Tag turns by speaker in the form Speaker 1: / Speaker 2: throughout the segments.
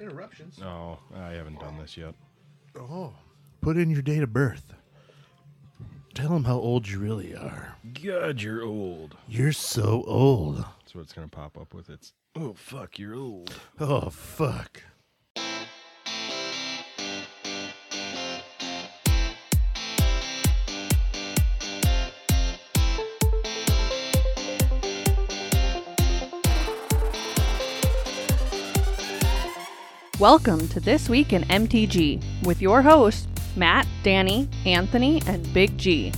Speaker 1: Interruptions.
Speaker 2: No, Oh, I haven't done this yet.
Speaker 3: Oh, put in your date of birth. Tell them how old you really are.
Speaker 2: God, you're old.
Speaker 3: You're so old.
Speaker 2: That's what it's gonna pop up with. It's oh fuck, you're old.
Speaker 3: Oh, fuck.
Speaker 4: Welcome to This Week in MTG with your hosts, Matt, Danny, Anthony, and Big G.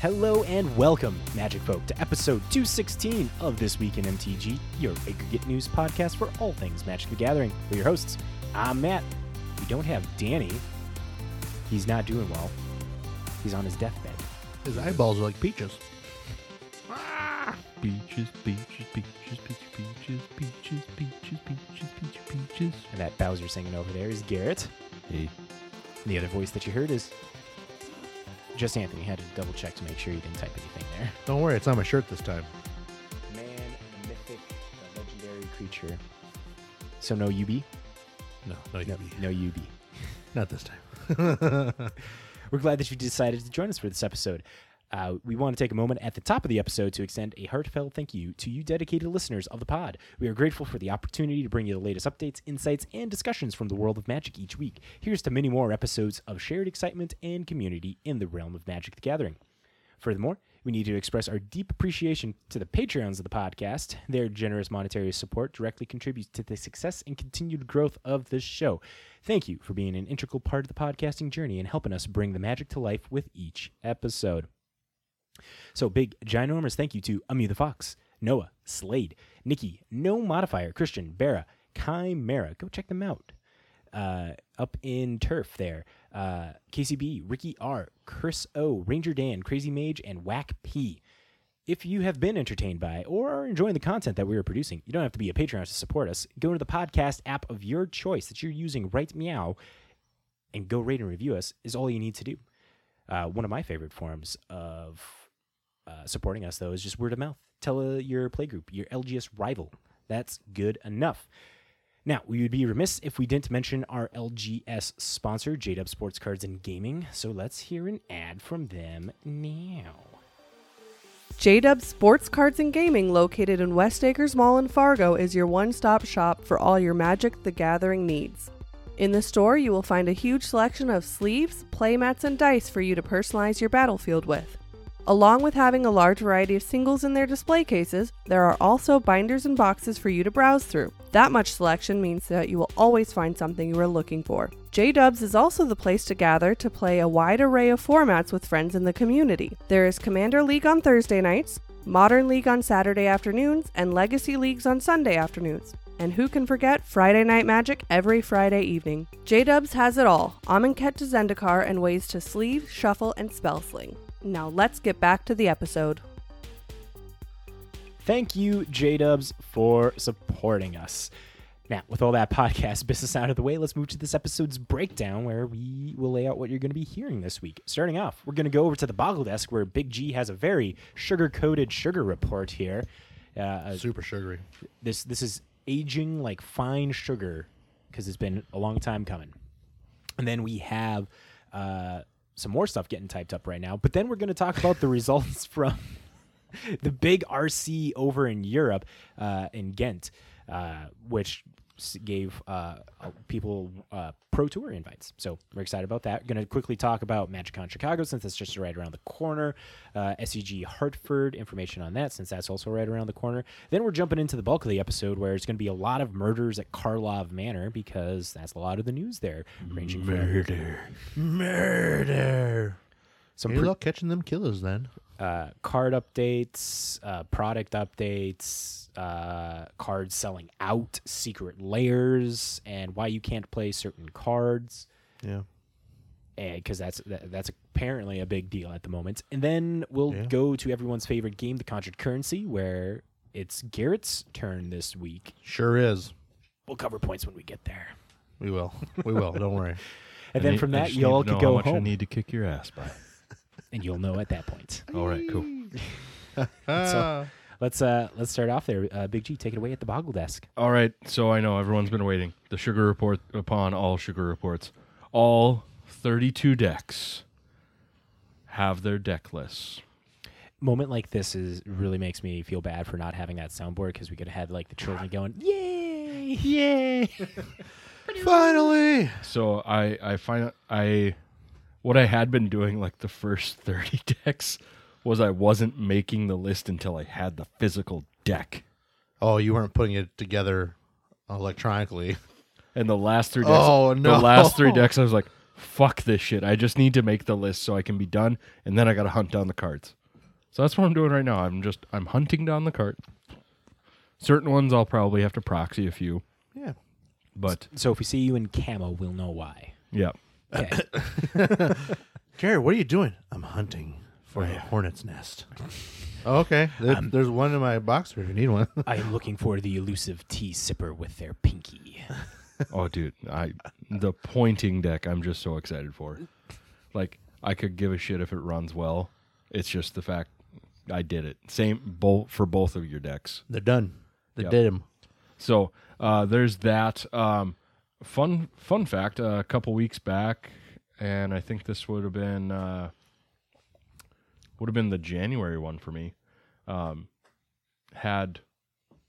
Speaker 5: Hello and welcome, Magic Folk, to episode 216 of This Week in MTG, your aggregate news podcast for all things Magic the Gathering. We're your hosts. I'm Matt. We don't have Danny. He's not doing well. He's on his deathbed.
Speaker 3: His eyeballs are like peaches.
Speaker 2: Peaches, peaches, peaches, peaches, peaches, peaches, peaches, peaches, peaches,
Speaker 5: And that Bowser singing over there is Garrett.
Speaker 2: Hey,
Speaker 5: And the other voice that you heard is just Anthony. Had to double check to make sure you didn't type anything there.
Speaker 3: Don't worry, it's on my shirt this time.
Speaker 5: Man, a mythic, a legendary creature. So no UB?
Speaker 3: No, no,
Speaker 5: No,
Speaker 3: you
Speaker 5: no UB.
Speaker 3: not this time.
Speaker 5: We're glad that you decided to join us for this episode. Uh, we want to take a moment at the top of the episode to extend a heartfelt thank you to you dedicated listeners of the pod. We are grateful for the opportunity to bring you the latest updates, insights, and discussions from the world of magic each week. Here's to many more episodes of shared excitement and community in the realm of Magic the Gathering. Furthermore, we need to express our deep appreciation to the Patreons of the podcast. Their generous monetary support directly contributes to the success and continued growth of this show. Thank you for being an integral part of the podcasting journey and helping us bring the magic to life with each episode. So, big ginormous thank you to Ami the Fox, Noah, Slade, Nikki, No Modifier, Christian, Vera, Chimera. Go check them out uh, up in turf there. Uh, KCB, Ricky R, Chris O, Ranger Dan, Crazy Mage, and Whack P. If you have been entertained by or are enjoying the content that we are producing, you don't have to be a Patreon to support us. Go to the podcast app of your choice that you're using right meow and go rate and review us is all you need to do. Uh, one of my favorite forms of uh, supporting us, though, is just word of mouth. Tell uh, your playgroup, your LGS rival. That's good enough. Now, we would be remiss if we didn't mention our LGS sponsor, JDub Sports Cards and Gaming. So let's hear an ad from them now.
Speaker 6: J-Dub Sports Cards and Gaming, located in West Acres Mall in Fargo, is your one-stop shop for all your Magic the Gathering needs. In the store, you will find a huge selection of sleeves, playmats, and dice for you to personalize your battlefield with. Along with having a large variety of singles in their display cases, there are also binders and boxes for you to browse through. That much selection means that you will always find something you are looking for. J Dubs is also the place to gather to play a wide array of formats with friends in the community. There is Commander League on Thursday nights, Modern League on Saturday afternoons, and Legacy Leagues on Sunday afternoons. And who can forget Friday Night Magic every Friday evening? J Dubs has it all Amonkhet to Zendikar and ways to sleeve, shuffle, and spell sling. Now let's get back to the episode.
Speaker 5: Thank you, J Dubs, for supporting us. Now, with all that podcast business out of the way, let's move to this episode's breakdown where we will lay out what you're going to be hearing this week. Starting off, we're going to go over to the Boggle Desk where Big G has a very sugar coated sugar report here. Uh, a
Speaker 3: Super sugary.
Speaker 5: this this is aging like fine sugar because it's been a long time coming. And then we have uh, some more stuff getting typed up right now. But then we're going to talk about the results from the big RC over in Europe uh, in Ghent, uh, which s- gave uh, people uh, pro tour invites. So we're excited about that. Going to quickly talk about MagicCon Chicago since that's just right around the corner. Uh, SEG Hartford information on that since that's also right around the corner. Then we're jumping into the bulk of the episode where it's going to be a lot of murders at Karlov Manor because that's a lot of the news there, ranging from
Speaker 3: Murder. Murder.
Speaker 5: some
Speaker 3: You're
Speaker 5: pre-
Speaker 3: out catching them killers then.
Speaker 5: uh, card updates, uh, product updates, uh, cards selling out, secret layers, and why you can't play certain cards.
Speaker 3: Yeah.
Speaker 5: Because that's that, that's apparently a big deal at the moment. And then we'll go to everyone's favorite game, the Conjured Currency, where it's Garrett's turn this week.
Speaker 3: Sure is.
Speaker 5: We'll cover points when we get there.
Speaker 3: We will. We will. Don't worry.
Speaker 5: And then from that, you all could
Speaker 2: know
Speaker 5: go
Speaker 2: how much I
Speaker 5: home,
Speaker 2: need to kick your ass by.
Speaker 5: and you'll know at that point.
Speaker 2: All right, cool. Ah.
Speaker 5: So- Let's uh let's start off there. Uh, Big G, take it away at the Boggle desk.
Speaker 2: All right, so I know everyone's been waiting. The sugar report upon all sugar reports. All 32 decks have their deck lists.
Speaker 5: Moment like this is really makes me feel bad for not having that soundboard because we could have had like the children going, yay, yay.
Speaker 3: Finally,
Speaker 2: So I I find I what I had been doing like the first 30 decks was I wasn't making the list until I had the physical deck.
Speaker 3: oh, you weren't putting it together electronically.
Speaker 2: And the last three decks
Speaker 3: Oh, no.
Speaker 2: the last three decks I was like fuck this shit. I just need to make the list so I can be done and then I got to hunt down the cards. So that's what I'm doing right now. I'm just I'm hunting down the card. Certain ones I'll probably have to proxy a few,
Speaker 3: Yeah,
Speaker 2: but
Speaker 5: so if we see you in camo, we'll know why.
Speaker 2: yeah.
Speaker 5: Okay.
Speaker 3: Gary, what are you doing? I'm hunting for a hornet's nest. Oh, Um, okay, there- there's one in my boxer if you need one.
Speaker 5: I am looking for the elusive tea sipper with their pinky.
Speaker 2: Oh, dude, I the pointing deck. I'm just so excited for. Like, I could give a shit if it runs well. It's just the fact I did it. Same both for both of your decks.
Speaker 3: They're done. They
Speaker 2: Yep.
Speaker 3: did him.
Speaker 2: So uh, there's that. Um, fun fun fact: uh, a couple weeks back, and I think this would have been uh, would have been the January one for me. Um, had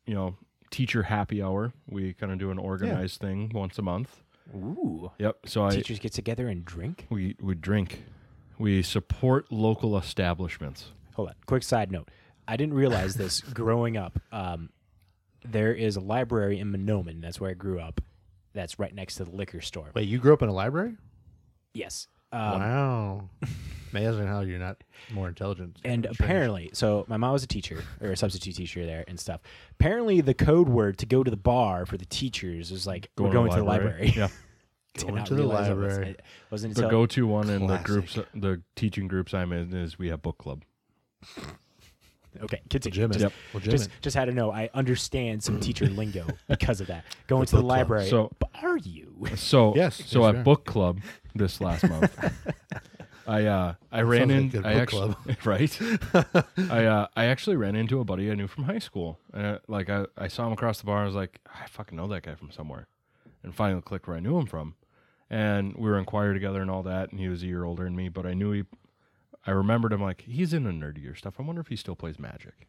Speaker 2: you know teacher happy hour. We kind of do an organized thing once a month.
Speaker 5: Ooh.
Speaker 2: Yep. So I
Speaker 5: Teachers get together and drink.
Speaker 2: we we drink. We support local establishments.
Speaker 5: Hold on. Quick side note. I didn't realize this growing up. Um, there is a library in Monoman. That's where I grew up. That's right next to the liquor store.
Speaker 3: Wait, you grew up in a library?
Speaker 5: Yes. Um,
Speaker 3: wow. Amazing how you're not more intelligent.
Speaker 5: and apparently, so my mom was a teacher or a substitute teacher there and stuff. Apparently, the code word to go to the bar for the teachers was like we're going to the library.
Speaker 2: yeah,
Speaker 5: Did
Speaker 3: Going
Speaker 5: not
Speaker 3: to the
Speaker 5: realize it was-
Speaker 3: library.
Speaker 5: it wasn't
Speaker 2: the
Speaker 5: until
Speaker 2: go-to one in the
Speaker 3: Classic.
Speaker 2: groups, the teaching groups I'm in is we have book club.
Speaker 5: okay. Continue.
Speaker 3: legitimate.
Speaker 5: Just,
Speaker 2: Yep.
Speaker 3: Legitimate.
Speaker 5: just, just had to know. I understand some teacher lingo because of that. Going to the
Speaker 3: book club.
Speaker 5: library.
Speaker 2: So-
Speaker 5: but are you?
Speaker 2: So
Speaker 3: Yes,
Speaker 2: so
Speaker 3: yes,
Speaker 2: at
Speaker 3: sure.
Speaker 2: book club this last month, I uh I ran
Speaker 3: sounds
Speaker 2: in
Speaker 3: like good
Speaker 2: I
Speaker 3: book
Speaker 2: actually right. I uh I actually ran into a buddy I knew from high school, and I, like I I saw him across the bar. and I was like, I fucking know that guy from somewhere, and finally clicked where I knew him from, and we were in choir together and all that, and he was a year older than me, but I knew he. I remembered him like he's into nerdier stuff. I wonder if he still plays Magic.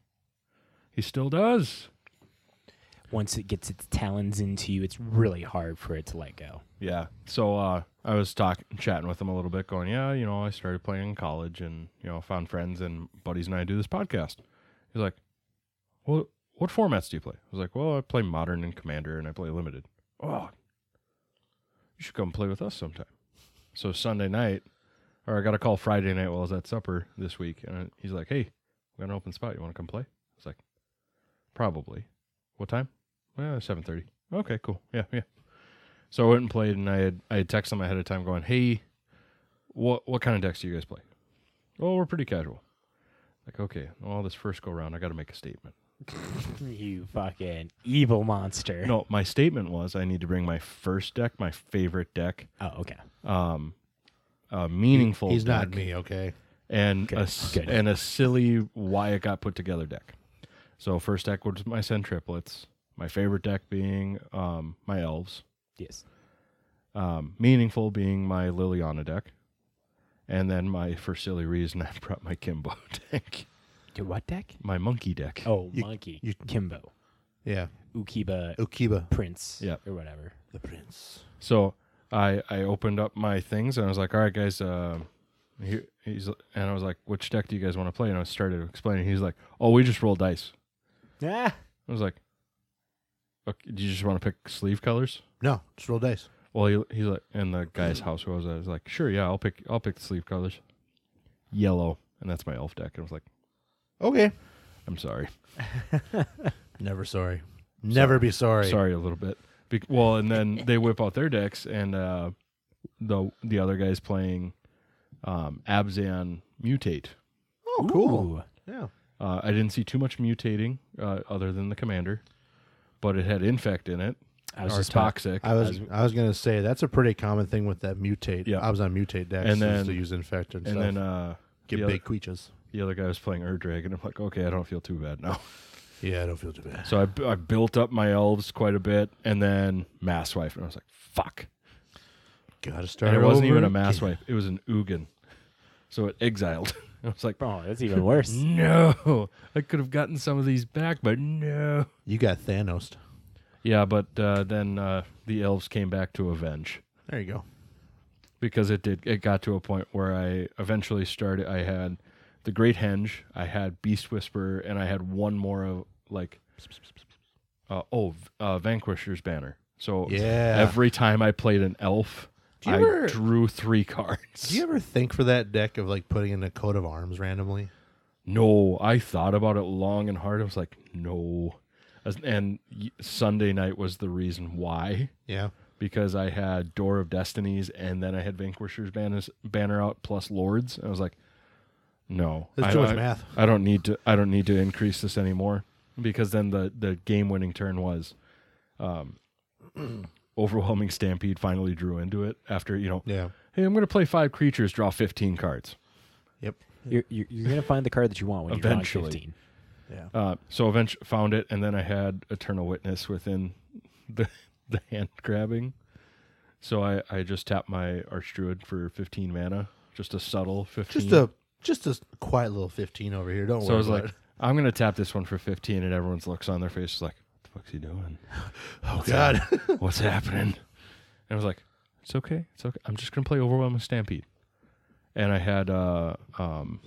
Speaker 2: He still does.
Speaker 5: Once it gets its talons into you, it's really hard for it to let go.
Speaker 2: Yeah. So uh, I was talking, chatting with him a little bit, going, "Yeah, you know, I started playing in college, and you know, found friends and buddies, and I do this podcast." He's like, "Well, what formats do you play?" I was like, "Well, I play Modern and Commander, and I play Limited." Oh, you should come play with us sometime. So Sunday night, or I got a call Friday night while I was at supper this week, and he's like, "Hey, we got an open spot. You want to come play?" I was like, "Probably." What time? Well, seven thirty. Okay, cool. Yeah, yeah. So I went and played, and I had I had texted them ahead of time, going, "Hey, what what kind of decks do you guys play?" Well, we're pretty casual. Like, okay, well, this first go round, I got to make a statement.
Speaker 5: You fucking evil monster.
Speaker 2: No, my statement was I need to bring my first deck, my favorite deck,
Speaker 5: Oh, okay.
Speaker 2: um, a meaningful.
Speaker 3: He's not
Speaker 2: deck,
Speaker 3: me, okay?
Speaker 2: and a
Speaker 5: Good,
Speaker 2: s-
Speaker 5: good.
Speaker 2: and a silly why it got put together deck. So first deck was my Send triplets. My favorite deck being um, my elves.
Speaker 5: Yes.
Speaker 2: um, meaningful being my Liliana deck, and then my for silly reason I brought my Kimbo deck,
Speaker 5: Do what deck?
Speaker 2: my monkey deck.
Speaker 5: Oh,
Speaker 3: You-
Speaker 5: monkey.
Speaker 3: you-
Speaker 5: Kimbo.
Speaker 3: Yeah.
Speaker 5: Ukiba.
Speaker 3: Ukiba.
Speaker 5: Prince.
Speaker 2: Yep.
Speaker 5: Or whatever.
Speaker 3: The prince.
Speaker 2: So I I opened up my things and I was like, all right, guys. Uh, he, he's and I was like, which deck do you guys want to play? And I started explaining. He's like, oh, we just roll dice.
Speaker 5: Ah.
Speaker 2: I was like, okay, do you just want to pick sleeve colors?
Speaker 3: No, just roll dice.
Speaker 2: Well, he, he's like, and the guy's house who I was at was like, sure, yeah, I'll pick I'll pick the sleeve colors, yellow, and that's my elf deck. And I was like,
Speaker 3: Okay.
Speaker 2: I'm sorry.
Speaker 3: Never sorry. Never be sorry.
Speaker 2: sorry a little bit. Be- well, and then they whip out their decks, and uh, the the other guy's playing um, Abzan Mutate.
Speaker 3: Oh, cool.
Speaker 5: Ooh.
Speaker 3: Yeah.
Speaker 2: Uh, I didn't see too much mutating uh, other than the commander, but it had infect in it
Speaker 5: I was
Speaker 2: or
Speaker 5: just about-
Speaker 2: toxic.
Speaker 3: I was I was gonna say that's a pretty common thing with that mutate.
Speaker 2: Yeah.
Speaker 3: I was on mutate decks
Speaker 2: And
Speaker 3: is
Speaker 2: then-
Speaker 3: to use infect and,
Speaker 2: and
Speaker 3: stuff.
Speaker 2: then uh,
Speaker 3: get
Speaker 2: the
Speaker 3: big
Speaker 2: other,
Speaker 3: queeches.
Speaker 2: the other guy was playing Erdreg, and I'm like, okay, I don't feel too bad now.
Speaker 3: Yeah, I don't feel too bad.
Speaker 2: So I, bu- I built up my elves quite a bit, and then mass wife, and I was like, fuck.
Speaker 3: Gotta start.
Speaker 2: And it wasn't
Speaker 3: over
Speaker 2: even a mass
Speaker 3: again.
Speaker 2: wife; it was an Ugin. So it exiled. I was like,
Speaker 5: Oh, that's even worse.
Speaker 2: no, I could have gotten some of these back, but no.
Speaker 3: You got Thanos.
Speaker 2: Yeah, but uh, then uh, the elves came back to avenge
Speaker 3: There you go.
Speaker 2: because it did. It got to a point where I eventually started. I had the Great Henge, I had Beast Whisperer, and I had one more of like uh, oh v- uh, Vanquisher's banner. So
Speaker 3: Yeah.
Speaker 2: every time I played an elf,
Speaker 3: Do you
Speaker 2: I
Speaker 3: ever-
Speaker 2: drew three cards.
Speaker 3: Do you ever think for that deck of like putting in a coat of arms randomly?
Speaker 2: No, I thought about it long and hard. I was like, no. As- And y- Sunday night was the reason why,
Speaker 3: Yeah.
Speaker 2: because I had Door of Destinies and then I had Vanquisher's banner, banner out plus Lords. I was like, no,
Speaker 3: That's
Speaker 2: I,
Speaker 3: too much
Speaker 2: I-
Speaker 3: math.
Speaker 2: I don't need to. I don't need to increase this anymore because then the the game winning turn was, um, overwhelming stampede. Finally drew into it after you know.
Speaker 3: Yeah.
Speaker 2: Hey, I'm going to play five creatures, draw 15 cards.
Speaker 3: Yep.
Speaker 5: You're, you're, you're going to find the card that you want when
Speaker 2: Eventually.
Speaker 5: you're drawing 15.
Speaker 3: Yeah.
Speaker 2: Uh, so eventually found it, and then I had Eternal Witness within the the hand grabbing. So I, I just tapped my Archdruid for 15 mana, just a subtle 15.
Speaker 3: Just a just a quiet little fifteen over here. Don't
Speaker 2: so
Speaker 3: worry.
Speaker 2: I was
Speaker 3: about
Speaker 2: like,
Speaker 3: it.
Speaker 2: I'm gonna tap this one for 15, and everyone's looks on their face is like, what the fuck's he doing?
Speaker 3: oh god.
Speaker 2: What's happening? And I was like, it's okay, it's okay. I'm just gonna play Overwhelming Stampede. And I had uh um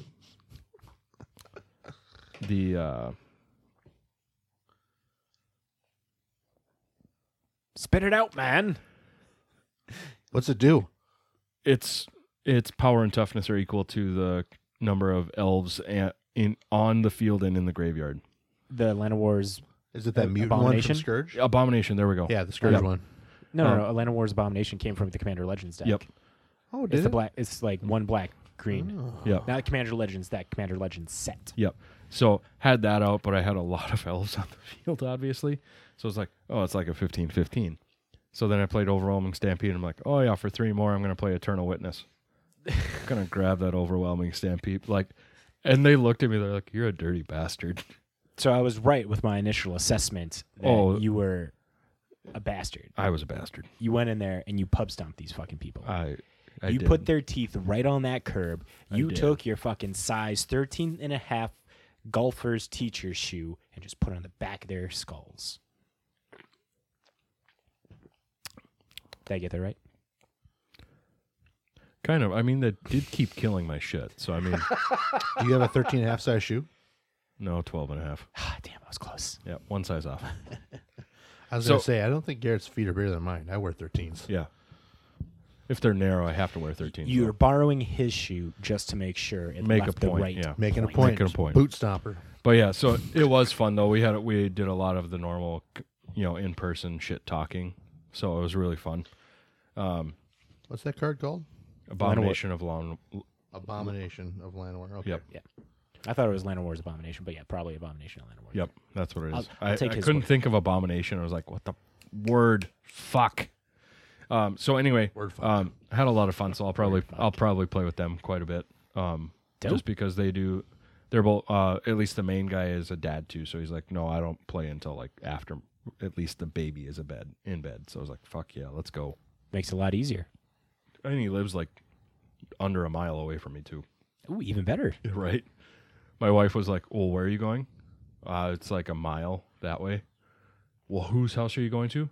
Speaker 2: the uh
Speaker 5: Spit it out, man.
Speaker 3: What's it do?
Speaker 2: its its power and toughness are equal to the number of elves and in on the field and in the graveyard.
Speaker 5: The Atlanta Wars.
Speaker 3: Is it that
Speaker 5: Ab-
Speaker 3: mutant one
Speaker 5: abomination?
Speaker 3: from Scourge?
Speaker 2: Abomination. There we go.
Speaker 3: Yeah, the Scourge
Speaker 2: Yep.
Speaker 3: one.
Speaker 5: No, no, no. Atlanta Wars Abomination came from the Commander Legends deck.
Speaker 2: Oh. Yep.
Speaker 3: Oh,
Speaker 5: It's
Speaker 3: did
Speaker 5: the
Speaker 3: it?
Speaker 5: black. It's like one black green.
Speaker 2: Yep.
Speaker 5: Not Commander Legends deck. Commander Legends set.
Speaker 2: Yep. So had that out, but I had a lot of elves on the field, obviously. So it's like, oh, it's like a 15-15. So then I played overwhelming stampede. And I'm like, oh yeah, for three more, I'm gonna play eternal witness. I'm gonna grab that overwhelming stampede. Like, and they looked at me. They're like, you're a dirty bastard.
Speaker 5: So I was right with my initial assessment that
Speaker 2: Oh.
Speaker 5: you were a bastard.
Speaker 2: I was a bastard.
Speaker 5: You went in there and you pub stomped these fucking people.
Speaker 2: I. I
Speaker 5: you
Speaker 2: did.
Speaker 5: put their teeth right on that curb. You
Speaker 2: did.
Speaker 5: took your fucking size 13 and a half golfer's teacher's shoe and just put it on the back of their skulls. Did I get that right?
Speaker 2: Kind of. I mean, that did keep killing my shit. So I mean,
Speaker 3: Do you have a 13 and a half size shoe?
Speaker 2: no, 12 and a half.
Speaker 5: Ah, damn, I was close.
Speaker 2: Yeah, one size off.
Speaker 3: I was
Speaker 2: So-
Speaker 3: gonna say I don't think Garrett's feet are bigger than mine. I wear 13s.
Speaker 2: Yeah. If they're narrow, I have to wear 13.
Speaker 5: You were borrowing his shoe just to make sure it
Speaker 2: Make
Speaker 5: left
Speaker 2: a
Speaker 5: the
Speaker 2: point,
Speaker 5: right.
Speaker 2: yeah.
Speaker 3: Making a point.
Speaker 2: Making a point.
Speaker 3: Boot stomper.
Speaker 2: But yeah, so it was fun though. We had we did a lot of the normal, you know, in person shit talking. So it was really fun. Um,
Speaker 3: What's that card called?
Speaker 2: Abomination of Lawn.
Speaker 3: Abomination of Lanowar. Okay.
Speaker 2: Yep.
Speaker 5: I thought it was Lana Wars Abomination, but yeah, probably Abomination Lana Wars.
Speaker 2: Yep. That's what it is.
Speaker 5: I'll- I'll
Speaker 2: I-
Speaker 5: take
Speaker 2: I
Speaker 5: his
Speaker 2: couldn't
Speaker 5: word.
Speaker 2: think of abomination. I was like, what the word? Fuck. Um, so anyway,
Speaker 3: Word fuck.
Speaker 2: um, I had a lot of fun. So I'll probably I'll probably play with them quite a bit. Um,
Speaker 5: Dope.
Speaker 2: just because they do, they're both. Uh, at least the main guy is a dad too. So he's like, no, I don't play until like after. At least the baby is a bed in bed. So I was like, fuck yeah, let's go.
Speaker 5: Makes it a lot easier.
Speaker 2: And he lives like under a mile away from me too.
Speaker 5: Ooh, even better.
Speaker 2: Right. My wife was like, "Well, where are you going?" Uh, it's like a mile that way. Well, whose house are you going to?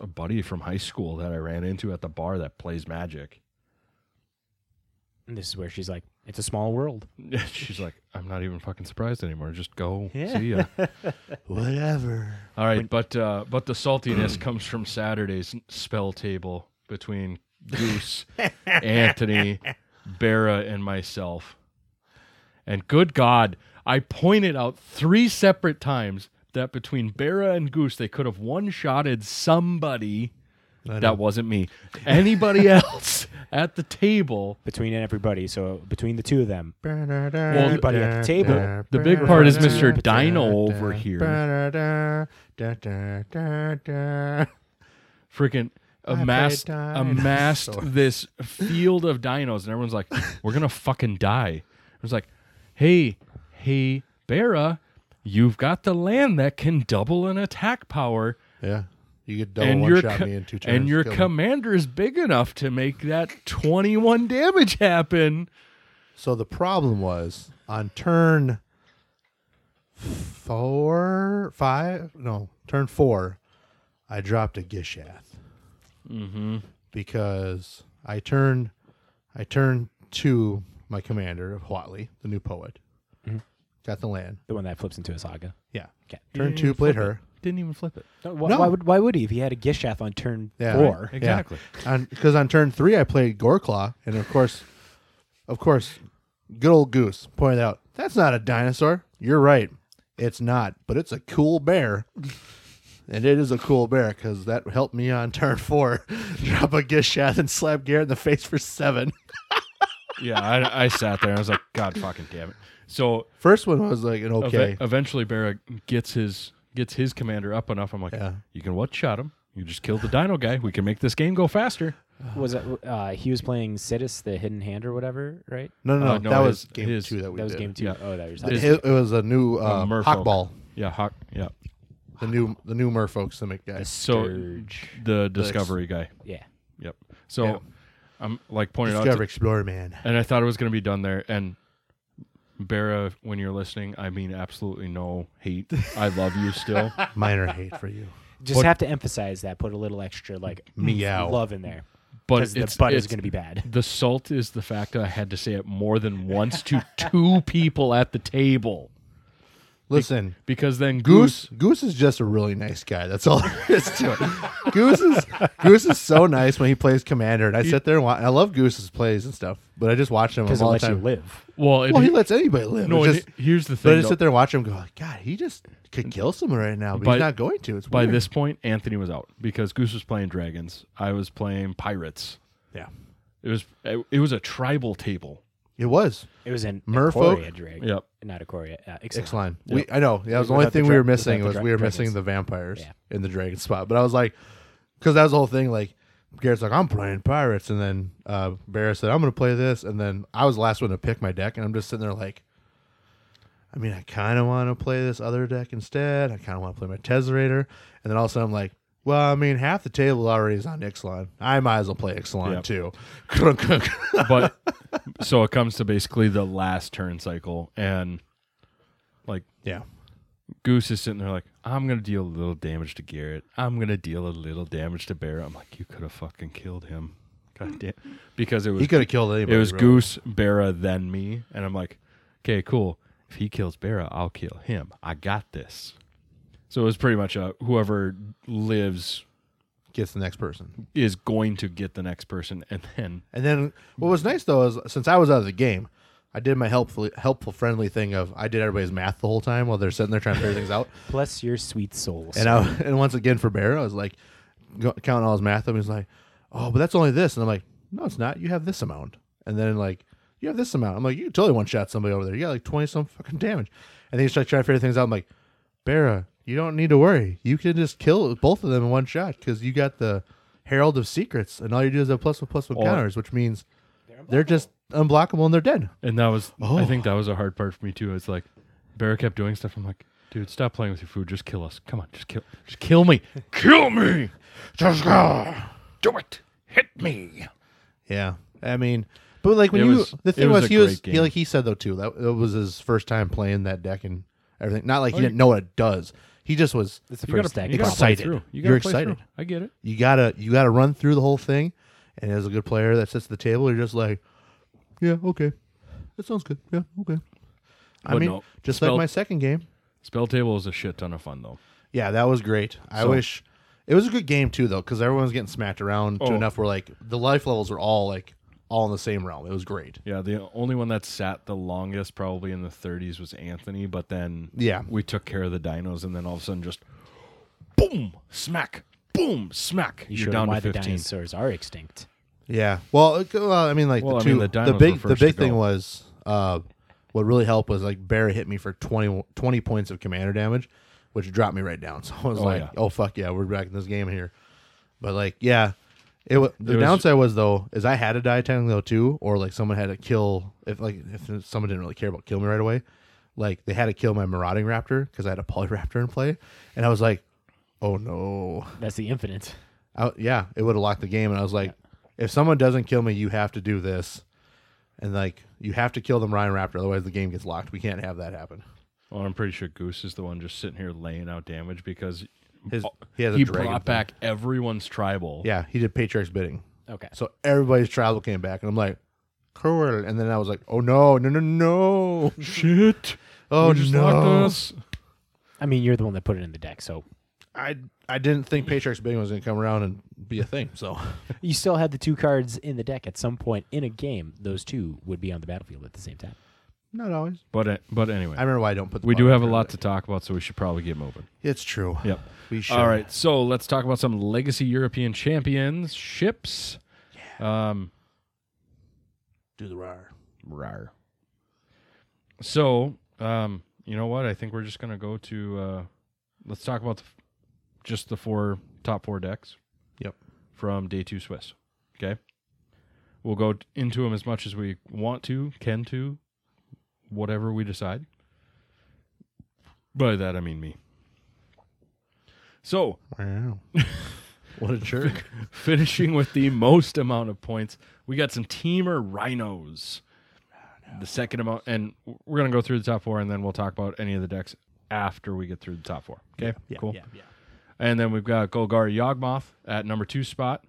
Speaker 2: A buddy from high school that I ran into at the bar that plays magic.
Speaker 5: And this is where she's like, it's a small world.
Speaker 2: She's like, "I'm not even fucking surprised anymore. Just go see ya."
Speaker 3: Whatever.
Speaker 2: All right, but uh, but the saltiness comes from Saturday's spell table between Goose, Anthony, Barra, and myself. And good God, I pointed out three separate times that between Barra and Goose, they could have one-shotted somebody that wasn't me, anybody else at the table.
Speaker 5: Between everybody. So between the two of them,
Speaker 3: Everybody
Speaker 5: at the table.
Speaker 2: The big part is Mr. Dino over here. Freaking
Speaker 3: play
Speaker 2: amassed
Speaker 3: dinosaur.
Speaker 2: amassed this field of dinos, and everyone's like, "We're gonna fucking die." I was like, hey, hey, Bera, you've got the land that can double an attack power.
Speaker 3: Yeah. You could double
Speaker 2: and
Speaker 3: Oh, one
Speaker 2: your
Speaker 3: shot
Speaker 2: co-
Speaker 3: me in two turns.
Speaker 2: and your
Speaker 3: kill me.
Speaker 2: commander is big enough to make that 21 damage happen.
Speaker 3: So the problem was on turn four, five, no, turn four, I dropped a Gishath. Mm-hmm. Because I turned, I turned to my commander of Huatli, the new poet, got the land.
Speaker 5: The one that flips into a saga.
Speaker 3: Yeah.
Speaker 5: Okay.
Speaker 3: Turn
Speaker 2: Didn't
Speaker 3: two,
Speaker 2: even
Speaker 3: played
Speaker 2: flip it.
Speaker 3: her.
Speaker 2: Didn't even flip it.
Speaker 5: No, Uh, wh-
Speaker 3: No.
Speaker 5: Why would why would he if he had a Gishath on turn
Speaker 3: Yeah.
Speaker 5: four?
Speaker 2: Right. Exactly.
Speaker 3: Because on turn three, I played Goreclaw, and of course, of course, good old Goose pointed out that's not a dinosaur. You're right, it's not, but it's a cool bear, and it is a cool bear because that helped me on turn four drop a Gishath and slap Garrett in the face for seven.
Speaker 2: Yeah, I, I sat there and I was like, God fucking damn it. So
Speaker 3: First one was like an okay,
Speaker 2: Eve- eventually Barra gets his gets his commander up enough. I'm like,
Speaker 3: Yeah.
Speaker 2: you can what shot him. You just killed the dino guy. We can make this game go faster.
Speaker 5: Was it, uh, he was playing Sidis, the Hidden Hand or whatever, right?
Speaker 3: no, no, no,
Speaker 2: Uh, no,
Speaker 3: that
Speaker 2: his-
Speaker 3: was game
Speaker 2: his-
Speaker 3: two that we
Speaker 5: that was
Speaker 3: did.
Speaker 5: game two.
Speaker 2: Yeah.
Speaker 5: Oh, that was
Speaker 2: His-
Speaker 3: It, it was a new uh,
Speaker 2: merfolk.
Speaker 3: hawkball,
Speaker 2: Yeah, Hawk. Yeah.
Speaker 3: the new the new merfolk simic guy.
Speaker 2: So
Speaker 5: Scourge.
Speaker 2: the discovery guy.
Speaker 5: yeah.
Speaker 2: Yep. So
Speaker 3: Yeah.
Speaker 2: I'm like pointing out,
Speaker 3: Discover
Speaker 2: to-
Speaker 3: Explorer Man.
Speaker 2: and I thought it was going to be done there. And Barra, when you're listening, I mean absolutely no hate. I love you still.
Speaker 3: Minor hate for you.
Speaker 5: Just have to emphasize that. Put a little extra like
Speaker 3: Meow.
Speaker 5: love in there
Speaker 2: But
Speaker 5: because the
Speaker 2: it's,
Speaker 5: butt
Speaker 2: it's
Speaker 5: is going to be bad.
Speaker 2: The salt is the fact that I had to say it more than once to two people at the table
Speaker 3: Listen,
Speaker 2: because then Goose,
Speaker 3: Goose Goose is just a really nice guy. That's all there is to it. Goose is Goose is so nice when he plays Commander, and I sit there and watch. I love Goose's plays and stuff, but I just watch him all
Speaker 5: Because it
Speaker 3: the
Speaker 5: lets
Speaker 3: time.
Speaker 5: you live.
Speaker 2: well, it,
Speaker 3: Well, he lets anybody live.
Speaker 2: no.
Speaker 3: It's
Speaker 2: and
Speaker 3: just,
Speaker 2: he- here's the
Speaker 3: but I
Speaker 2: thing.
Speaker 3: just
Speaker 2: though.
Speaker 3: sit there and watch him go. God, he just could kill someone right now, but
Speaker 2: By-
Speaker 3: he's not going to. It's
Speaker 2: By
Speaker 3: weird.
Speaker 2: this point, Anthony was out because Goose was playing dragons. I was playing pirates.
Speaker 3: Yeah,
Speaker 2: It was it, it was a tribal table.
Speaker 3: it was
Speaker 5: It was in
Speaker 3: Merfolk?
Speaker 5: Merfolk, Drake.
Speaker 2: Yep.
Speaker 5: Not Ikoria. Uh, Ixalan.
Speaker 3: X line. We I know that was the only
Speaker 5: Without the
Speaker 3: thing we
Speaker 5: dra-
Speaker 3: were missing
Speaker 5: without
Speaker 3: was
Speaker 5: the
Speaker 3: we were
Speaker 5: dra-
Speaker 3: missing
Speaker 5: dragons.
Speaker 3: the vampires
Speaker 5: Yeah.
Speaker 3: in the dragon spot. But I was like, because that was the whole thing. Like Garrett's like, I'm playing pirates, and then uh, Barra said, I'm going to play this, and then I was the last one to pick my deck, and I'm just sitting there like, I mean, I kind of want to play this other deck instead. I kind of want to play my Tesserator, and then all of a sudden I'm like. Well, I mean, half the table already is on Ixalan. I might as well play Ixalan
Speaker 2: Yep.
Speaker 3: too.
Speaker 2: But so it comes to basically the last turn cycle, and like
Speaker 3: yeah.
Speaker 2: Goose is sitting there like, I'm gonna deal a little damage to Garrett. I'm gonna deal a little damage to Bear. I'm like, you could have fucking killed him. God damn. Because it was
Speaker 3: He could have killed anybody.
Speaker 2: it was
Speaker 3: really.
Speaker 2: Goose, Bera, then me, and I'm like, okay, cool. If he kills Bera, I'll kill him. I got this. So it was pretty much a whoever lives
Speaker 3: Gets the next person.
Speaker 2: is going to get the next person, and then
Speaker 3: And then what was nice though is since I was out of the game, I did my helpful helpful friendly thing of I did everybody's math the whole time while they're sitting there trying to figure things out.
Speaker 5: Bless your sweet souls.
Speaker 3: And I and once again for Bear, I was like go, counting all his math up. He's like, "Oh, but that's only this," and I'm like, "No, it's not. You have this amount." And then like, "You have this amount." I'm like, "You can totally one shot somebody over there. You got like twenty some fucking damage." And then he's like trying to figure things out. I'm like, "Bear, you don't need to worry. You can just kill both of them in one shot because you got the Herald of Secrets, and all you do is have plus one plus one
Speaker 2: Oh.
Speaker 3: counters, which means they're, just unblockable and they're dead."
Speaker 2: and that was I think
Speaker 3: Oh.
Speaker 2: that was a hard part for me too. It's like Bera kept doing stuff. I'm like, dude, stop playing with your food. Just kill us. Come on, just kill, just kill me, kill me. Just go. Do it. Hit me.
Speaker 3: Yeah, I mean, but like when
Speaker 2: It
Speaker 3: you
Speaker 2: was-
Speaker 3: the
Speaker 2: it
Speaker 3: thing
Speaker 2: was
Speaker 3: was,
Speaker 2: a
Speaker 3: he was
Speaker 2: great
Speaker 3: he
Speaker 2: game.
Speaker 3: like he said though too that it was his first time playing that deck and everything. Not like he
Speaker 2: Oh, you-
Speaker 3: didn't know what it does. He just was.
Speaker 5: it's the
Speaker 2: You gotta,
Speaker 5: first deck.
Speaker 2: you gotta
Speaker 5: It's
Speaker 2: play
Speaker 3: Excited.
Speaker 2: through. You
Speaker 3: You're
Speaker 2: gotta play
Speaker 3: excited.
Speaker 2: through. I get it.
Speaker 3: You gotta you gotta run through the whole thing, and as a good player that sits at the table, you're just like, yeah, okay, that sounds good. Yeah, okay. I
Speaker 2: But
Speaker 3: mean,
Speaker 2: no,
Speaker 3: just
Speaker 2: spell-
Speaker 3: like my second game.
Speaker 2: Spell table is a shit ton of fun though.
Speaker 3: Yeah, that was great. I
Speaker 2: So-
Speaker 3: wish it was a good game too though because everyone was getting smacked around to
Speaker 2: Oh.
Speaker 3: enough where like the life levels were all like all in the same realm. It was great.
Speaker 2: Yeah, the only one that sat the longest, probably in the 30s, was Anthony. But then,
Speaker 3: Yeah.
Speaker 2: we took care of the dinos, and then all of a sudden, just boom, smack, boom, smack.
Speaker 5: You
Speaker 2: are
Speaker 5: showed
Speaker 2: down
Speaker 5: them why
Speaker 2: to
Speaker 5: the
Speaker 2: 15.
Speaker 5: dinosaurs are extinct.
Speaker 3: Yeah. Well, it- well, I mean, like
Speaker 2: Well, I
Speaker 3: the two,
Speaker 2: mean, the
Speaker 3: the,
Speaker 2: dinos were
Speaker 3: big, the
Speaker 2: first
Speaker 3: big
Speaker 2: to go.
Speaker 3: thing was uh, what really helped was like Barry hit me for 20, 20 points of commander damage, which dropped me right down. So I was
Speaker 2: Oh,
Speaker 3: like,
Speaker 2: yeah.
Speaker 3: oh fuck yeah, we're back in this game here. But like, yeah, It was the
Speaker 2: It was-
Speaker 3: downside was though is I had to die technically though too, or like someone had to kill if like if someone didn't really care about kill me right away, like they had to kill my marauding raptor because I had a polyraptor in play, and I was like, oh no,
Speaker 5: That's the infinite.
Speaker 3: I, yeah, it would have locked the game, and I was like, if someone doesn't kill me, you have to do this, and like you have to kill the Ryan raptor, otherwise the game gets locked. We can't have that happen.
Speaker 2: Well, I'm pretty sure Goose is the one just sitting here laying out damage because
Speaker 3: His he has a
Speaker 2: he
Speaker 3: dragon
Speaker 2: brought
Speaker 3: thing.
Speaker 2: back everyone's tribal.
Speaker 3: Yeah, he did patriarch's bidding.
Speaker 5: Okay.
Speaker 3: So everybody's travel came back, and I'm like, cool. And then I was like, oh no, no, no, no.
Speaker 2: Shit.
Speaker 3: Oh
Speaker 2: we just locked
Speaker 3: no.
Speaker 2: us.
Speaker 5: I mean, you're the one that put it in the deck, so
Speaker 3: I I didn't think patriarch's bidding was gonna come around and be a thing. So
Speaker 5: you still had the two cards in the deck. At some point in a game, those two would be on the battlefield at the same time.
Speaker 3: not always.
Speaker 2: But uh, but anyway,
Speaker 3: I remember why I don't put. The
Speaker 2: we do
Speaker 3: bottom
Speaker 2: have a
Speaker 3: third
Speaker 2: lot
Speaker 3: away.
Speaker 2: to talk about, so we should probably get moving.
Speaker 3: It's true.
Speaker 2: Yep.
Speaker 3: We should.
Speaker 2: All right, so let's talk about some legacy European champions ships. Um,
Speaker 3: Do the rar.
Speaker 2: rar. So, um, you know what? I think we're just gonna go to. Uh, let's talk about the, f- just the four top four decks.
Speaker 3: Yep.
Speaker 2: From day two Swiss. Okay. We'll go t- into them as much as we want to, can to, whatever we decide. By that I mean me. So
Speaker 3: Wow. what a jerk.
Speaker 2: finishing with the most amount of points. We got some teamer rhinos. The second amount, and we're gonna go through the top four, and then we'll talk about any of the decks after we get through the top four. Okay, cool.
Speaker 5: yeah.
Speaker 2: And then we've got Golgari Yawgmoth at number two spot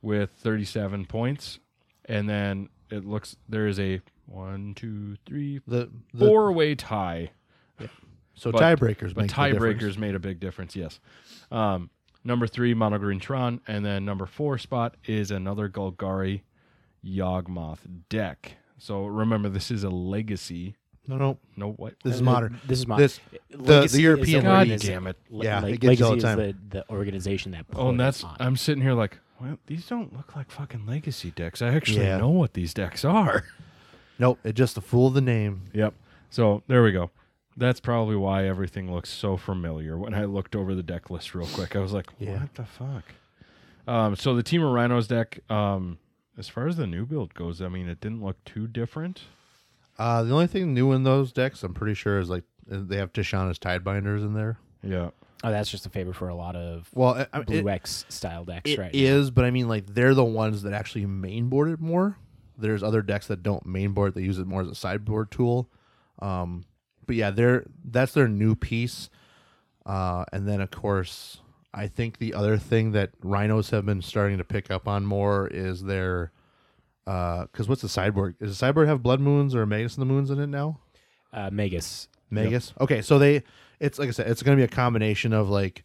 Speaker 2: with 37 points, and then it looks there is a one, two, three,
Speaker 3: The, the
Speaker 2: four way tie
Speaker 3: so
Speaker 2: but-
Speaker 3: tiebreakers.
Speaker 2: but
Speaker 3: make the difference.
Speaker 2: tiebreakers made a big difference. Yes. Um, number three, Mono Green Tron, and then number four spot is another Golgari Yawgmoth deck. So remember, this is a legacy.
Speaker 3: No, no.
Speaker 2: No, what?
Speaker 3: This is modern.
Speaker 5: This is my
Speaker 3: This the,
Speaker 5: Legacy
Speaker 3: the
Speaker 5: is
Speaker 3: European
Speaker 5: the
Speaker 2: God
Speaker 3: league.
Speaker 5: organization-
Speaker 2: damn it!
Speaker 5: Le-
Speaker 3: Yeah,
Speaker 5: like,
Speaker 3: it gets you all
Speaker 5: Legacy
Speaker 3: the
Speaker 5: is the, the organization that.
Speaker 2: Oh,
Speaker 5: put
Speaker 2: and
Speaker 5: it
Speaker 2: that's
Speaker 5: on.
Speaker 2: I'm sitting here like, well, these don't look like fucking legacy decks. I actually
Speaker 3: Yeah.
Speaker 2: know what these decks are.
Speaker 3: Nope. It just the fool of the name.
Speaker 2: Yep. So there we go. That's probably why everything looks so familiar. When I looked over the deck list real quick, I was like,
Speaker 3: Yeah.
Speaker 2: "What the fuck?" Um, so the Team of Rhinos deck, um, as far as the new build goes, I mean, it didn't look too different.
Speaker 3: Uh, the only thing new in those decks, I'm pretty sure, is like uh, they have Tishana's Tidebinders in there.
Speaker 2: Yeah.
Speaker 5: oh, that's just a favor for a lot of
Speaker 3: Well, I, I, it,
Speaker 5: blue X style decks,
Speaker 3: it
Speaker 5: right?
Speaker 3: is, but I mean, like they're the ones that actually mainboard it more. There's other decks that don't mainboard; it, they use it more as a sideboard tool. Um, but yeah, they're that's their new piece. Uh, and then of course, I think the other thing that rhinos have been starting to pick up on more is their. Because what's the sideboard? Does the sideboard have blood moons or Magus and the moons in it now?
Speaker 5: Uh, Magus.
Speaker 3: Magus. Okay, so they it's like I said, it's going to be a combination of like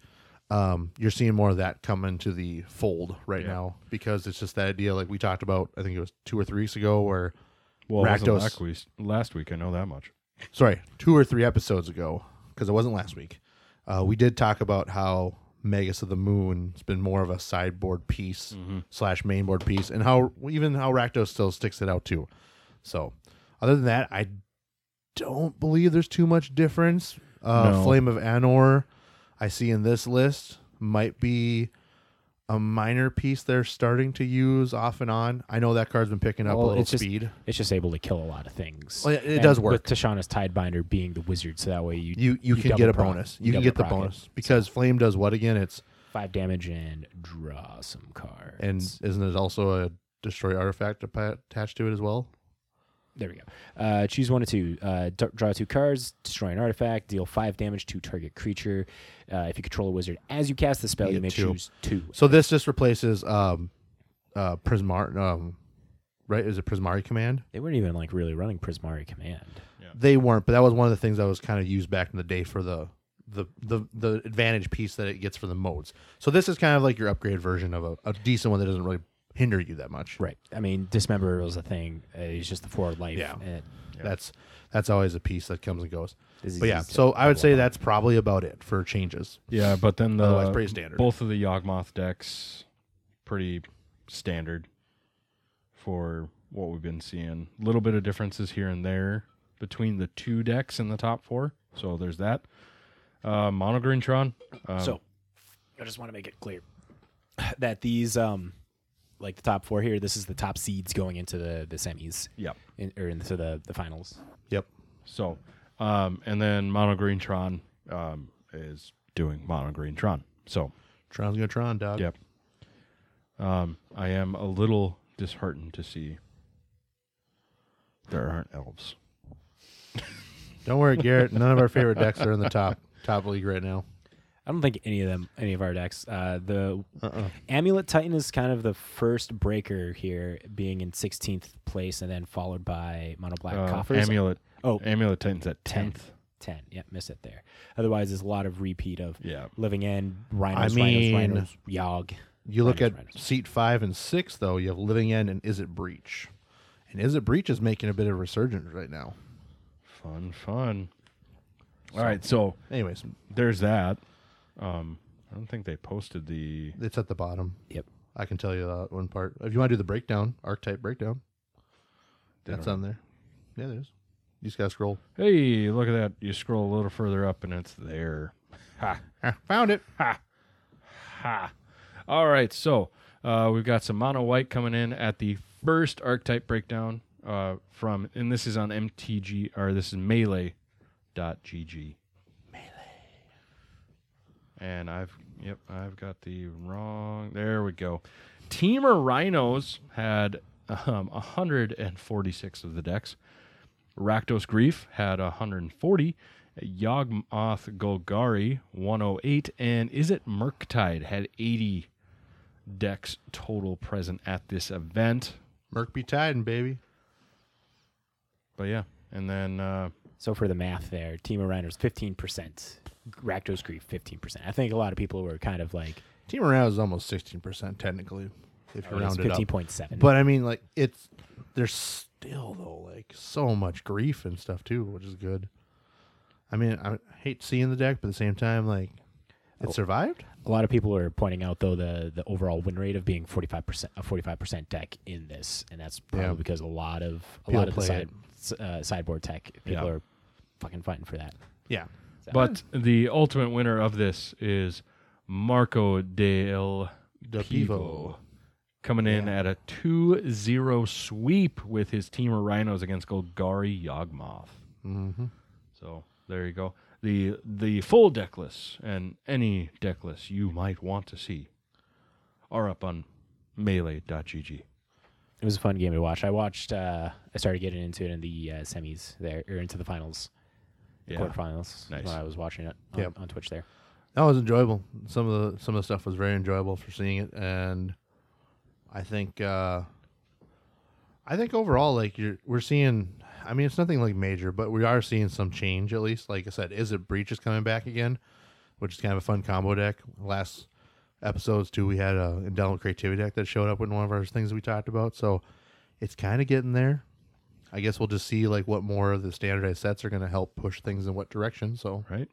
Speaker 3: um you're seeing more of that come into the fold right now because it's just that idea like we talked about I think it was 2 or 3 weeks ago where
Speaker 2: Well, it wasn't
Speaker 3: Rakdos.
Speaker 2: Last week, last week, I know that much.
Speaker 3: sorry, 2 or 3 episodes ago because it wasn't last week. Uh we did talk about how Magus of the Moon's been more of a sideboard piece slash mainboard piece, and how even how Rakdos still sticks it out too. So, other than that, I don't believe there's too much difference. Uh,
Speaker 2: No.
Speaker 3: Flame of Anor, I see in this list, might be a minor piece they're starting to use off and on. I know that card's been picking up a
Speaker 5: Well,
Speaker 3: little
Speaker 5: it's just-
Speaker 3: speed.
Speaker 5: It's just able to kill a lot of things.
Speaker 3: Well, it- it
Speaker 5: And
Speaker 3: does work.
Speaker 5: With Tashana's Tidebinder being the wizard, so that way you
Speaker 3: You you,
Speaker 5: you
Speaker 3: can
Speaker 5: double
Speaker 3: get a
Speaker 5: proc-
Speaker 3: bonus.
Speaker 5: you
Speaker 3: You, can
Speaker 5: double
Speaker 3: get the
Speaker 5: proc it.
Speaker 3: bonus because Flame does what again? It's
Speaker 5: five damage and draw some cards.
Speaker 3: and isn't it also a destroy artifact atta- attached to it as well?
Speaker 5: there we go. Uh, choose one or two. Uh, d- draw two cards. Destroy an artifact. Deal five damage to target creature. Uh, if you control a wizard as you cast the spell,
Speaker 3: You
Speaker 5: you,
Speaker 3: get
Speaker 5: may
Speaker 3: two.
Speaker 5: choose two.
Speaker 3: So this just replaces um, uh, Prismar. Um, right? Is it Prismari command?
Speaker 5: They weren't even like really running Prismari command.
Speaker 3: They weren't, but that was one of the things that was kind of used back in the day for the the the the advantage piece that it gets for the modes. So this is kind of like your upgraded version of a, a decent one that doesn't really hinder you that much.
Speaker 5: Right. I mean, dismember was a thing. Uh, it's just the four life.
Speaker 3: Yeah.
Speaker 5: And
Speaker 3: That's that's always a piece that comes and goes.
Speaker 5: This is
Speaker 3: But yeah,
Speaker 5: easy to
Speaker 3: so I would
Speaker 5: double
Speaker 3: say
Speaker 5: up.
Speaker 3: that's probably about it for changes.
Speaker 2: Yeah, but then the
Speaker 3: Otherwise, pretty standard.
Speaker 2: both of the Yawgmoth decks, pretty standard for what we've been seeing. Little bit of differences here and there between the two decks in the top four. So there's that. Uh, Mono Green Tron. Um,
Speaker 5: so I just want to make it clear that these um, like the top four here, this is the top seeds going into the the semis.
Speaker 2: Yep.
Speaker 5: In, or into the the finals.
Speaker 3: Yep.
Speaker 2: So, um, and then Mono Green Tron um, is doing Mono Green Tron. So,
Speaker 3: Tron's gonna Tron, dog.
Speaker 2: yep. Um, I am a little disheartened to see there aren't elves.
Speaker 3: Don't worry, Garrett. None of our favorite decks are in the top top league right now.
Speaker 5: I don't think any of them, any of our decks. Uh, the
Speaker 3: Uh-uh.
Speaker 5: Amulet Titan is kind of the first breaker here, being in 16th place, and then followed by Mono Black
Speaker 2: Uh,
Speaker 5: Coffers.
Speaker 2: Amulet.
Speaker 5: Oh,
Speaker 2: Amulet Titan's at
Speaker 5: Tenth.
Speaker 2: tenth.
Speaker 5: 10. Yep, miss it there. Otherwise, there's a lot of repeat of
Speaker 2: Yeah.
Speaker 5: Living End, Rhinos,
Speaker 3: I mean-
Speaker 5: Rhinos, Rhinos, Yogg.
Speaker 3: You look
Speaker 5: Riders,
Speaker 3: at
Speaker 5: riders.
Speaker 3: seat five and six, though. You have Living End and Is It Breach, and Is It Breach is making a bit of a resurgence right now.
Speaker 2: Fun, fun. All right, so
Speaker 3: Anyways,
Speaker 2: there's that. Um, I don't think they posted the.
Speaker 3: it's at the bottom.
Speaker 5: Yep.
Speaker 3: I can tell you that one part. If you want to do the breakdown, archetype breakdown, that's on there. Yeah, there's. You just gotta scroll.
Speaker 2: Hey, look at that! You scroll a little further up, and it's there. Ha.
Speaker 3: Ah, found it.
Speaker 2: Ha. All right, so uh, we've got some mono white coming in at the first archetype breakdown uh, from, and this is on MTG or this is melee. Dot GG. Melee. And I've yep, I've got the wrong. There we go. Teamer Rhinos had um, 146 of the decks. Rakdos Grief had 140. Yawgmoth Golgari 108. And Is It Murktide had 80 decks total present at this event.
Speaker 3: Merc be Titan, baby.
Speaker 2: But yeah, and then uh,
Speaker 5: So for the math there, Team of Rhinos, 15%. Rakdos Grief, 15%. I think a lot of people were kind of like,
Speaker 3: Team around is almost sixteen percent technically, if you
Speaker 5: oh, it's
Speaker 3: round it up.
Speaker 5: 15.7.
Speaker 3: But I mean, like it's there's still though like so much grief and stuff too, which is good. I mean, I hate seeing the deck, but at the same time, like it survived.
Speaker 5: a lot of people are pointing out though the the overall win rate of being 45% a 45% deck in this and that's probably
Speaker 3: Yeah.
Speaker 5: because a lot of a
Speaker 3: People
Speaker 5: lot of the
Speaker 3: play
Speaker 5: side, s- uh, sideboard tech people
Speaker 2: Yeah.
Speaker 5: are fucking fighting for that.
Speaker 3: Yeah,
Speaker 2: but the ultimate winner of this is Marco del
Speaker 3: De
Speaker 2: Pivo. Coming in at a 2-0 sweep with his team of rhinos against Golgari Yawgmoth.
Speaker 3: Mm-hmm.
Speaker 2: So there you go. The the full deck lists and any deck list you might want to see are up on melee.gg.
Speaker 5: It was a fun game to watch. I watched uh I started getting into it in the uh, semis there or into the finals,
Speaker 2: Yeah.
Speaker 5: quarterfinals
Speaker 2: Nice.
Speaker 5: when I was watching it on,
Speaker 3: Yep.
Speaker 5: on Twitch there.
Speaker 3: That was enjoyable. Some of the some of the stuff was very enjoyable for seeing it, and I think uh, I think overall, like you're we're seeing. I mean, it's nothing like major, but we are seeing some change at least. Like I said, is it breach is coming back again, which is kind of a fun combo deck. Last episodes too, we had a endowment creativity deck that showed up in one of our things we talked about. So it's kind of getting there. I guess we'll just see like what more of the standardized sets are going to help push things in what direction. So
Speaker 2: Right?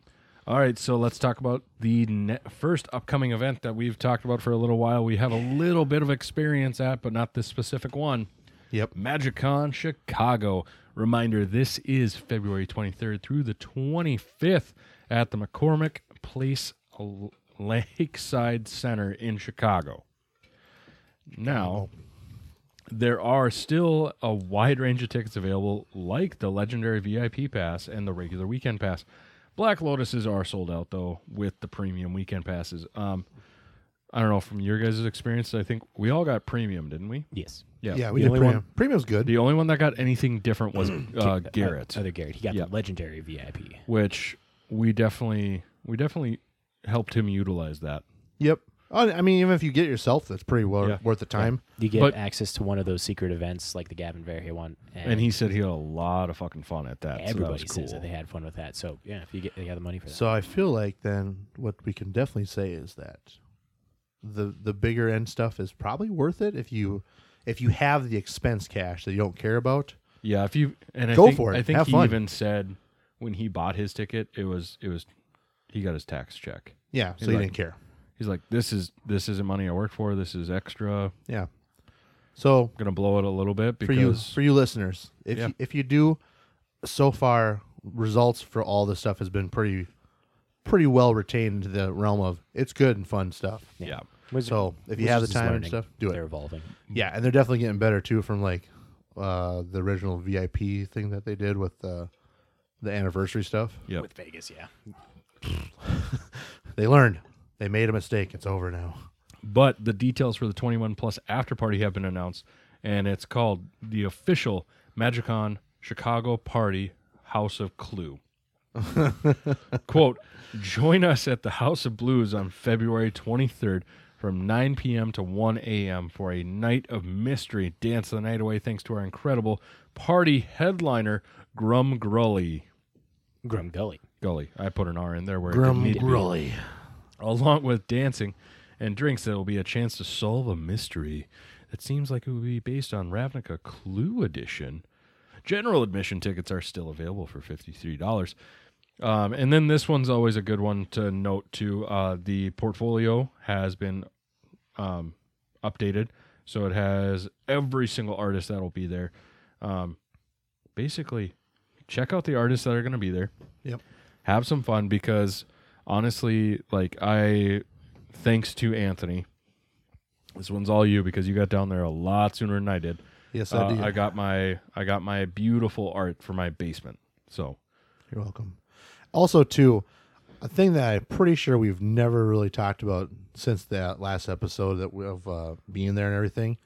Speaker 2: All right, so let's talk about the ne- first upcoming event that we've talked about for a little while. We have a little bit of experience at, but not this specific one.
Speaker 3: yep,
Speaker 2: MagicCon Chicago. Reminder this is February 23rd through the 25th at the McCormick Place L- Lakeside Center in Chicago. Now, there are still a wide range of tickets available, like the legendary VIP pass and the regular weekend pass. Black Lotuses are sold out though with the premium weekend passes. Um, I don't know from your guys' experience. I think we all got premium, didn't we?
Speaker 5: Yes.
Speaker 3: yeah, we did
Speaker 5: The only
Speaker 3: premium.
Speaker 5: one-
Speaker 3: Premium's good.
Speaker 2: The only one that got anything different was uh, Garrett,
Speaker 5: Other Garrett. He got
Speaker 2: Yeah.
Speaker 5: the legendary VIP.
Speaker 2: which we definitely we definitely helped him utilize that.
Speaker 3: Yep. Oh, I mean, even if you get yourself, that's pretty well
Speaker 2: Yeah.
Speaker 3: worth the time.
Speaker 5: You get
Speaker 2: But-
Speaker 5: access to one of those secret events like the Gavin Verhey one
Speaker 2: And he said he had a lot of fucking fun at that.
Speaker 5: everybody
Speaker 2: so that was
Speaker 5: says
Speaker 2: cool.
Speaker 5: that they had fun with that. So yeah, if you get they got the money for that.
Speaker 3: So I feel like then what we can definitely say is that the the bigger end stuff is probably worth it if you if you have the expense cash that you don't care about.
Speaker 2: Yeah, if you and I
Speaker 3: Go
Speaker 2: think,
Speaker 3: for it.
Speaker 2: I think
Speaker 3: Have
Speaker 2: he
Speaker 3: fun.
Speaker 2: even said when he bought his ticket, it was it was he got his tax check.
Speaker 3: Yeah, so
Speaker 2: You're
Speaker 3: you
Speaker 2: right.
Speaker 3: didn't care.
Speaker 2: He's like, this is this isn't money I worked for. This is extra. I'm
Speaker 3: Yeah. So
Speaker 2: gonna blow it a little bit
Speaker 3: for you
Speaker 2: because
Speaker 3: for you listeners, if
Speaker 2: Yeah.
Speaker 3: you, if you do, so far results for all this stuff has been pretty pretty well retained into the realm of it's good and fun stuff.
Speaker 2: yeah.
Speaker 5: Wiz-
Speaker 3: So if you
Speaker 5: Wizards
Speaker 3: have the
Speaker 5: is
Speaker 3: time and
Speaker 5: learning.
Speaker 3: stuff, do
Speaker 5: They're
Speaker 3: it.
Speaker 5: evolving.
Speaker 3: Yeah, and they're definitely getting better too from like uh, the original VIP thing that they did with uh, the anniversary stuff.
Speaker 2: Yep.
Speaker 5: With Vegas, yeah.
Speaker 3: They learned. They made a mistake. It's over now.
Speaker 2: But the details for the 21 plus after party have been announced, and it's called the official MagicCon Chicago Party House of Clue. Quote Join us at the House of Blues on February 23rd from 9 p.m. to 1 a.m. for a night of mystery. Dance the night away thanks to our incredible party headliner, Grum Grully.
Speaker 5: Grum Gully.
Speaker 2: Gully. I put an R in there where it didn't need to be along with dancing and drinks that will be a chance to solve a mystery that seems like it would be based on Ravnica Clue Edition. General admission tickets are still available for $53. Um, and then this one's always a good one to note too. Uh, the portfolio has been um, updated, so it has every single artist that'll be there. Um, basically, check out the artists that are going to be there
Speaker 3: Yep.
Speaker 2: have some fun because honestly, like I, thanks to Anthony, this one's all you because you got down there a lot sooner than I did.
Speaker 3: Yes,
Speaker 2: Uh,
Speaker 3: I did.
Speaker 2: I got my I got my beautiful art for my basement. So
Speaker 3: You're welcome. Also, too, a thing that I'm pretty sure we've never really talked about since that last episode that we- of uh, being there and everything.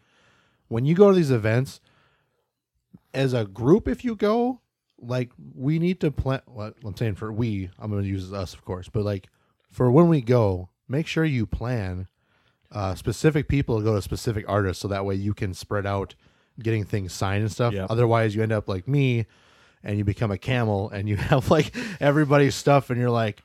Speaker 3: When you go to these events, as a group, if you go, like we need to plan. What I'm saying for we, I'm going to use us, of course, but like for when we go, make sure you plan uh, specific people to go to specific artists, so that way you can spread out getting things signed and stuff.
Speaker 2: Yep.
Speaker 3: Otherwise, you end up like me, and you become a camel, and you have like everybody's stuff, and you're like,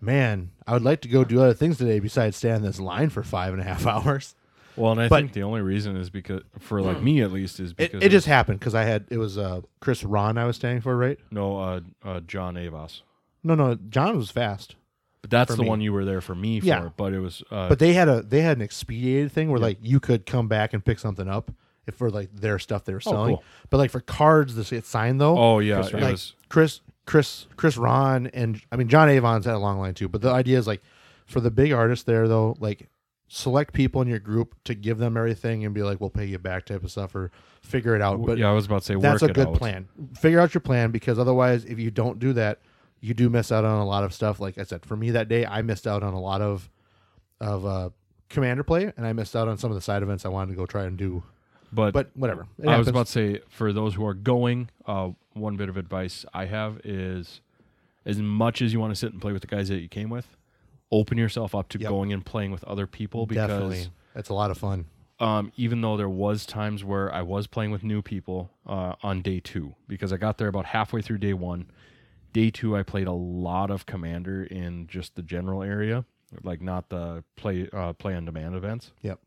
Speaker 3: man, I would like to go do other things today besides stand in this line for five and a half hours.
Speaker 2: well, and I
Speaker 3: But-
Speaker 2: think the only reason is because for like me at least is
Speaker 3: Hmm. It,
Speaker 2: because
Speaker 3: it just happened because I had it was uh, Chris Ron I was standing for, right?
Speaker 2: no uh, uh, John Avos,
Speaker 3: No, no, John was fast.
Speaker 2: but that's
Speaker 3: For
Speaker 2: the
Speaker 3: me.
Speaker 2: one you were there for me for.
Speaker 3: Yeah.
Speaker 2: But it was uh,
Speaker 3: But they had a they had an expedited thing where like you could come back and pick something up if for like their stuff they were selling.
Speaker 2: Oh, cool.
Speaker 3: But like for cards this it's signed though.
Speaker 2: oh yeah, it
Speaker 3: like
Speaker 2: was
Speaker 3: Chris Chris Chris Ron and I mean John Avon's had a long line too. But the idea is like for the big artists there though, like select people in your group to give them everything and be like, We'll pay you back type of stuff or figure it out. But
Speaker 2: yeah. I was about to say
Speaker 3: that's
Speaker 2: work
Speaker 3: a
Speaker 2: it
Speaker 3: good
Speaker 2: out.
Speaker 3: plan. Figure out your plan because otherwise, if you don't do that, you do miss out on a lot of stuff. Like I said, for me that day, I missed out on a lot of of uh, commander play, and I missed out on some of the side events I wanted to go try and do.
Speaker 2: But
Speaker 3: But whatever, It
Speaker 2: I was
Speaker 3: happens.
Speaker 2: about to say for those who are going, uh, one bit of advice I have is as much as you want to sit and play with the guys that you came with, open yourself up to
Speaker 3: Yep.
Speaker 2: going and playing with other people because
Speaker 3: definitely, that's a lot of fun.
Speaker 2: um, even though there was times where I was playing with new people uh, on day two because I got there about halfway through day one. Day two, I played a lot of Commander in just the general area, like not the play uh, play on demand events.
Speaker 3: Yep,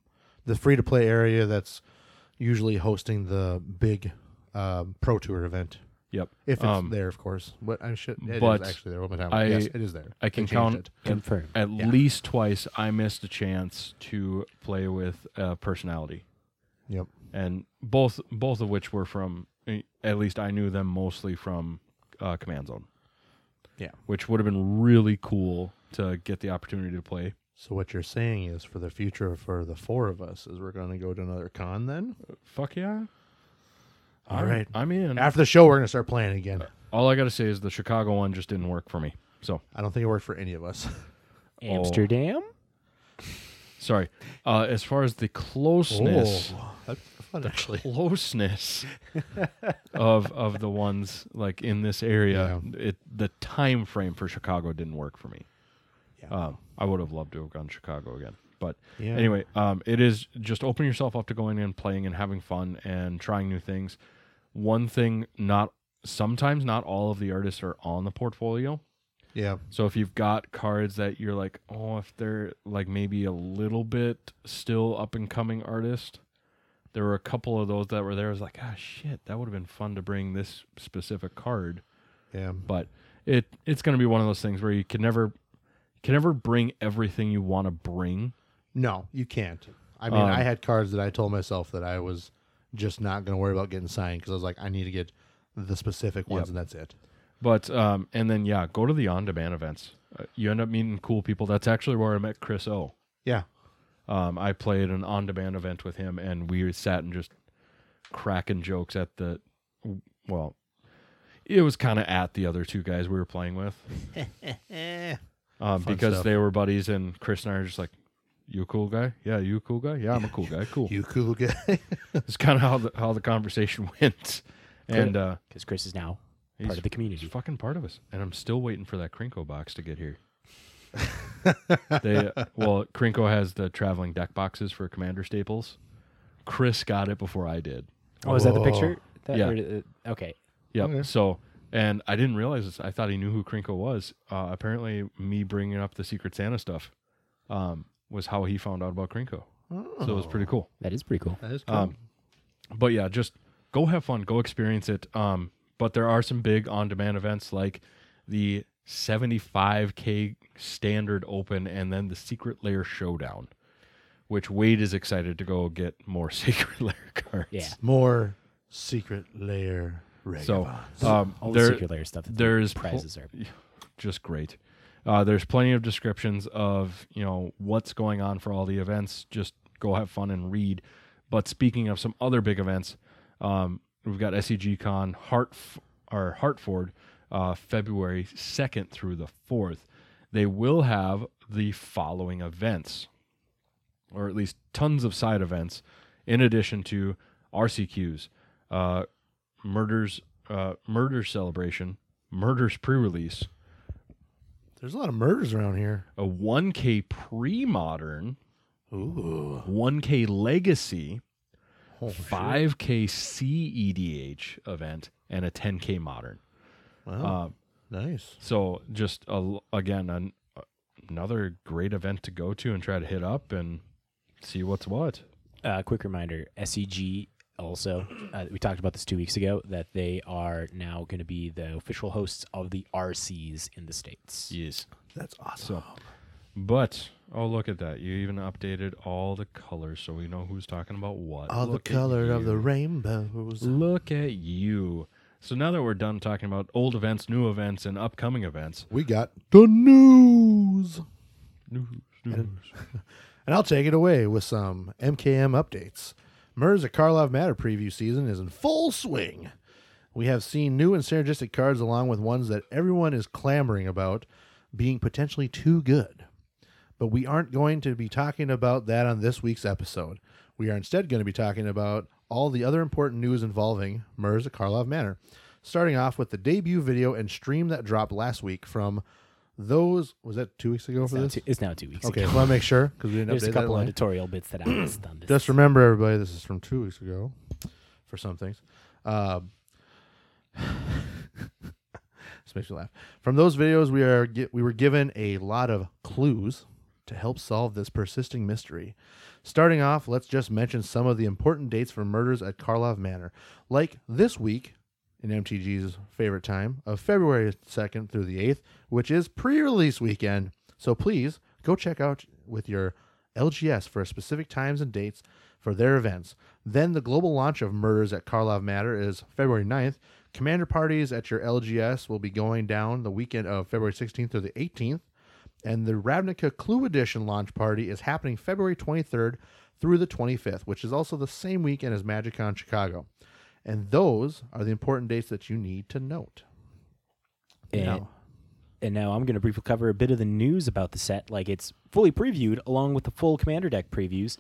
Speaker 3: the free to play area that's usually hosting the big um, pro tour event,
Speaker 2: Yep.
Speaker 3: if it's
Speaker 2: Um,
Speaker 3: there, of course. But I should, it is
Speaker 2: but
Speaker 3: actually there. What am I talking
Speaker 2: I-
Speaker 3: about? yes, it is there.
Speaker 2: I
Speaker 3: They
Speaker 2: can
Speaker 3: changed
Speaker 2: count
Speaker 3: it.
Speaker 5: Confirmed.
Speaker 2: at least twice I missed a chance to play with uh, personality,
Speaker 3: Yep,
Speaker 2: and both both of which were from eh, at least I knew them mostly from uh, Command Zone.
Speaker 3: Yeah.
Speaker 2: which would have been really cool to get the opportunity to play.
Speaker 3: So what you're saying is for the future for the four of us is we're going to go to another con then?
Speaker 2: Fuck yeah!
Speaker 3: All
Speaker 2: I'm-
Speaker 3: right.
Speaker 2: Uh, I'm Uh, in.
Speaker 3: After the show we're going to start playing again.
Speaker 2: All I gotta say is the Chicago one just didn't work for me. So
Speaker 3: I don't think it worked for any of us.
Speaker 5: Amsterdam?
Speaker 2: sorry. Uh, as far as the
Speaker 3: Oh.
Speaker 2: closeness.
Speaker 3: that's fun actually.
Speaker 2: closeness of of the ones like in this area it the time frame for chicago didn't work for me
Speaker 3: Yeah.
Speaker 2: um, i would have loved to have gone to chicago again but
Speaker 3: Yeah.
Speaker 2: anyway um, it is just open yourself up to going and playing and having fun and trying new things one thing not sometimes not all of the artists are on the portfolio
Speaker 3: Yeah.
Speaker 2: so if you've got cards that you're like, oh, if they're like maybe a little bit still up and coming artist, there were a couple of those that were there. I was like, ah, shit, that would have been fun to bring this specific card,
Speaker 3: Yeah.
Speaker 2: but it it's gonna be one of those things where you can never can never bring everything you want to bring.
Speaker 3: No, you can't. I mean,
Speaker 2: Um,
Speaker 3: I had cards that I told myself that I was just not going to worry about getting signed cuz I was like I need to get the specific ones
Speaker 2: Yep.
Speaker 3: and that's it.
Speaker 2: But um, and then yeah, go to the on demand events. Uh, you end up meeting cool people. That's actually where I met Chris O.
Speaker 3: Yeah.
Speaker 2: Um, I played an on-demand event with him, and we sat and just cracking jokes at the. Well, it was kind of at the other two guys we were playing with, um,
Speaker 3: Fun
Speaker 2: because
Speaker 3: stuff.
Speaker 2: they were buddies, and Chris and I are just like, "You a cool guy? Yeah, you a cool guy? Yeah, I'm a cool guy. Cool."
Speaker 3: You cool guy.
Speaker 2: It's kind of how the how the conversation went, and uh,
Speaker 5: Because Chris is now
Speaker 2: he's
Speaker 5: part of the
Speaker 2: He's
Speaker 5: community.
Speaker 2: fucking part of us, and I'm still waiting for that Krinko box to get here. they well, Krinko has the traveling deck boxes for Commander Staples. Chris got it before I did.
Speaker 5: Oh, is that the
Speaker 3: Whoa.
Speaker 5: picture? That-
Speaker 2: Yeah.
Speaker 5: or, uh, okay.
Speaker 2: Yep.
Speaker 3: Okay.
Speaker 2: So, and I didn't realize this. I thought he knew who Krinko was. Uh, apparently, me bringing up the Secret Santa stuff um, was how he found out about Krinko. So it was pretty cool.
Speaker 5: That is pretty cool.
Speaker 3: That is cool.
Speaker 2: Um, but yeah, just go have fun, go experience it. Um, but there are some big on-demand events like the 75k standard open and then the secret layer showdown, which Wade is excited to go get more secret layer cards.
Speaker 5: Yeah.
Speaker 3: More secret layer.
Speaker 2: So
Speaker 3: Regavon.
Speaker 2: um,
Speaker 5: All the
Speaker 2: there,
Speaker 5: secret layer stuff. that the
Speaker 2: there's pl-
Speaker 5: prizes are.
Speaker 2: just great. Uh, there's plenty of descriptions of you know what's going on for all the events. Just go have fun and read. But speaking of some other big events, um, we've got SEG Con Hart or Hartford, uh, February second through the fourth. They will have the following events, or at least tons of side events, in addition to RCQs, uh, murders, uh, murder celebration, murders pre-release,
Speaker 3: There's a lot of murders around here.
Speaker 2: a 1K pre modern,
Speaker 3: Ooh.
Speaker 2: 1K legacy,
Speaker 3: Holy shit.
Speaker 2: 5K CEDH E event, and a 10K modern.
Speaker 3: Wow.
Speaker 2: Uh,
Speaker 3: nice.
Speaker 2: so, just a l again, an, another great event to go to and try to hit up and see what's what.
Speaker 5: Uh, quick reminder: SEG also. Uh, we talked about this two weeks ago that they are now going to be the official hosts of the RCs in the states.
Speaker 2: Yes.
Speaker 3: That's awesome.
Speaker 2: So, but oh, look at that. You even updated all the colors so we know who's talking about what.
Speaker 3: All
Speaker 2: Look
Speaker 3: the
Speaker 2: at
Speaker 3: color of the
Speaker 2: you.
Speaker 3: rainbows.
Speaker 2: Look at you. So now that we're done talking about old events, new events, and upcoming events,
Speaker 3: We got the news. And I'll take it away with some MKM updates. Murs at Karlov Matter preview season is in full swing. We have seen new and synergistic cards along with ones that everyone is clamoring about being potentially too good. But we aren't going to be talking about that on this week's episode. We are instead going to be talking about all the other important news involving Murs at Karlov Manor. Starting off with the debut video and stream that dropped last week from those was that two weeks ago
Speaker 5: It's
Speaker 3: for
Speaker 5: now,
Speaker 3: this?
Speaker 5: two, it's now two weeks.
Speaker 3: Okay,
Speaker 5: ago.
Speaker 3: well, I make sure because we didn't
Speaker 5: There's
Speaker 3: update
Speaker 5: a
Speaker 3: that
Speaker 5: couple
Speaker 3: line.
Speaker 5: editorial bits that I missed on this.
Speaker 3: Just remember, everybody, this is from two weeks ago for some things. Uh, this makes me laugh. From those videos, we are gi- we were given a lot of clues to help solve this persisting mystery. Starting off, let's just mention some of the important dates for murders at Karlov Manor, like this week in MTG's favorite time of February 2nd through the 8th, which is pre-release weekend. So please go check out with your LGS for specific times and dates for their events. Then the global launch of Murders at Karlov Matter is February 9th. Commander parties at your LGS will be going down the weekend of February 16th through the 18th. And the Ravnica Clue Edition launch party is happening February 23rd through the 25th, which is also the same weekend as MagicCon Chicago. And those are the important dates that you need to note.
Speaker 5: And,
Speaker 3: Now-
Speaker 5: and now I'm going to briefly cover a bit of the news about the set, like it's fully previewed, along with the full commander deck previews,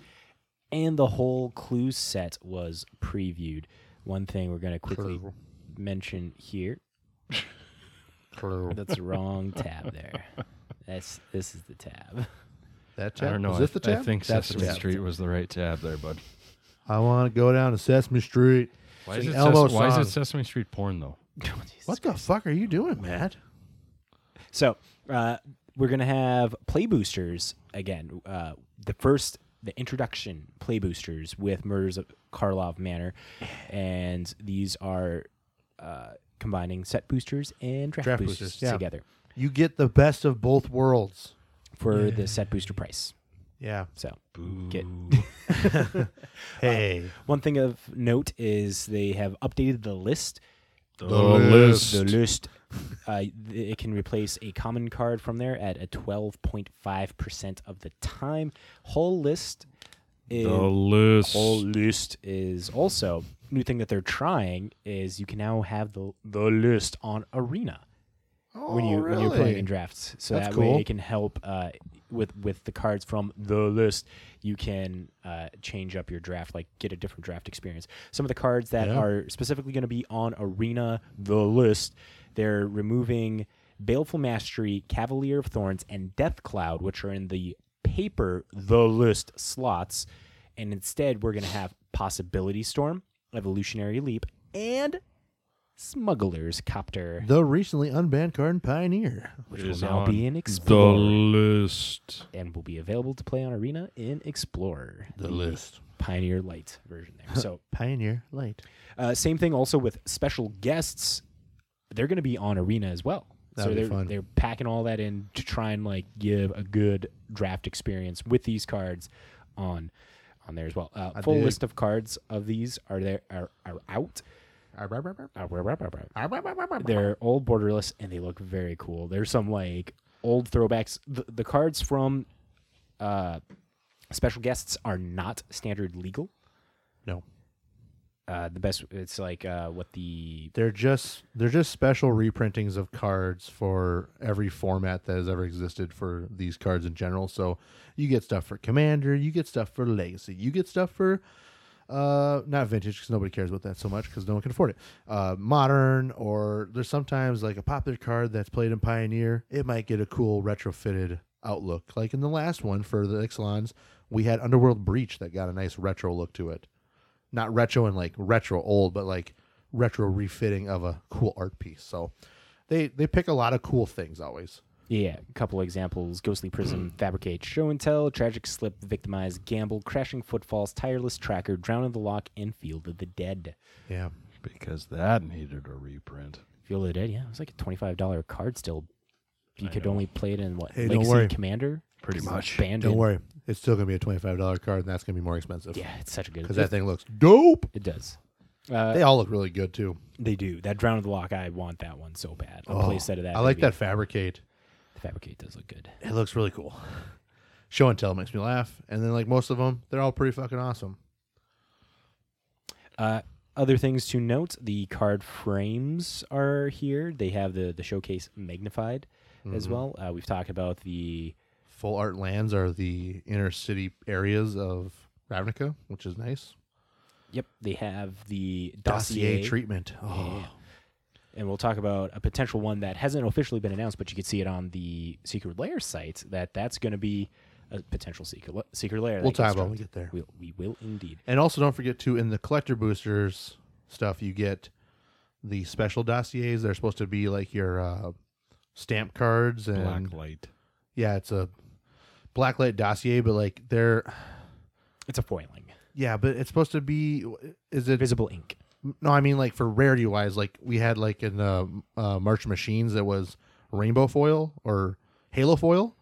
Speaker 5: and the whole clue set was previewed. One thing we're going to quickly
Speaker 3: Clue.
Speaker 5: mention here.
Speaker 3: Clue.
Speaker 5: That's the wrong tab there. That's this is the tab.
Speaker 3: That tab?
Speaker 2: I don't know.
Speaker 3: Is this the
Speaker 2: I,
Speaker 3: tab?
Speaker 2: I think
Speaker 3: That's the
Speaker 2: Sesame
Speaker 3: tab.
Speaker 2: Street was the right tab there, bud.
Speaker 3: I want to go down to Sesame Street.
Speaker 2: Why
Speaker 3: It's
Speaker 2: is, it
Speaker 3: an elbow
Speaker 2: Ses- why is
Speaker 3: song.
Speaker 2: it Sesame Street porn though?
Speaker 5: Oh, Jesus.
Speaker 3: What the fuck are you doing, Matt?
Speaker 5: So uh, we're gonna have play boosters again. Uh, the first, the introduction play boosters with Murders of Karlov Manor, and these are uh, combining set boosters and draft,
Speaker 3: Draft
Speaker 5: boosters,
Speaker 3: boosters, yeah.
Speaker 5: together
Speaker 3: You get the best of both worlds.
Speaker 5: for the set booster price.
Speaker 3: Yeah.
Speaker 5: So get
Speaker 3: Hey.
Speaker 5: one thing of note is they have updated the list.
Speaker 3: The list.
Speaker 5: The list Uh, th- it can replace a common card from there at a 12.5% of the time. Whole list is
Speaker 2: The list.
Speaker 5: whole list is also new thing that they're trying is you can now have the the list on arena
Speaker 3: Oh,
Speaker 5: when you when you're playing
Speaker 3: really?
Speaker 5: in drafts. So
Speaker 3: That's
Speaker 5: that
Speaker 3: cool.
Speaker 5: way it can help uh, with with the cards from the list. You can uh, change up your draft, like get a different draft experience. Some of the cards that
Speaker 3: Yeah.
Speaker 5: are specifically going to be on Arena the list, they're removing Baleful Mastery, Cavalier of Thorns, and Death Cloud, which are in the paper the list slots, and instead we're going to have Possibility Storm, Evolutionary Leap, and Smuggler's Copter
Speaker 3: The recently unbanned card in Pioneer.
Speaker 5: which
Speaker 2: is
Speaker 5: will now
Speaker 2: on
Speaker 5: be in
Speaker 2: the
Speaker 5: Explorer
Speaker 2: list.
Speaker 5: and will be available to play on Arena in Explorer,
Speaker 3: The list.
Speaker 5: Pioneer Light version there. So,
Speaker 3: Pioneer Light.
Speaker 5: uh, same thing also with special guests. They're going to be on Arena as well.
Speaker 3: That'd
Speaker 5: so
Speaker 3: be
Speaker 5: they're
Speaker 3: fun.
Speaker 5: they're packing all that in to try and like give a good draft experience with these cards on on there as well. Uh,
Speaker 3: I
Speaker 5: full
Speaker 3: dig.
Speaker 5: list of cards of these are there are, are out. Uh, rah, rah, rah, rah. They're all borderless and they look very cool. There's some like old throwbacks. The, the cards from uh, special guests are not standard legal.
Speaker 3: No.
Speaker 5: Uh, the best it's like uh, what the
Speaker 3: They're just they're just special reprintings of cards for every format that has ever existed for these cards in general. So you get stuff for Commander, you get stuff for Legacy, you get stuff for uh not vintage because nobody cares about that so much because no one can afford it. Uh modern or there's sometimes like a popular card that's played in Pioneer, it might get a cool retrofitted outlook. Like in the last one for the Ixalans, we had Underworld Breach that got a nice retro look to it not retro and like retro old, but like retro refitting of a cool art piece. So they they pick a lot of cool things always.
Speaker 5: yeah a couple examples ghostly prism fabricate show and tell tragic slip victimize gamble crashing footfalls tireless tracker drown in the lock and field of the dead
Speaker 3: Yeah.
Speaker 2: Because that needed a reprint.
Speaker 5: field of the dead yeah it was like a twenty five dollar card still you could only play it in what
Speaker 3: Hey, don't
Speaker 5: Legacy
Speaker 3: worry.
Speaker 5: commander
Speaker 2: Pretty
Speaker 5: It's
Speaker 2: much.
Speaker 5: banned
Speaker 3: Don't
Speaker 5: in-
Speaker 3: worry, it's still gonna be a twenty five dollar card, and that's gonna be more expensive.
Speaker 5: yeah it's such a good
Speaker 3: because that thing looks dope.
Speaker 5: It does. Uh,
Speaker 3: They all look really good too.
Speaker 5: they do. That Drown of the Lock, I want that one so bad. A
Speaker 3: Oh,
Speaker 5: playset of that.
Speaker 3: I like
Speaker 5: maybe.
Speaker 3: that fabricate.
Speaker 5: The Fabricate does look good.
Speaker 3: It looks really cool. Show and tell makes me laugh, and then like most of them, they're all pretty fucking awesome.
Speaker 5: Uh, other things to note: the card frames are here. They have the the showcase magnified
Speaker 3: Mm-hmm.
Speaker 5: as well. Uh, we've talked about the
Speaker 3: Full art lands are the inner city areas of Ravnica, which is nice.
Speaker 5: yep. They have the
Speaker 3: Dossier,
Speaker 5: dossier,
Speaker 3: treatment. Oh,
Speaker 5: Yeah. and we'll talk about a potential one that hasn't officially been announced, but you can see it on the Secret Lair site. That that's going to be a potential secret secret lair.
Speaker 3: we'll
Speaker 5: that gets
Speaker 3: talk about it when we
Speaker 5: dropped.
Speaker 3: get there.
Speaker 5: We'll, we will indeed.
Speaker 3: And also, don't forget to in the collector boosters stuff, you get the special dossiers. They're supposed to be like your uh, stamp cards and
Speaker 2: Black light.
Speaker 3: yeah, it's a blacklight dossier, but like they're
Speaker 5: It's a foiling,
Speaker 3: yeah, but it's supposed to be is it
Speaker 5: visible ink.
Speaker 3: no, I mean like for rarity wise, like we had like in uh, uh, March Machines that was rainbow foil or halo foil,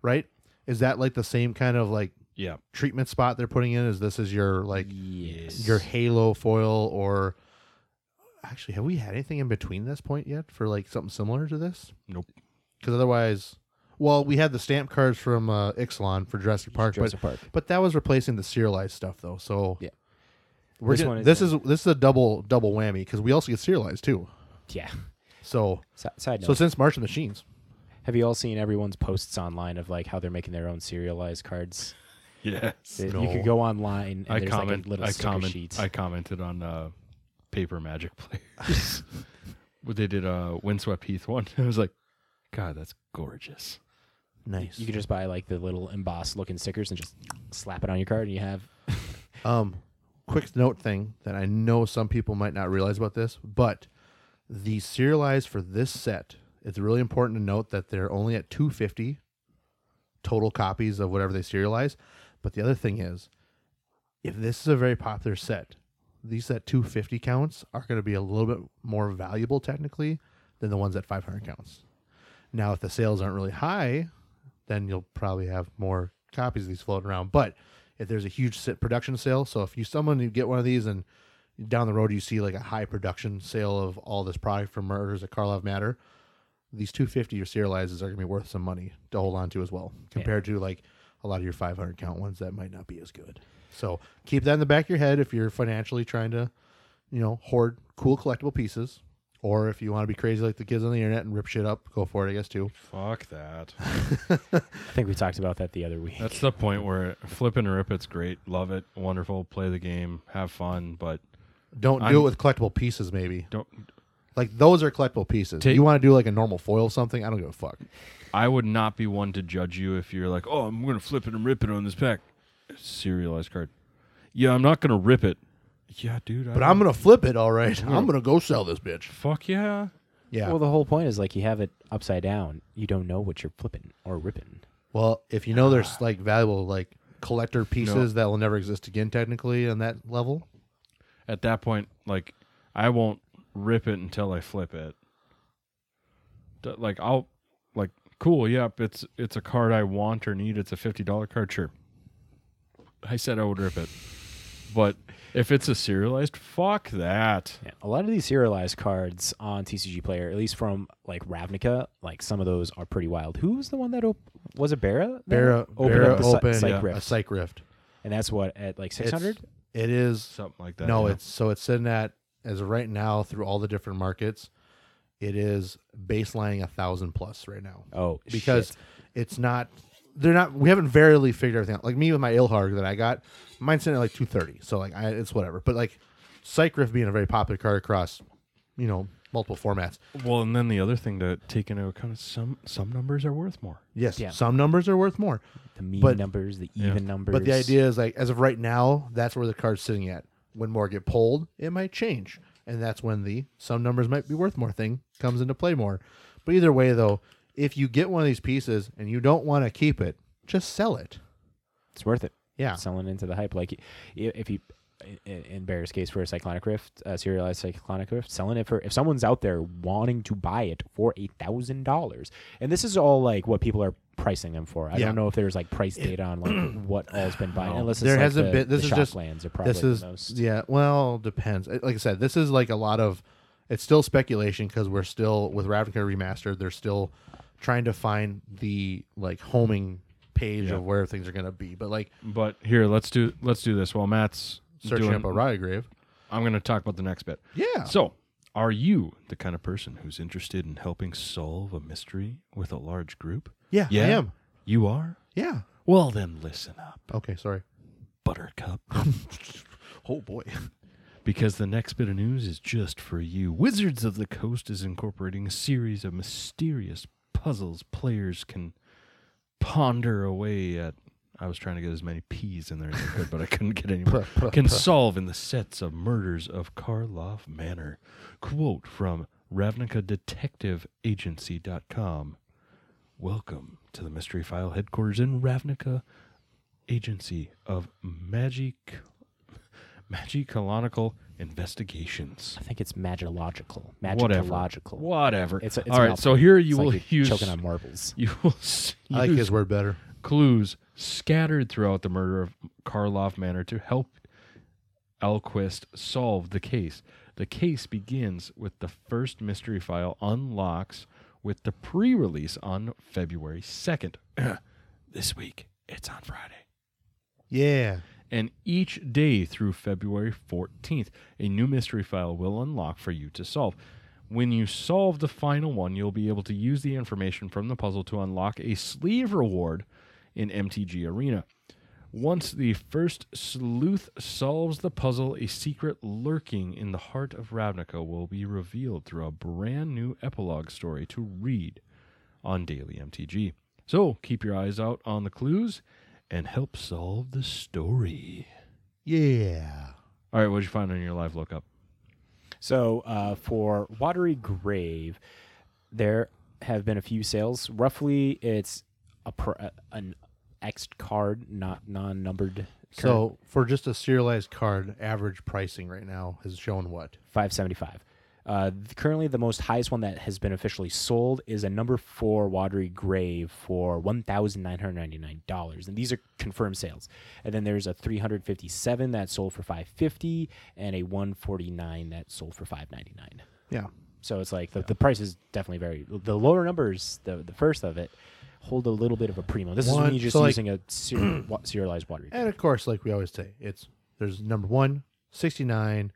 Speaker 3: right? Is that like the same kind of like
Speaker 2: Yeah.
Speaker 3: treatment spot they're putting in? Is this is your like
Speaker 5: Yes.
Speaker 3: your Halo foil or actually have we had anything in between this point yet for like something similar to this?
Speaker 2: Nope.
Speaker 3: Because otherwise, well, we had the stamp cards from uh, Ixalan for Jurassic Park,
Speaker 5: Jurassic
Speaker 3: but
Speaker 5: Park.
Speaker 3: but that was replacing the serialized stuff though. So
Speaker 5: Yeah.
Speaker 3: we're
Speaker 5: This
Speaker 3: getting-
Speaker 5: one is
Speaker 3: this
Speaker 5: in-
Speaker 3: is this is a double double whammy because we also get serialized too.
Speaker 5: Yeah.
Speaker 3: So
Speaker 5: Si- Side note:
Speaker 3: so since March of the Machines,
Speaker 5: Have you all seen everyone's posts online of like how they're making their own serialized cards?
Speaker 2: Yes.
Speaker 5: That You
Speaker 3: No.
Speaker 5: could go online and
Speaker 2: I
Speaker 5: there's
Speaker 2: comment.
Speaker 5: like a little
Speaker 2: I
Speaker 5: sticker
Speaker 2: comment.
Speaker 5: sheet.
Speaker 2: I commented on uh, Paper Magic Players. Well, they did a Windswept Heath one. I was like, God, that's gorgeous.
Speaker 3: nice.
Speaker 5: you could just buy like the little embossed looking stickers and just slap it on your card, and you have
Speaker 3: Um, quick note thing that I know some people might not realize about this, but the serialized for this set, it's really important to note that they're only at 250 total copies of whatever they serialize. But the other thing is, if this is a very popular set, these at 250 counts are going to be a little bit more valuable technically than the ones at 500 counts. Now, if the sales aren't really high, then you'll probably have more copies of these floating around. But if there's a huge sit production sale, so if you someone you get one of these and down the road you see like a high production sale of all this product from murders at Karlov Matter, these 250 or serializes are going to be worth some money to hold on to as well compared to like a lot of your 500 count ones that might not be as good. So keep that in the back of your head if you're financially trying to, you know, hoard cool collectible pieces. Or if you want to be crazy like the kids on the internet and rip shit up, go for it, I guess, too.
Speaker 2: Fuck that.
Speaker 5: I think we talked about that the other week.
Speaker 2: That's the point where flip and rip. It's great. Love it. Wonderful. Play the game. Have fun. But
Speaker 3: Don't do
Speaker 2: I'm-
Speaker 3: it with collectible pieces, maybe.
Speaker 2: don't.
Speaker 3: Like, those are collectible pieces.
Speaker 2: Take-
Speaker 3: you want to do like a normal foil of something? I don't give a fuck.
Speaker 2: I would not be one to judge you if you're like, oh, I'm gonna flip it and rip it on this pack. Serialized card. Yeah, I'm not gonna rip it. Yeah, dude. I
Speaker 3: But
Speaker 2: don't-
Speaker 3: I'm going to flip it, all right. I'm going to go sell this bitch.
Speaker 2: Fuck yeah.
Speaker 3: Yeah.
Speaker 5: Well, the whole point is like you have it upside down. You don't know what you're flipping or ripping.
Speaker 3: Well, if you know
Speaker 2: Ah.
Speaker 3: there's like valuable like collector pieces that will never exist again technically on that level.
Speaker 2: At that point, like, I won't rip it until I flip it. D- Like I'll, like, cool. Yep. It's it's a card I want or need. It's a fifty dollar card. Sure. I said I would rip it, but if it's a serialized, fuck that.
Speaker 5: Yeah. A lot of these serialized cards on TCG Player, at least from like Ravnica, like some of those are pretty wild. Who was the one that op- was it Barra? that
Speaker 3: Barra
Speaker 5: opened
Speaker 3: Barra
Speaker 5: up the Psy-
Speaker 3: opened
Speaker 5: Psych
Speaker 2: yeah,
Speaker 3: a
Speaker 5: Rift,
Speaker 3: psych rift.
Speaker 5: and that's what at like
Speaker 3: It's-
Speaker 5: six hundred.
Speaker 3: It is
Speaker 2: Something like that.
Speaker 3: no,
Speaker 2: yeah.
Speaker 3: it's so it's sitting at as of right now through all the different markets, it is baselining a thousand plus right now.
Speaker 5: Oh,
Speaker 3: because
Speaker 5: shit.
Speaker 3: it's not they're not we haven't verily figured everything out. Like me with my Ilharg that I got, mine's sitting at like two thirty. So like I, it's whatever. But like Psych Rift being a very popular card across, you know, multiple formats.
Speaker 2: Well, and then the other thing to take into account is some some numbers are worth more.
Speaker 3: Yes,
Speaker 5: Yeah.
Speaker 3: some numbers are worth more.
Speaker 5: the mean
Speaker 3: but-
Speaker 5: numbers, the
Speaker 2: Yeah.
Speaker 5: even numbers.
Speaker 3: But the idea is like as of right now, that's where the card's sitting at. When more get pulled, it might change. And that's when the some numbers might be worth more thing comes into play more. But either way though, if you get one of these pieces and you don't want to keep it, just sell it.
Speaker 5: it's worth it.
Speaker 3: Yeah.
Speaker 5: selling into the hype. Like i- if you, in, in Bear's case, for a cyclonic rift, a serialized cyclonic rift, selling it for if someone's out there wanting to buy it for a thousand dollars, and this is all like what people are pricing them for. I
Speaker 3: Yeah.
Speaker 5: don't know if there's like price data on like what all's been buying. Unless it's
Speaker 3: there
Speaker 5: like
Speaker 3: hasn't
Speaker 5: the-
Speaker 3: been. This
Speaker 5: the
Speaker 3: is
Speaker 5: shop
Speaker 3: just
Speaker 5: lands are probably
Speaker 3: this is
Speaker 5: the most.
Speaker 3: yeah. Well, depends. Uh, Like I said, this is like a lot of. It's still speculation because we're still with Ravnica remastered. They're still trying to find the like homing page
Speaker 2: Yeah.
Speaker 3: of where things are gonna be. But like
Speaker 2: But here, let's do let's do this while Matt's
Speaker 3: searching
Speaker 2: doing.
Speaker 3: up a Rye Grave.
Speaker 2: I'm going to talk about the next bit.
Speaker 3: Yeah.
Speaker 2: So, are you the kind of person who's interested in helping solve a mystery with a large group?
Speaker 3: Yeah, I am.
Speaker 2: You are.
Speaker 3: Yeah.
Speaker 2: Well, then listen up,
Speaker 3: Okay. Sorry.
Speaker 2: Buttercup,
Speaker 3: Oh boy.
Speaker 2: because the next bit of news is just for you. Wizards of the Coast is incorporating a series of mysterious puzzles players can ponder away at. I was trying to get as many P's in there as I could, but I couldn't get any more. can solve in the sets of murders of Karlov Manor. Quote from Ravnica Detective Agency.com. Welcome to the Mystery File headquarters in Ravnica Agency of Magic Magic Colonical Investigations.
Speaker 5: I think it's magilogical.
Speaker 2: Whatever.
Speaker 5: Magicological.
Speaker 2: Whatever.
Speaker 5: It's, a, it's
Speaker 2: All right, so here you will
Speaker 5: use
Speaker 2: use
Speaker 5: choking on marbles.
Speaker 2: you will s-
Speaker 3: I like
Speaker 2: use
Speaker 3: his word better.
Speaker 2: clues scattered throughout the murder of Karloff Manor to help Elquist solve the case. The case begins with the first mystery file unlocks with the pre release on February 2nd. this week, it's on Friday
Speaker 3: Yeah.
Speaker 2: and each day through February 14th, a new mystery file will unlock for you to solve. When you solve the final one, you'll be able to use the information from the puzzle to unlock a sleeve reward in MTG Arena. Once the first sleuth solves the puzzle, a secret lurking in the heart of Ravnica will be revealed through a brand new epilogue story to read on Daily MTG. So keep your eyes out on the clues and help solve the story.
Speaker 3: Yeah.
Speaker 2: All right, what'd you find on your live lookup?
Speaker 5: So uh, for Watery Grave, there have been a few sales. Roughly, it's a pr- uh, an X card, not non-numbered. current
Speaker 3: So for just a serialized card, average pricing right now has shown what?
Speaker 5: five seventy-five. Uh, th- currently, the most highest one that has been officially sold is a number four watery grave for one thousand nine hundred ninety nine dollars, and these are confirmed sales. And then there's a three hundred fifty seven that sold for five fifty, and a one forty nine that sold for five ninety nine.
Speaker 3: Yeah.
Speaker 5: So it's like the, the price is definitely very the lower numbers, the the first of it, hold a little bit of a primo. This is
Speaker 3: One-
Speaker 5: when you're just
Speaker 3: so, like- Eh.
Speaker 5: using a serial, wa- serialized watery.
Speaker 3: And of course, like we always say, it's there's number one, 69,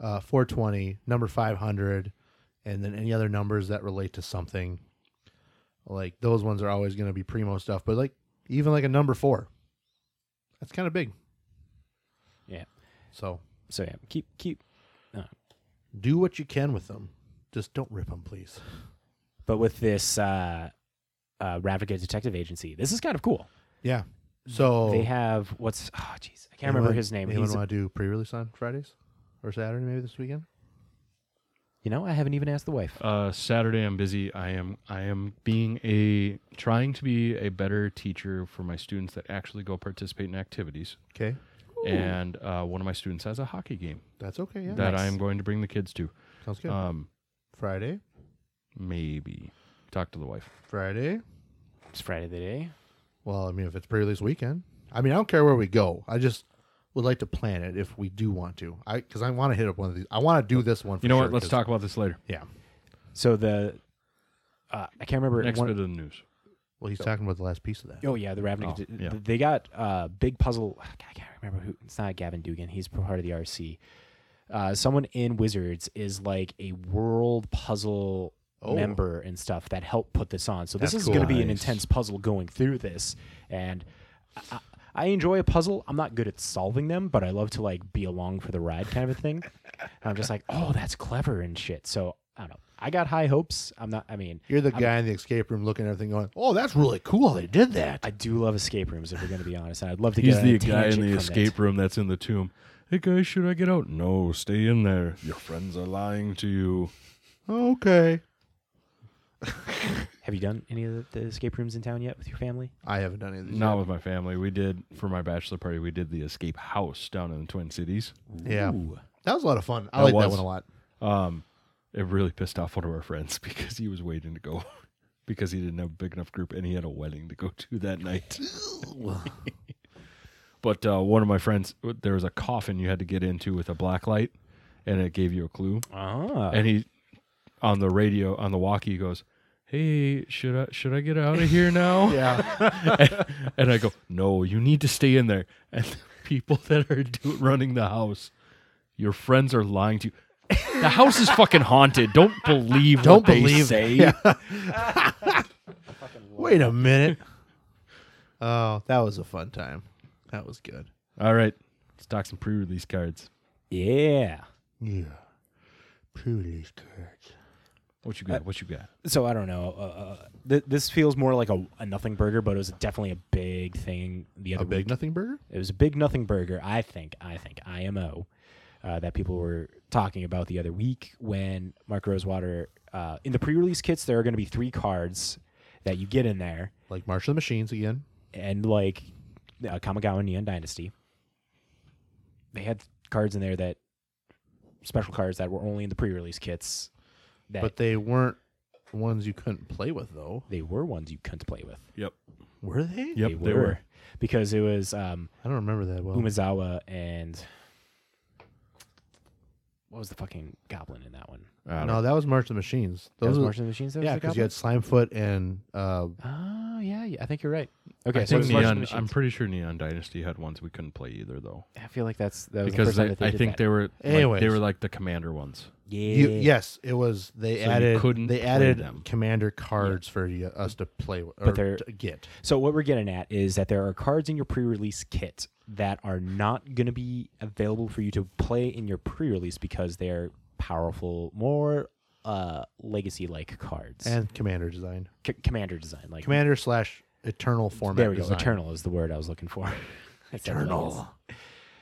Speaker 3: uh, 420, number 500, and then any other numbers that relate to something. Like those ones are always going to be primo stuff, but like even like a number four, that's kind of big.
Speaker 5: Yeah.
Speaker 3: So
Speaker 5: So yeah, keep keep
Speaker 3: do what you can with them. Just don't rip them, please.
Speaker 5: but with this uh, uh, Ravnica Detective Agency, this is kind of cool.
Speaker 3: Yeah. So
Speaker 5: They have what's oh jeez, I can't remember
Speaker 3: anyone-
Speaker 5: his name.
Speaker 3: Anyone
Speaker 5: He's a-
Speaker 3: Oh. want to do pre-release on Fridays or Saturday maybe this weekend?
Speaker 5: you know, I haven't even asked the wife.
Speaker 2: Uh, Saturday I'm busy. I am I am being a trying to be a better teacher for my students that actually go participate in activities.
Speaker 3: Okay,
Speaker 2: And uh, one of my students has a hockey game
Speaker 3: that's okay. Yeah,
Speaker 2: that
Speaker 5: Nice.
Speaker 2: I am going to bring the kids to.
Speaker 3: sounds good.
Speaker 2: Um,
Speaker 3: Friday,
Speaker 2: maybe talk to the wife.
Speaker 3: Friday.
Speaker 5: It's Friday the day.
Speaker 3: Well, I mean, if it's pre-release weekend, I mean, I don't care where we go. I just would like to plan it if we do want to. I because I want to hit up one of these. I want to do this one. For
Speaker 2: You know
Speaker 3: sure,
Speaker 2: what? Let's
Speaker 3: 'cause-
Speaker 2: talk about this later.
Speaker 3: Yeah.
Speaker 5: So the uh, I can't remember
Speaker 2: Next
Speaker 5: one-
Speaker 2: bit of the news.
Speaker 3: Well, he's talking about the last piece of that.
Speaker 5: Oh yeah, the Ravnica.
Speaker 2: Oh,
Speaker 5: d-
Speaker 2: yeah.
Speaker 5: They got uh, big puzzle. I can't remember who. It's not Gavin Dugan. He's part of the RC. Uh, someone in Wizards is like a world puzzle
Speaker 3: Oh.
Speaker 5: member and stuff that helped put this on. So this
Speaker 3: That's
Speaker 5: is going to
Speaker 3: cool.
Speaker 5: be an
Speaker 3: Nice.
Speaker 5: intense puzzle going through this, and I- I, I enjoy a puzzle. I'm not good at solving them, but I love to like be along for the ride kind of a thing. I'm just like, oh, that's clever and shit. So I don't know. I got high hopes. I'm not. I mean,
Speaker 3: You're the guy in the escape room looking at everything, going, "Oh, that's really cool. They did that."
Speaker 5: I do love escape rooms. If we're going to be honest, and I'd love to
Speaker 2: He's
Speaker 5: get
Speaker 2: the
Speaker 5: a
Speaker 2: guy in
Speaker 5: tangent
Speaker 2: the
Speaker 5: from
Speaker 2: escape room that's in the tomb. Hey guys, should I get out? No, stay in there. Your friends are lying to you.
Speaker 3: Okay.
Speaker 5: Have you done any of the, the escape rooms in town yet with your family?
Speaker 3: I haven't done any of these.
Speaker 2: Not with my family. We did for my bachelor party. We did the escape house down in the Twin Cities.
Speaker 3: yet. Yeah, that was a lot of fun. I
Speaker 2: That
Speaker 3: like that
Speaker 2: was.
Speaker 3: one a lot.
Speaker 2: Um, it really pissed off one of our friends because he was waiting to go because he didn't have a big enough group and he had a wedding to go to that night. but uh, one of my friends, there was a coffin you had to get into with a black light, and it gave you a clue.
Speaker 5: Ah.
Speaker 2: and he on the radio on the walkie he goes hey should i should i get out of here now
Speaker 3: Yeah,
Speaker 2: and, and i go no you need to stay in there and the people that are do, running the house your friends are lying to you the house is fucking haunted don't believe
Speaker 3: don't
Speaker 2: what they
Speaker 3: believe.
Speaker 2: say
Speaker 3: Yeah. Wait a minute. Oh, that was a fun time. That was good.
Speaker 2: all right let's talk some pre-release cards
Speaker 5: Yeah.
Speaker 3: Yeah. Pre-release cards.
Speaker 2: what you got what you got
Speaker 5: So I don't know. Uh, Uh, th- this feels more like a, a nothing burger, but it was definitely a big thing. The other
Speaker 3: A big
Speaker 5: week.
Speaker 3: nothing burger?
Speaker 5: It was a big nothing burger. I think. I think IMO uh, that people were talking about the other week when Mark Rosewater uh, in the pre-release kits there are going to be three cards that you get in there
Speaker 3: Like March of the Machines again.
Speaker 5: and like uh, Kamigawa Neon Dynasty. They had cards in there that special cards that were only in the pre-release kits. That
Speaker 3: But they weren't ones you couldn't play with though.
Speaker 5: they were ones you couldn't play with.
Speaker 2: yep
Speaker 3: Were they?
Speaker 2: yep
Speaker 5: they, were, because it was um,
Speaker 3: I don't remember that well.
Speaker 5: Umazawa and what was the fucking goblin in that one?
Speaker 2: I don't know.
Speaker 3: No, that was March of the Machines.
Speaker 5: That
Speaker 3: Those
Speaker 5: was
Speaker 3: were-
Speaker 5: March of the Machines. That was
Speaker 3: yeah,
Speaker 5: the
Speaker 3: because you
Speaker 5: goblin.
Speaker 3: had Slimefoot and uh,
Speaker 5: Oh yeah, yeah, I think you're right. Okay,
Speaker 2: I
Speaker 5: so it
Speaker 2: think
Speaker 5: was March of
Speaker 2: Neon,
Speaker 5: the
Speaker 2: I'm
Speaker 5: Machines.
Speaker 2: pretty sure Neon Dynasty had ones we couldn't play either, though,
Speaker 5: I feel like that's that was the
Speaker 2: because
Speaker 5: first time
Speaker 2: they,
Speaker 5: that they
Speaker 2: I
Speaker 5: did
Speaker 2: think
Speaker 5: that.
Speaker 2: they were like, they
Speaker 3: Anyways.
Speaker 2: were like the commander ones.
Speaker 5: yeah
Speaker 3: you, yes, it was. They
Speaker 2: So you
Speaker 3: added
Speaker 2: couldn't
Speaker 3: they
Speaker 2: play
Speaker 3: added
Speaker 2: them.
Speaker 3: commander cards for you, us to play with, or
Speaker 5: But they're-
Speaker 3: to get.
Speaker 5: So what we're getting at is that there are cards in your pre-release kit that are not going to be available for you to play in your pre-release because they're powerful, more uh, legacy-like cards
Speaker 3: And commander design,
Speaker 5: C- commander design. Like
Speaker 3: commander slash eternal format.
Speaker 5: there we go.
Speaker 3: design.
Speaker 5: Eternal is the word I was looking for. I said
Speaker 3: Eternal.
Speaker 5: legacy.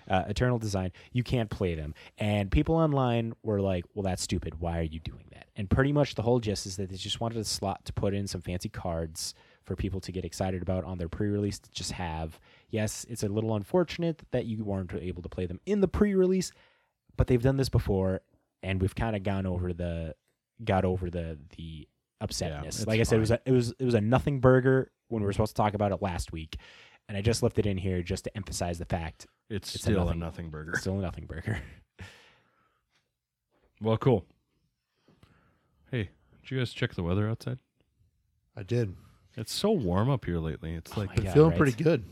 Speaker 5: Uh, eternal design. You can't play them, and people online were like, "Well, that's stupid. Why are you doing that?" And pretty much the whole gist is that they just wanted a slot to put in some fancy cards for people to get excited about on their pre-release. To just have. Yes, it's a little unfortunate that you weren't able to play them in the pre-release, but they've done this before, and we've kind of gone over the got over the the upsetness.
Speaker 2: it's
Speaker 5: like I said, it was
Speaker 2: fine.
Speaker 5: a, it was it was a nothing burger when we were supposed to talk about it last week, and I just left it in here just to emphasize the fact
Speaker 2: It's,
Speaker 5: It's a
Speaker 2: still a
Speaker 5: nothing.
Speaker 2: nothing, burger.
Speaker 5: it's still a nothing burger.
Speaker 2: Well, cool. Hey, did you guys check the weather outside?
Speaker 3: I did.
Speaker 2: It's so warm up here lately. It's like
Speaker 5: my
Speaker 3: Been
Speaker 5: Yeah,
Speaker 3: feeling
Speaker 5: right.
Speaker 3: pretty good.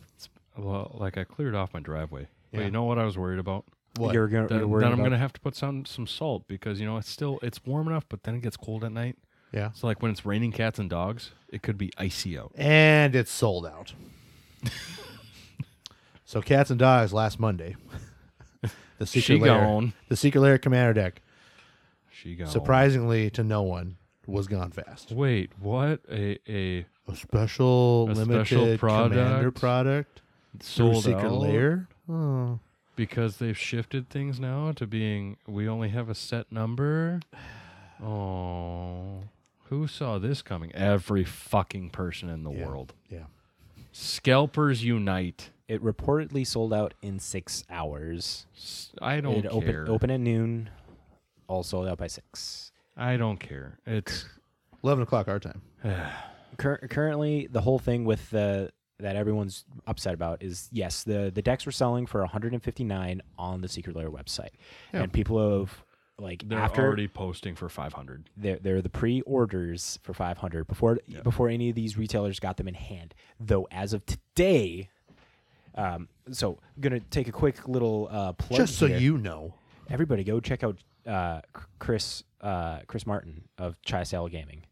Speaker 2: well, like I cleared off my driveway. But
Speaker 3: Yeah.
Speaker 2: you know what I was worried about?
Speaker 3: What?
Speaker 5: You're gonna
Speaker 2: That,
Speaker 5: you're worried
Speaker 2: that I'm
Speaker 5: about-
Speaker 2: gonna have to put some some salt because you know it's still it's warm enough, but then it gets cold at night.
Speaker 3: yeah.
Speaker 2: So like when it's raining cats and dogs, it could be icy out.
Speaker 3: And it's sold out. so cats and dogs last Monday. the secret
Speaker 2: She
Speaker 3: lair,
Speaker 2: gone.
Speaker 3: the secret lair commander deck,
Speaker 2: She got
Speaker 3: surprisingly to no one, was gone fast.
Speaker 2: Wait, what? A a
Speaker 3: A special
Speaker 2: A
Speaker 3: limited
Speaker 2: special
Speaker 3: commander
Speaker 2: product
Speaker 3: product through
Speaker 2: sold
Speaker 3: secret
Speaker 2: out
Speaker 3: lair. Oh.
Speaker 2: because they've shifted things now to being we only have a set number. Oh, who saw this coming? Every fucking person in the
Speaker 3: Yeah.
Speaker 2: world.
Speaker 3: Yeah.
Speaker 2: Scalpers unite.
Speaker 5: it reportedly sold out in six hours.
Speaker 2: S- I don't
Speaker 5: It
Speaker 2: care.
Speaker 5: open open at noon, all sold out by six.
Speaker 2: I don't care. It's
Speaker 3: Eleven o'clock our time.
Speaker 5: Cur- currently, the whole thing with the that everyone's upset about is yes, the the decks were selling for 159 on the Secret Lair website,
Speaker 3: Yeah.
Speaker 5: and people have like
Speaker 2: they're
Speaker 5: after
Speaker 2: already posting for 500.
Speaker 5: there there are the pre-orders for 500 before before any of these retailers got them in hand. Though as of today, um, so I'm gonna take a quick little uh, plug.
Speaker 3: Just so
Speaker 5: here.
Speaker 3: you know.
Speaker 5: everybody go check out uh, C- Chris uh, Chris Martin of Chi Sal Gaming.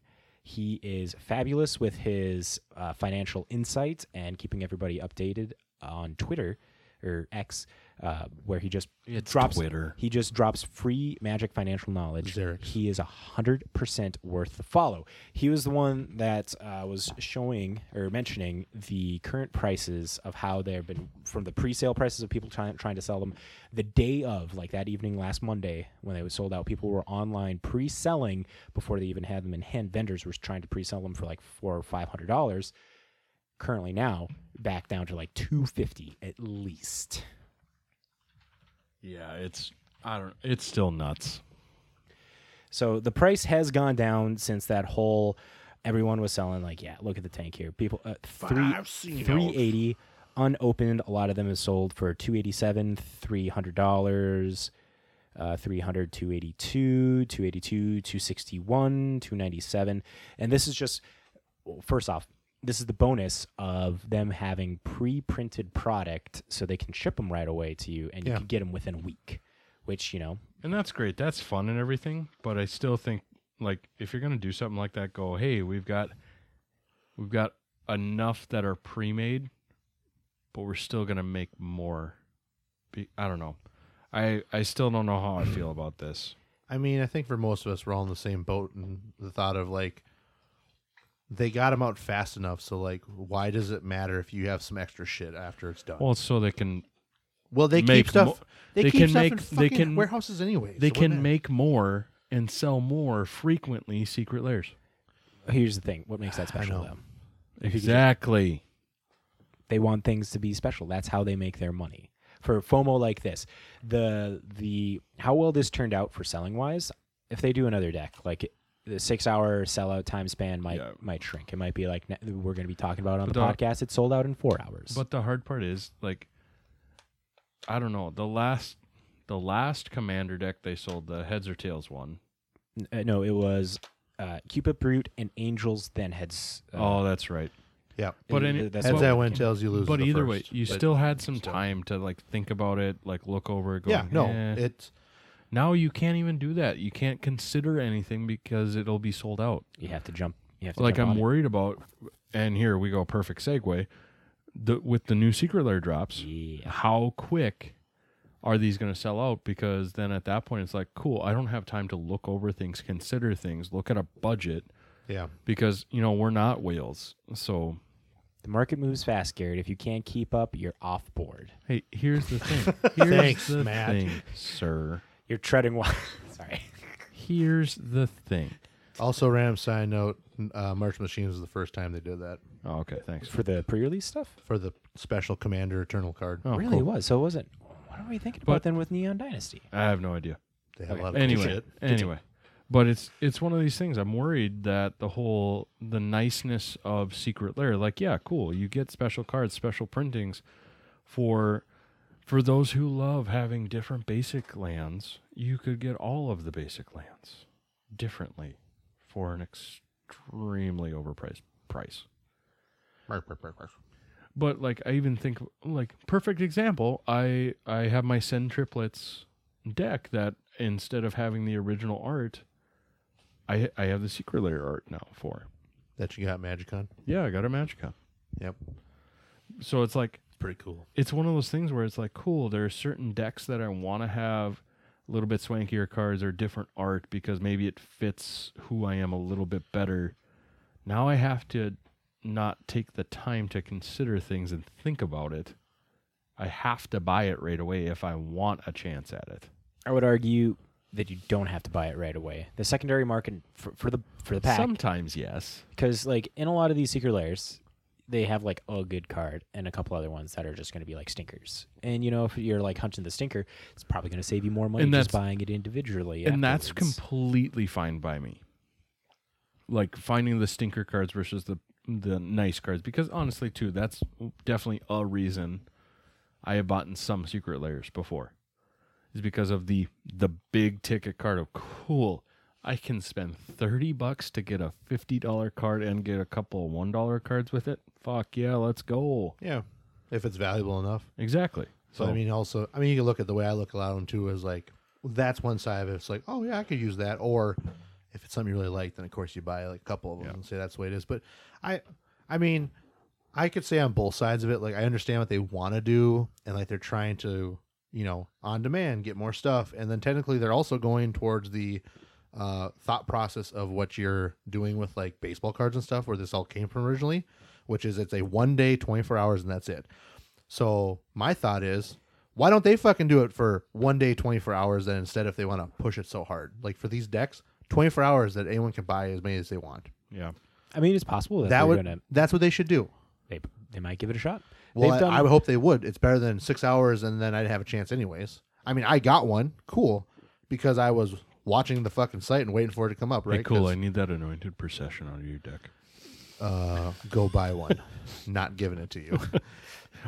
Speaker 5: He is fabulous with his uh, financial insights and keeping everybody updated on Twitter or X, uh, where he just
Speaker 2: It's
Speaker 5: drops
Speaker 2: Twitter.
Speaker 5: He just drops free magic financial knowledge.
Speaker 3: Xerix.
Speaker 5: He is hundred percent worth the follow. He was the one that uh, was showing or mentioning the current prices of how they have been from the pre-sale prices of people trying trying to sell them the day of, like that evening last Monday when they was sold out. People were online pre-selling before they even had them in hand. Vendors were trying to pre-sell them for like four or five hundred dollars. Currently now back down to like two fifty at least.
Speaker 2: Yeah, it's I don't. It's still nuts.
Speaker 5: So the price has gone down since that whole everyone was selling like yeah, look at the tank here. People uh, three three eighty unopened. A lot of them is sold for two eighty seven, three hundred dollars. Uh, 300 282 282 261 297 and this is just well, first off this is the bonus of them having pre-printed product so they can ship them right away to you and you
Speaker 3: Yeah.
Speaker 5: can get them within a week which you know
Speaker 2: And that's great. That's fun and everything. But I still think like if you're gonna do something like that, go hey, we've got we've got enough that are pre-made, but we're still gonna make more. Be, I don't know. I I still don't know how I feel about this.
Speaker 3: I mean, I think for most of us, we're all in the same boat, and the thought of like they got them out fast enough. So like, why does it matter if you have some extra shit after it's done? Well,
Speaker 2: Well, so they can
Speaker 3: they
Speaker 2: make
Speaker 3: keep stuff.
Speaker 2: mo-
Speaker 3: they,
Speaker 2: they
Speaker 3: keep
Speaker 2: can
Speaker 3: stuff
Speaker 2: make-
Speaker 3: in
Speaker 2: they
Speaker 3: fucking
Speaker 2: can-
Speaker 3: warehouses anyway.
Speaker 2: they
Speaker 3: so why
Speaker 2: can
Speaker 3: not?
Speaker 2: make more and sell more frequently. Secret layers.
Speaker 5: here's the thing what makes that special
Speaker 3: know.
Speaker 5: though
Speaker 2: Exactly.
Speaker 5: they want things to be special that's how they make their money for fomo like this the the how well this turned out for selling wise if they do another deck like the six hour sellout time span might
Speaker 2: Yeah.
Speaker 5: might shrink it might be like ne- we're going to be talking about on
Speaker 2: But
Speaker 5: the
Speaker 2: the-
Speaker 5: podcast it sold out in four hours
Speaker 2: But the hard part is like I don't know, the last the last commander deck they sold, the heads or tails one.
Speaker 5: N- uh, no it was uh cupid brute and angels then heads uh,
Speaker 2: oh, that's right.
Speaker 3: Yeah,
Speaker 2: But
Speaker 5: and
Speaker 2: any-
Speaker 5: that's
Speaker 3: heads
Speaker 5: what-
Speaker 3: that win, tails you lose. is
Speaker 2: But
Speaker 3: the
Speaker 2: either way,
Speaker 3: first.
Speaker 2: you
Speaker 3: But-
Speaker 2: still had some time to like think about it, like look over it, go,
Speaker 3: yeah, no,
Speaker 2: "Eh."
Speaker 3: it's
Speaker 2: now you can't even do that. You can't consider anything because it'll be sold out.
Speaker 5: you have to jump you have to
Speaker 2: like
Speaker 5: jump on
Speaker 2: I'm
Speaker 5: it.
Speaker 2: worried about and here we go, perfect segue. The with the new secret layer drops,
Speaker 5: yeah
Speaker 2: how quick are these going to sell out? Because then at that point, it's like, cool, I don't have time to look over things, consider things, look at a budget
Speaker 3: yeah,
Speaker 2: because, you know, we're not whales. So,
Speaker 5: the market moves fast garrett if you can't keep up you're off board
Speaker 2: hey, here's the thing. Here's
Speaker 3: Thanks,
Speaker 2: the
Speaker 3: Matt.
Speaker 2: thing, sir.
Speaker 5: you're treading water sorry
Speaker 2: Here's the thing.
Speaker 3: Also, random side note: uh, March Machines is the first time they did that
Speaker 2: Oh, okay, thanks.
Speaker 5: for the pre-release stuff
Speaker 3: for the special Commander Eternal card.
Speaker 2: Oh,
Speaker 5: really
Speaker 2: cool.
Speaker 5: was. So it wasn't. What are we thinking
Speaker 2: But-
Speaker 5: about then with Neon Dynasty?
Speaker 2: I have no idea.
Speaker 3: They have a lot of
Speaker 2: anyway,
Speaker 3: shit.
Speaker 2: anyway, but it's it's one of these things. I'm worried that the whole the niceness of Secret Lair, like yeah, cool, you get special cards, special printings for for those who love having different basic lands. You could get all of the basic lands differently for an extremely overpriced price. But like I even think like perfect example, I I have my send triplets deck that instead of having the original art, I I have the secret layer art now for.
Speaker 3: That you got Magicon.
Speaker 2: Yeah, I got a Magicka.
Speaker 3: Yep.
Speaker 2: So it's like
Speaker 3: It's pretty cool.
Speaker 2: it's one of those things where it's like cool, there are certain decks that I want to have a little bit swankier cards or different art because maybe it fits who I am a little bit better. Now I have to not take the time to consider things and think about it. I have to buy it right away if I want a chance at it.
Speaker 5: I would argue that you don't have to buy it right away. The secondary market for, for the for the pack
Speaker 2: Sometimes yes.
Speaker 5: because like in a lot of these secret layers they have like a good card and a couple other ones that are just going to be like stinkers and you know if you're like hunting the stinker it's probably going to save you more money
Speaker 2: And
Speaker 5: just
Speaker 2: that's-
Speaker 5: buying it individually
Speaker 2: and that's
Speaker 5: afterwards.
Speaker 2: completely fine by me. Like finding the stinker cards versus the the nice cards, because honestly, too, that's definitely a reason I have bought in some secret layers before, is because of the the big ticket card of cool. I can spend thirty bucks to get a fifty dollar card and get a couple of one dollar cards with it. Fuck yeah, let's go.
Speaker 3: Yeah. If it's valuable enough.
Speaker 2: Exactly.
Speaker 3: So I mean, also, I mean, you can look at the way I look at them too. Is like that's one side of it. It's like, oh yeah, I could use that. Or if it's something you really like, then of course you buy like a couple of them and say that's the way it is. But I, I mean, I could say on both sides of it. Like I understand what they want to do, and like they're trying to, you know, on demand get more stuff, and then technically they're also going towards the. Uh, thought process of what you're doing with like baseball cards and stuff where this all came from originally which is it's a one day 24 hours and that's it so my thought is, why don't they fucking do it for one day, 24 hours, then instead if they want to push it so hard? Like for these decks, 24 hours that anyone can buy as many as they want.
Speaker 2: yeah.
Speaker 5: i mean it's possible that,
Speaker 3: That
Speaker 5: they're
Speaker 3: would
Speaker 5: gonna,
Speaker 3: that's what they should do.
Speaker 5: they, they might give it a shot
Speaker 3: Well,
Speaker 5: They've
Speaker 3: I,
Speaker 5: done-
Speaker 3: I would hope they would. It's better than six hours and then I'd have a chance anyways. I mean, I got one, cool, because I was watching the fucking site and waiting for it to come up. Right?
Speaker 2: Hey, cool.
Speaker 3: 'Cause,
Speaker 2: I need that anointed procession on your deck,
Speaker 3: uh, go buy one. Not giving it to you.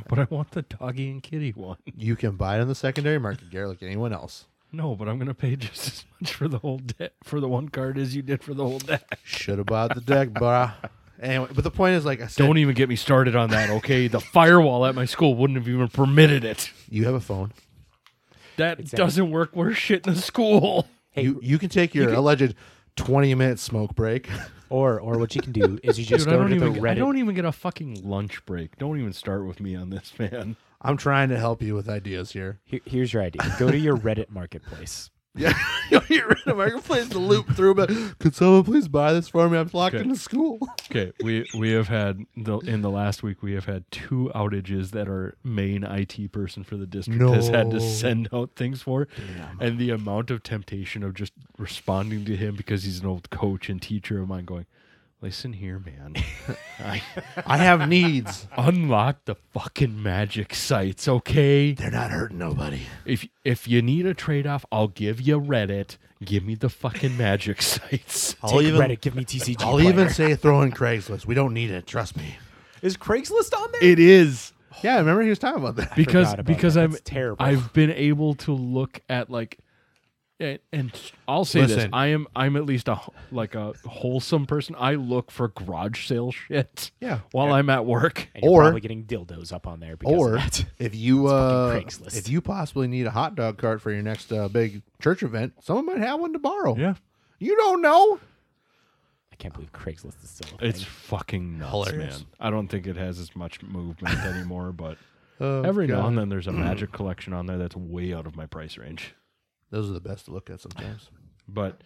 Speaker 2: but I want the doggy and kitty one.
Speaker 3: You can buy it on the secondary market, Garrett, like anyone else.
Speaker 2: No, but I'm gonna pay just as much for the whole deck for the one card as you did for the whole deck.
Speaker 3: Should have bought the deck, bruh. Anyway, but the point is, like I said,
Speaker 2: Don't even get me started on that, okay? the firewall at my school wouldn't have even permitted it.
Speaker 3: you have a phone.
Speaker 2: That
Speaker 5: Exactly.
Speaker 2: doesn't work worse shit in the school.
Speaker 5: hey
Speaker 3: you you can take your alleged twenty minute smoke break.
Speaker 5: or or what you can do is you just
Speaker 2: Dude, I
Speaker 5: go
Speaker 2: don't
Speaker 5: to the
Speaker 2: even I
Speaker 5: reddit
Speaker 2: don't even get a fucking lunch break. Don't even start with me on this, man.
Speaker 3: I'm trying to help you with ideas here.
Speaker 5: Here- here's your idea go to your reddit marketplace
Speaker 3: Yeah, you'll get rid of marketplace to loop through. But could someone please buy this for me? I'm locked
Speaker 2: Okay.
Speaker 3: into school.
Speaker 2: Okay, we we have had the in the last week we have had two outages that our main IT person for the district has had to
Speaker 3: No.
Speaker 2: send out things for, and the amount of temptation of just responding to him because he's an old coach and teacher of mine going, listen here, man, I
Speaker 3: I have needs.
Speaker 2: unlock the fucking magic sites, okay?
Speaker 3: They're not hurting nobody.
Speaker 2: If if you need a trade off, I'll give you Reddit. Give me the fucking magic sites.
Speaker 3: I'll
Speaker 5: Take
Speaker 3: even
Speaker 5: reddit give me tcg
Speaker 3: I'll
Speaker 5: player.
Speaker 3: even say throw in Craigslist. We don't need it. Trust me.
Speaker 5: is craigslist on there
Speaker 2: It is.
Speaker 3: Yeah, I remember he was talking about that.
Speaker 2: because
Speaker 5: forgot about
Speaker 2: because
Speaker 5: that.
Speaker 2: I'm
Speaker 5: That's terrible.
Speaker 2: I've been able to look at like and, and I'll say this
Speaker 3: Listen.
Speaker 2: I am I'm at least a wh- like a wholesome person I look for garage sale shit
Speaker 3: Yeah.
Speaker 2: while I'm at work
Speaker 5: and you're
Speaker 3: or-
Speaker 5: probably getting dildos up on there because of
Speaker 3: Or
Speaker 5: that.
Speaker 3: if you uh,
Speaker 5: fucking Craigslist.
Speaker 3: if you possibly need a hot dog cart for your next uh, big church event, someone might have one tomorrow. you don't know.
Speaker 5: I can't believe Craigslist is still a
Speaker 2: it's
Speaker 5: thing.
Speaker 2: fucking nuts
Speaker 3: Hilarious.
Speaker 2: man I don't think it has as much movement anymore but
Speaker 3: Oh,
Speaker 2: every now
Speaker 3: God.
Speaker 2: and then there's a magic collection on there that's way out of my price range
Speaker 3: Those are the best to look at sometimes.
Speaker 2: But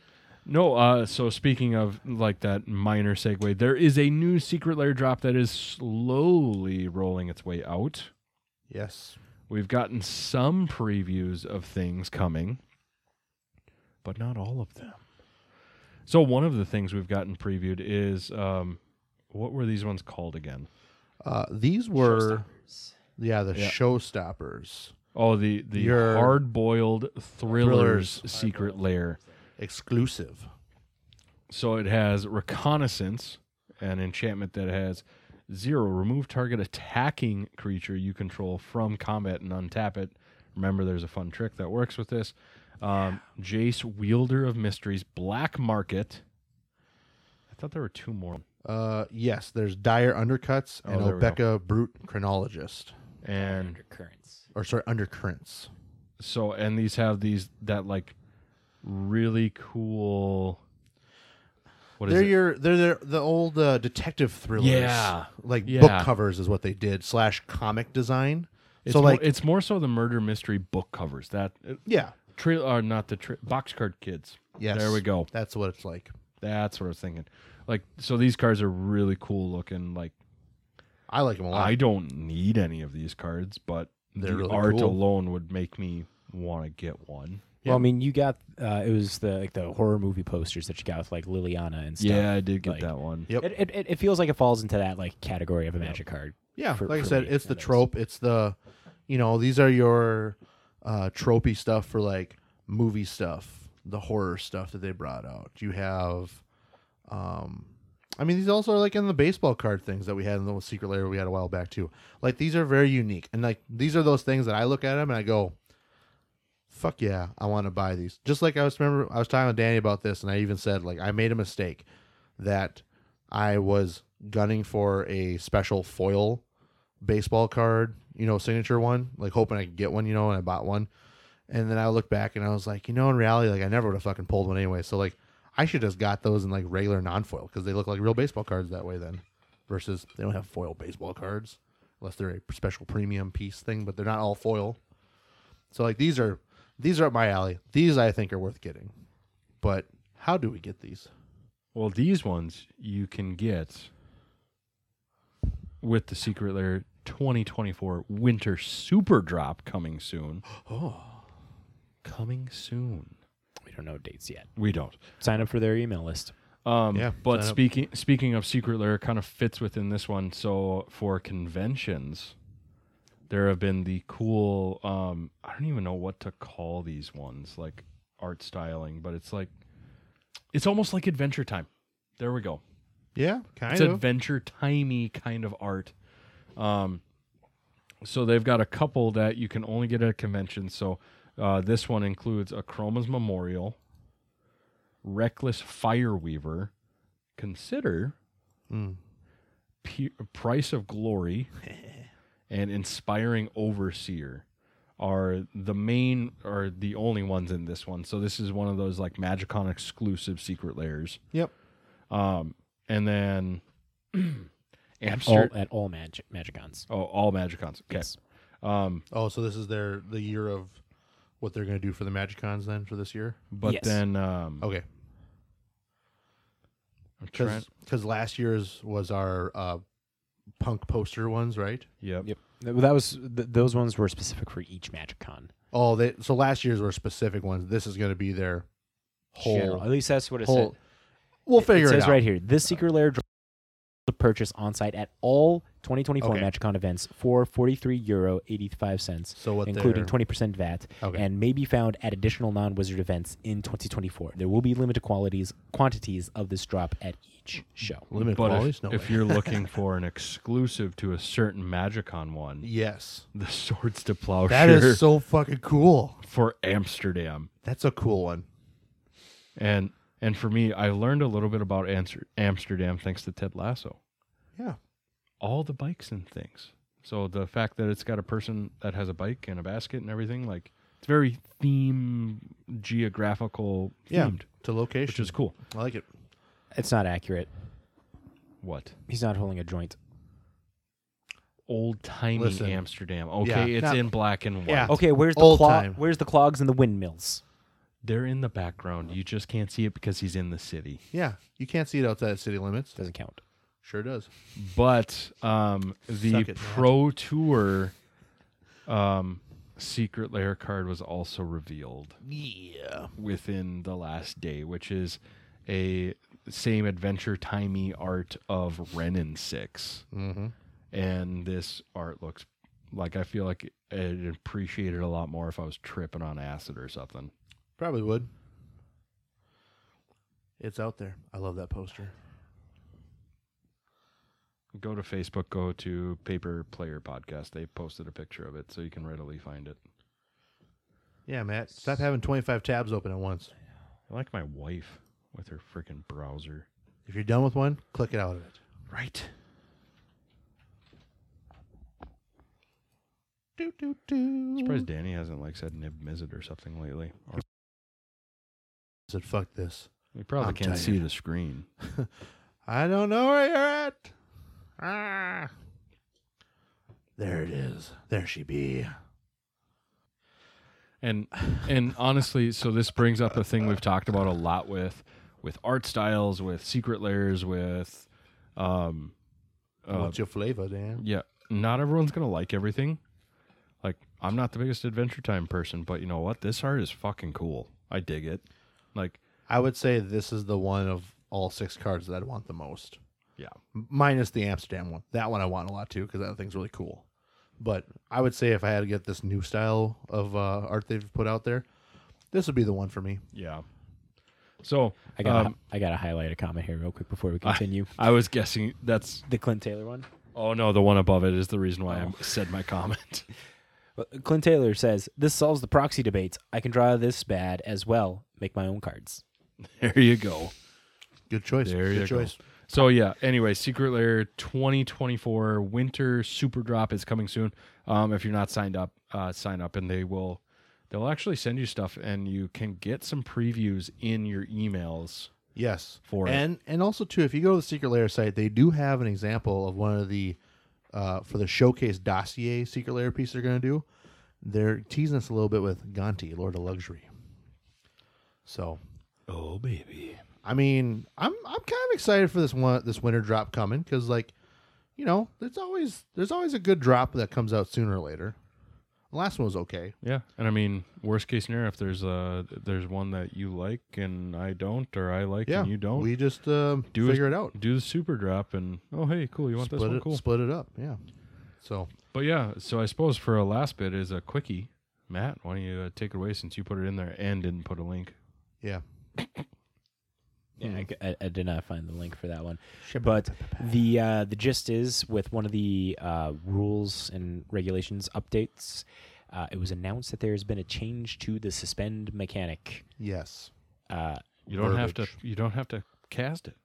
Speaker 2: no, uh, so speaking of like that minor segue, there is a new secret layer drop that is slowly rolling its way out.
Speaker 3: Yes.
Speaker 2: We've gotten some previews of things coming, but not all of them. So one of the things we've gotten previewed is um, what were these ones called again?
Speaker 3: Uh, these were yeah the
Speaker 2: Yeah.
Speaker 3: showstoppers.
Speaker 2: Oh, the the
Speaker 3: Your-
Speaker 2: hard boiled thrillers,
Speaker 3: Thrillers.
Speaker 2: secret lair.
Speaker 3: Exclusive.
Speaker 2: So it has reconnaissance, an enchantment that has zero. Remove target attacking creature you control from combat and untap it. Remember, there's a fun trick that works with this. Um, Jace, wielder of mysteries, black market. I thought there were two more.
Speaker 3: Uh, yes, there's dire undercuts
Speaker 2: Oh,
Speaker 3: and
Speaker 2: there we go.
Speaker 3: Obeka brute chronologist,
Speaker 2: And
Speaker 5: Undercurrents.
Speaker 3: or sorry, undercurrents.
Speaker 2: so, and these have these that like really cool. What is
Speaker 3: They're
Speaker 2: it?
Speaker 3: your they're the, the old uh, detective thrillers.
Speaker 2: Yeah.
Speaker 3: like
Speaker 2: Yeah.
Speaker 3: book covers is what they did slash comic design.
Speaker 2: It's
Speaker 3: so
Speaker 2: more,
Speaker 3: like
Speaker 2: it's more so the murder mystery book covers that
Speaker 3: yeah,
Speaker 2: trail or not the tra- box card kids.
Speaker 3: yes,
Speaker 2: there we go.
Speaker 3: That's what it's like.
Speaker 2: That's what I was thinking. Like so, these cards are really cool looking. Like
Speaker 3: I like them a lot.
Speaker 2: I don't need any of these cards, but
Speaker 3: They're
Speaker 2: the
Speaker 3: really
Speaker 2: art
Speaker 3: cool.
Speaker 2: alone would make me want to get one.
Speaker 5: Well, I mean, you got uh, it was the like the horror movie posters that you got with like Liliana and stuff.
Speaker 2: Yeah, I did get
Speaker 5: Like-
Speaker 2: that one.
Speaker 3: Yep.
Speaker 5: It, it, it, it feels like it falls into that like category of a magic card.
Speaker 3: yeah,
Speaker 5: for-
Speaker 3: like I
Speaker 5: for
Speaker 3: said,
Speaker 5: me,
Speaker 3: it's the
Speaker 5: that is.
Speaker 3: trope. It's the you know these are your uh, tropey stuff for like movie stuff, the horror stuff that they brought out. You have, um, I mean, these also are like in the baseball card things that we had in the secret layer we had a while back too. Like these are very unique, and like these are those things that I look at them and I go, "Fuck yeah, I want to buy these." Just like I was remember I was talking with Danny about this, and I even said like I made a mistake that I was gunning for a special foil baseball card, you know, signature one, like hoping I could get one, you know, and I bought one. And then I look back and I was like, you know, in reality, like I never would have fucking pulled one anyway. So like I should just got those in like regular non foil because they look like real baseball cards that way then. Versus they don't have foil baseball cards unless they're a special premium piece thing, but they're not all foil. So like these are these are up my alley. These I think are worth getting. But how do we get these?
Speaker 2: Well, these ones you can get with the Secret Lair 2024 Winter Super Drop coming soon.
Speaker 3: Oh.
Speaker 2: Coming soon.
Speaker 5: We don't know dates yet.
Speaker 2: We don't.
Speaker 5: Sign up for their email list.
Speaker 2: Um,
Speaker 3: Yeah,
Speaker 2: but
Speaker 3: sign up.
Speaker 2: speaking speaking of secret lair, kind of fits within this one. So for conventions, there have been the cool. Um, I don't even know what to call these ones, like art styling, but it's like it's almost like Adventure Time. There we go.
Speaker 3: Yeah, kind
Speaker 2: It's
Speaker 3: of.
Speaker 2: adventure timey kind of art. Um, so they've got a couple that you can only get at a convention. So uh, this one includes a Chroma's Memorial, Reckless Fireweaver, Consider,
Speaker 3: Mm.
Speaker 2: P- Price of Glory, and Inspiring Overseer are the main are the only ones in this one. So this is one of those like Magicon exclusive secret layers.
Speaker 3: Yep.
Speaker 2: Um, and then
Speaker 5: At
Speaker 2: Amster-
Speaker 5: all, at all magic magicons.
Speaker 2: oh, all Magicons. Okay.
Speaker 5: Yes.
Speaker 2: Um,
Speaker 3: Oh, so this is their the year of what they're going to do for the MagicCons then for this year.
Speaker 2: but
Speaker 5: Yes.
Speaker 2: then um,
Speaker 3: Okay,
Speaker 2: I'm trying-
Speaker 3: because last year's was our uh, punk poster ones, right?
Speaker 2: yep.
Speaker 5: Yep. Th- That was th- those ones were specific for each MagicCon.
Speaker 3: Oh, they so last year's were specific ones. This is going to be their whole.
Speaker 5: General. At least that's what it
Speaker 3: whole
Speaker 5: said.
Speaker 3: we'll
Speaker 5: It-
Speaker 3: figure
Speaker 5: it
Speaker 3: it,
Speaker 5: says
Speaker 3: out.
Speaker 5: right here. This secret lair dr- to purchase on site at all 2024
Speaker 3: Okay.
Speaker 5: MagicCon events for 43 euro 85 cents,
Speaker 3: So what?
Speaker 5: including
Speaker 3: they're-
Speaker 5: 20% VAT,
Speaker 3: Okay.
Speaker 5: and may be found at additional non-wizard events in 2024. There will be limited qualities quantities of this drop at each show.
Speaker 3: Limit
Speaker 2: But
Speaker 3: qualities?
Speaker 2: if,
Speaker 3: No
Speaker 2: if
Speaker 3: way.
Speaker 2: you're looking for an exclusive to a certain Magicon one,
Speaker 3: yes,
Speaker 2: the Swords to
Speaker 3: that
Speaker 2: Plowshare
Speaker 3: is so fucking cool.
Speaker 2: for Amsterdam.
Speaker 3: That's a cool one.
Speaker 2: And and for me, I learned a little bit about Amster- Amsterdam thanks to Ted Lasso.
Speaker 3: Yeah.
Speaker 2: All the bikes and things. So the fact that it's got a person that has a bike and a basket and everything, like it's very theme geographical
Speaker 3: Yeah.
Speaker 2: themed,
Speaker 3: To location,
Speaker 2: which is cool.
Speaker 3: I like it.
Speaker 5: It's not accurate.
Speaker 2: What?
Speaker 5: He's not holding a joint.
Speaker 2: Old timey
Speaker 3: Listen.
Speaker 2: Amsterdam. Okay, it's
Speaker 3: not-
Speaker 2: in black and white.
Speaker 3: Yeah.
Speaker 5: Okay, where's the
Speaker 3: Old
Speaker 5: clo-
Speaker 3: time.
Speaker 5: where's the clogs and the windmills?
Speaker 2: They're in the background. You just can't see it because he's in the city.
Speaker 3: Yeah, you can't see it outside of city limits.
Speaker 5: Doesn't count.
Speaker 3: Sure does.
Speaker 2: But um, the
Speaker 3: Suck it, Matt.
Speaker 2: Pro Tour um, Secret Lair card was also revealed
Speaker 3: Yeah.
Speaker 2: within the last day, which is a same adventure timey art of Renin 6.
Speaker 3: Mm-hmm.
Speaker 2: And this art looks Like I feel like I'd appreciate it a lot more if I was tripping on acid or something.
Speaker 3: Probably would. It's out there. I love that poster.
Speaker 2: Go to Facebook, go to Paper Player Podcast. They posted a picture of it, so you can readily find it.
Speaker 3: Yeah, Matt. Stop having 25 tabs open at once.
Speaker 2: I like my wife with her freaking browser.
Speaker 3: If you're done with one, click it out of it.
Speaker 2: Right.
Speaker 3: Do, do, do.
Speaker 2: Surprised Danny hasn't like said nib mizzet or something lately. Or
Speaker 3: Said, fuck this.
Speaker 2: we probably
Speaker 3: I'm
Speaker 2: can't
Speaker 3: tired.
Speaker 2: see the screen.
Speaker 3: I don't know where you're at. Ah. There it is. There she be.
Speaker 2: And and honestly, so this brings up a thing we've talked about a lot with with art styles, with secret layers, with um uh,
Speaker 3: What's your flavor, Dan?
Speaker 2: yeah, not everyone's gonna like everything. Like I'm not the biggest Adventure Time person, but you know what? This art is fucking cool. I dig it. Like
Speaker 3: I would say this is the one of all six cards that I'd want the most.
Speaker 2: yeah,
Speaker 3: M- Minus the Amsterdam one. That one I want a lot too because that thing's really cool. But I would say if I had to get this new style of uh, art they've put out there, this would be the one for me.
Speaker 2: yeah. So
Speaker 5: I got
Speaker 2: um,
Speaker 5: I got to highlight a comment here real quick before we continue.
Speaker 2: I was guessing that's
Speaker 5: the Clint Taylor one.
Speaker 2: Oh no, the one above it is the reason why I said my comment.
Speaker 5: Well, Clint Taylor says this solves the proxy debates. I can draw this bad as well. Make my own cards.
Speaker 2: there you go.
Speaker 3: Good choice.
Speaker 2: There
Speaker 3: Good
Speaker 2: you
Speaker 3: choice.
Speaker 2: go. So yeah. Anyway, Secret Lair 2024 Winter Super Drop is coming soon. Um, if you're not signed up, uh, sign up, and they will they'll actually send you stuff, and you can get some previews in your emails.
Speaker 3: Yes.
Speaker 2: for it.
Speaker 3: and and also too, if you go to the Secret Layer site, they do have an example of one of the uh, for the showcase dossier Secret Layer piece they're going to do. They're teasing us a little bit with Gonti, Lord of Luxury. So,
Speaker 2: Oh baby.
Speaker 3: I mean, I'm I'm kind of excited for this one this winter drop coming because like, you know, there's always there's always a good drop that comes out sooner or later. The last one was okay.
Speaker 2: Yeah, and I mean, worst case scenario, if there's uh there's one that you like and I don't, or I like
Speaker 3: Yeah,
Speaker 2: and you don't,
Speaker 3: We just um,
Speaker 2: Do
Speaker 3: figure it out.
Speaker 2: do the Super Drop, and oh hey, cool, you want
Speaker 3: Split
Speaker 2: this one?
Speaker 3: it,
Speaker 2: cool.
Speaker 3: split it up. Yeah. So
Speaker 2: But yeah, so I suppose for a last bit is a quickie. Matt, why don't you uh, take it away since you put it in there and didn't put a link?
Speaker 3: yeah,
Speaker 5: Yeah, I c- I, I did not find the link for that one. But the uh, the gist is with one of the uh, rules and regulations updates, uh, it was announced that there has been a change to the suspend mechanic.
Speaker 3: yes.
Speaker 5: Uh,
Speaker 2: You don't have
Speaker 3: Verbiage.
Speaker 2: to. You don't have to cast it.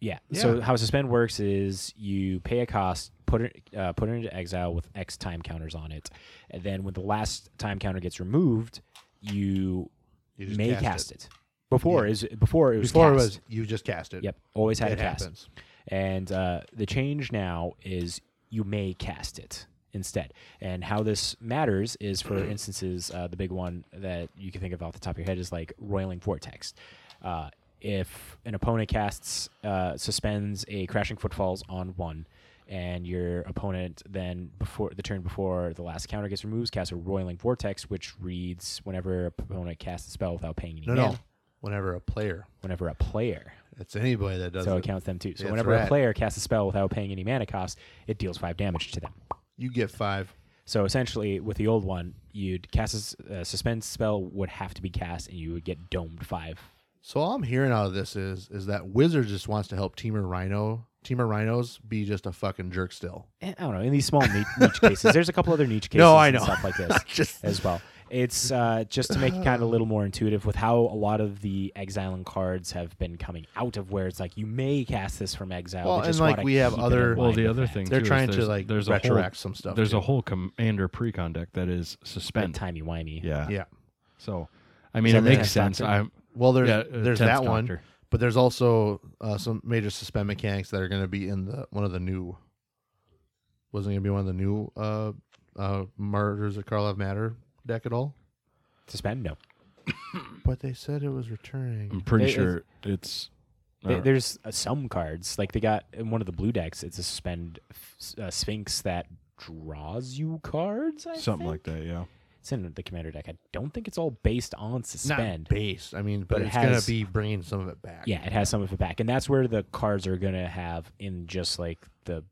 Speaker 5: yeah.
Speaker 3: Yeah.
Speaker 5: So how suspend works is you pay a cost, put it uh, put it into exile with X time counters on it, and then when the last time counter gets removed, you,
Speaker 3: You just
Speaker 5: may
Speaker 3: cast
Speaker 5: cast, it. Before is before it was
Speaker 3: Before
Speaker 5: cast.
Speaker 3: it was you just cast it.
Speaker 5: Yep, always had
Speaker 3: It
Speaker 5: a cast.
Speaker 3: happens.
Speaker 5: And uh, the change now is you may cast it instead. And how this matters is, for instances, uh, the big one that you can think of off the top of your head is like Roiling Vortex. Uh, if an opponent casts, uh, suspends a Crashing Footfalls on one, and your opponent then before the turn before the last counter gets removed casts a Roiling Vortex, which reads whenever opponent casts a spell without paying any
Speaker 3: No,
Speaker 5: mana,
Speaker 3: no. Whenever a player,
Speaker 5: whenever a player
Speaker 3: it's anybody that does
Speaker 5: so
Speaker 3: it,
Speaker 5: it counts them too. So
Speaker 3: That's
Speaker 5: whenever
Speaker 3: right.
Speaker 5: a player casts a spell without paying any mana cost, it deals five damage to them.
Speaker 3: you get five.
Speaker 5: So essentially, with the old one, you'd cast a s- a suspense spell would have to be cast, and you would get domed five.
Speaker 3: So all I'm hearing out of this is is that Wizard just wants to help Teamer Rhino, Teamer Rhinos, be just a fucking jerk still.
Speaker 5: Eh, I don't know. In these small niche, niche cases, there's a couple other niche cases
Speaker 3: No, I know.
Speaker 5: and stuff like this
Speaker 3: Just
Speaker 5: as well. It's uh, just to make it kind of a little more intuitive with how a lot of the exiling cards have been coming out of where it's like you may cast this from exile.
Speaker 3: Well,
Speaker 5: but just
Speaker 3: and, like,
Speaker 5: wanna
Speaker 3: we have
Speaker 5: keep it
Speaker 3: other-
Speaker 5: in
Speaker 2: Well,
Speaker 5: line
Speaker 2: the
Speaker 5: with
Speaker 2: other
Speaker 5: that.
Speaker 2: thing
Speaker 3: They're
Speaker 2: too, is
Speaker 3: trying to,
Speaker 2: there's-
Speaker 3: like,
Speaker 2: there's
Speaker 3: retroact
Speaker 2: a whole,
Speaker 3: some stuff,
Speaker 2: There's
Speaker 3: too.
Speaker 2: a whole commander precon deck that is
Speaker 5: Like
Speaker 2: suspend.
Speaker 5: timey wimey.
Speaker 2: Yeah.
Speaker 3: yeah.
Speaker 2: So, I mean,
Speaker 5: So
Speaker 2: it
Speaker 5: they-
Speaker 2: makes sense.
Speaker 5: Doctor?
Speaker 2: I'm
Speaker 3: Well, there's
Speaker 2: Yeah, uh,
Speaker 3: there's
Speaker 2: Tenth
Speaker 3: that one,
Speaker 2: Doctor.
Speaker 3: but there's also uh, some major suspend mechanics that are going to be in the one of the new. Wasn't going to be one of the new uh, uh, Martyrs of Karlov Matter deck at all,
Speaker 5: Suspend no.
Speaker 3: but they said it was returning.
Speaker 2: I'm pretty
Speaker 5: They-
Speaker 2: sure it's.
Speaker 5: Th-
Speaker 2: uh,
Speaker 5: There's uh, some cards like they got in one of the blue decks. It's a suspend f- uh, Sphinx that draws you cards. I
Speaker 2: something
Speaker 5: think?
Speaker 2: like that. Yeah.
Speaker 5: It's in the commander deck. I don't think it's all based on suspend.
Speaker 3: Not base. I mean, but,
Speaker 5: But it
Speaker 3: it's going
Speaker 5: has-
Speaker 3: to be bringing some of it back.
Speaker 5: yeah, it has some of it back, and that's where the cards are gonna have in just like the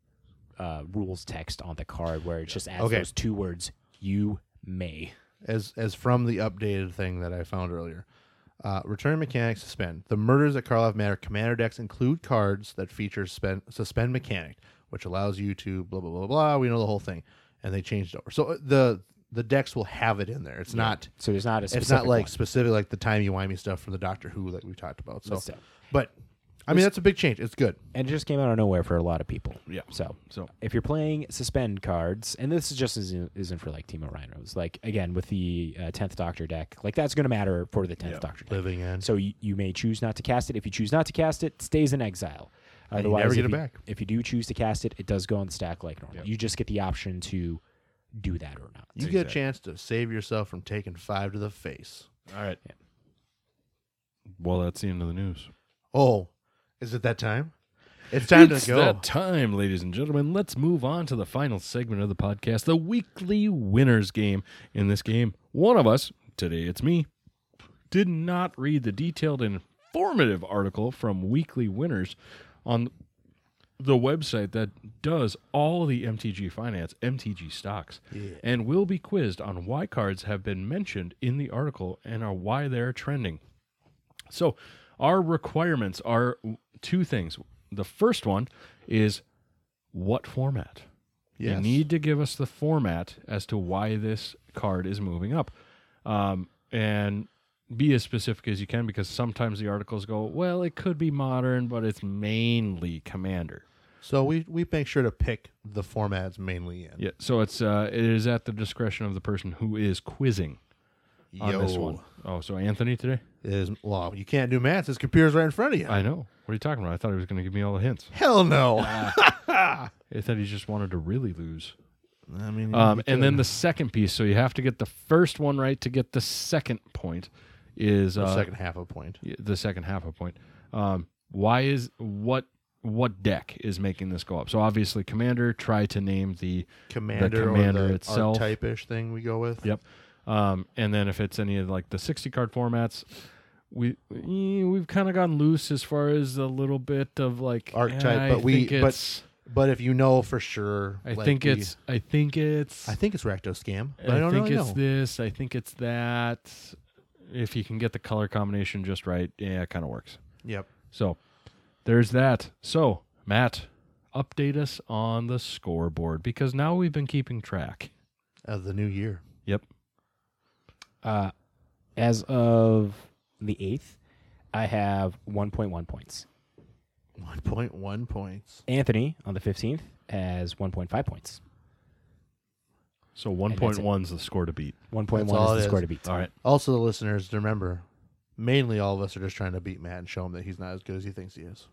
Speaker 5: uh, rules text on the card where it just adds
Speaker 3: Okay.
Speaker 5: those two words, you may.
Speaker 3: as as from the updated thing that I found earlier. Uh, return mechanic suspend. The murders at Karloff Manor commander decks include cards that feature suspend, suspend mechanic, which allows you to blah blah blah blah. We know the whole thing, and they changed it over. So uh, the the decks will have it in there. It's not
Speaker 5: So there's not a specific
Speaker 3: it's not like
Speaker 5: one.
Speaker 3: specific like the timey wimey stuff from the Doctor Who that we talked about. So,
Speaker 5: That's it.
Speaker 3: but I mean that's a big change. It's good.
Speaker 5: and it just came out of nowhere for a lot of people.
Speaker 2: Yeah.
Speaker 5: So,
Speaker 2: So-
Speaker 5: if you're playing suspend cards, and this is just as isn't for like Team Orion Rose, like again with the uh, tenth Doctor deck, like that's going to matter for the tenth Doctor deck.
Speaker 3: Living in.
Speaker 5: So you, you may choose not to cast it. If you choose not to cast it, it stays in exile.
Speaker 3: you never get
Speaker 5: if
Speaker 3: it
Speaker 5: you-
Speaker 3: back.
Speaker 5: If you do choose to cast it, it does go on the stack like normal. You just get the option to do that or not.
Speaker 3: You get a chance to save yourself from taking five to the face.
Speaker 2: All right. Well, that's the end of the news.
Speaker 3: Oh, is it that time? It's time
Speaker 2: it's
Speaker 3: to go.
Speaker 2: that time, ladies and gentlemen. Let's move on to the final segment of the podcast, the weekly winners game. In this game, one of us, today it's me, did not read the detailed and informative article from Weekly Winners on the website that does all the MTG finance, MTG stocks, and will be quizzed on why cards have been mentioned in the article and are why they're trending. So, our requirements are w- two things. The first one is what format?
Speaker 3: Yes.
Speaker 2: You need to give us the format as to why this card is moving up. Um, and be as specific as you can because sometimes the articles go, well, it could be modern, but it's mainly commander.
Speaker 3: So we we make sure to pick the formats mainly in.
Speaker 2: Yeah, so it's uh, it is at the discretion of the person who is quizzing on this
Speaker 3: Yo.
Speaker 2: one. Oh, so Anthony today?
Speaker 3: It is well, you can't do math. His computer's right in front of you.
Speaker 2: I know. What are you talking about? I thought he was going to give me all the hints.
Speaker 3: Hell no.
Speaker 2: I thought he just wanted to really lose.
Speaker 3: I mean,
Speaker 2: Um, and then the second piece, so you have to get the first one right to get the second point. Is
Speaker 3: the
Speaker 2: uh,
Speaker 3: second half of point.
Speaker 2: y- the second half a point. Um, why is what what deck is making this go up? So obviously, commander. Try to name the
Speaker 3: Commander,
Speaker 2: commander
Speaker 3: or the
Speaker 2: itself.
Speaker 3: archetype-ish thing we go with.
Speaker 2: Yep. Um, and then if it's any of like the 60 card formats, we eh, we've kind of gone loose as far as a little bit of like "Eh,
Speaker 3: Archetype,
Speaker 2: I
Speaker 3: but we-
Speaker 2: think
Speaker 3: but
Speaker 2: it's-
Speaker 3: But if you know for sure,
Speaker 2: I
Speaker 3: like,
Speaker 2: think
Speaker 3: we-
Speaker 2: it's I think it's
Speaker 3: I think it's Recto Scam, but I,
Speaker 2: I
Speaker 3: don't
Speaker 2: think
Speaker 3: really
Speaker 2: it's
Speaker 3: know.
Speaker 2: this. I think it's that. If you can get the color combination just right, yeah, it kind of works.
Speaker 3: Yep.
Speaker 2: So there's that. So Matt, update us on the scoreboard because now we've been keeping track.
Speaker 3: Of the new year.
Speaker 2: Yep.
Speaker 5: Uh, as of the eighth, I have 1.1 points.
Speaker 3: 1.1 points.
Speaker 5: Anthony on the 15th has 1.5 points.
Speaker 2: So 1.1's the score to beat.
Speaker 5: 1.1
Speaker 3: That's all
Speaker 5: is
Speaker 3: it
Speaker 5: the
Speaker 3: is.
Speaker 5: score to beat.
Speaker 2: All right.
Speaker 3: Also, the listeners, remember, mainly all of us are just trying to beat Matt and show him that he's not as good as he thinks he is.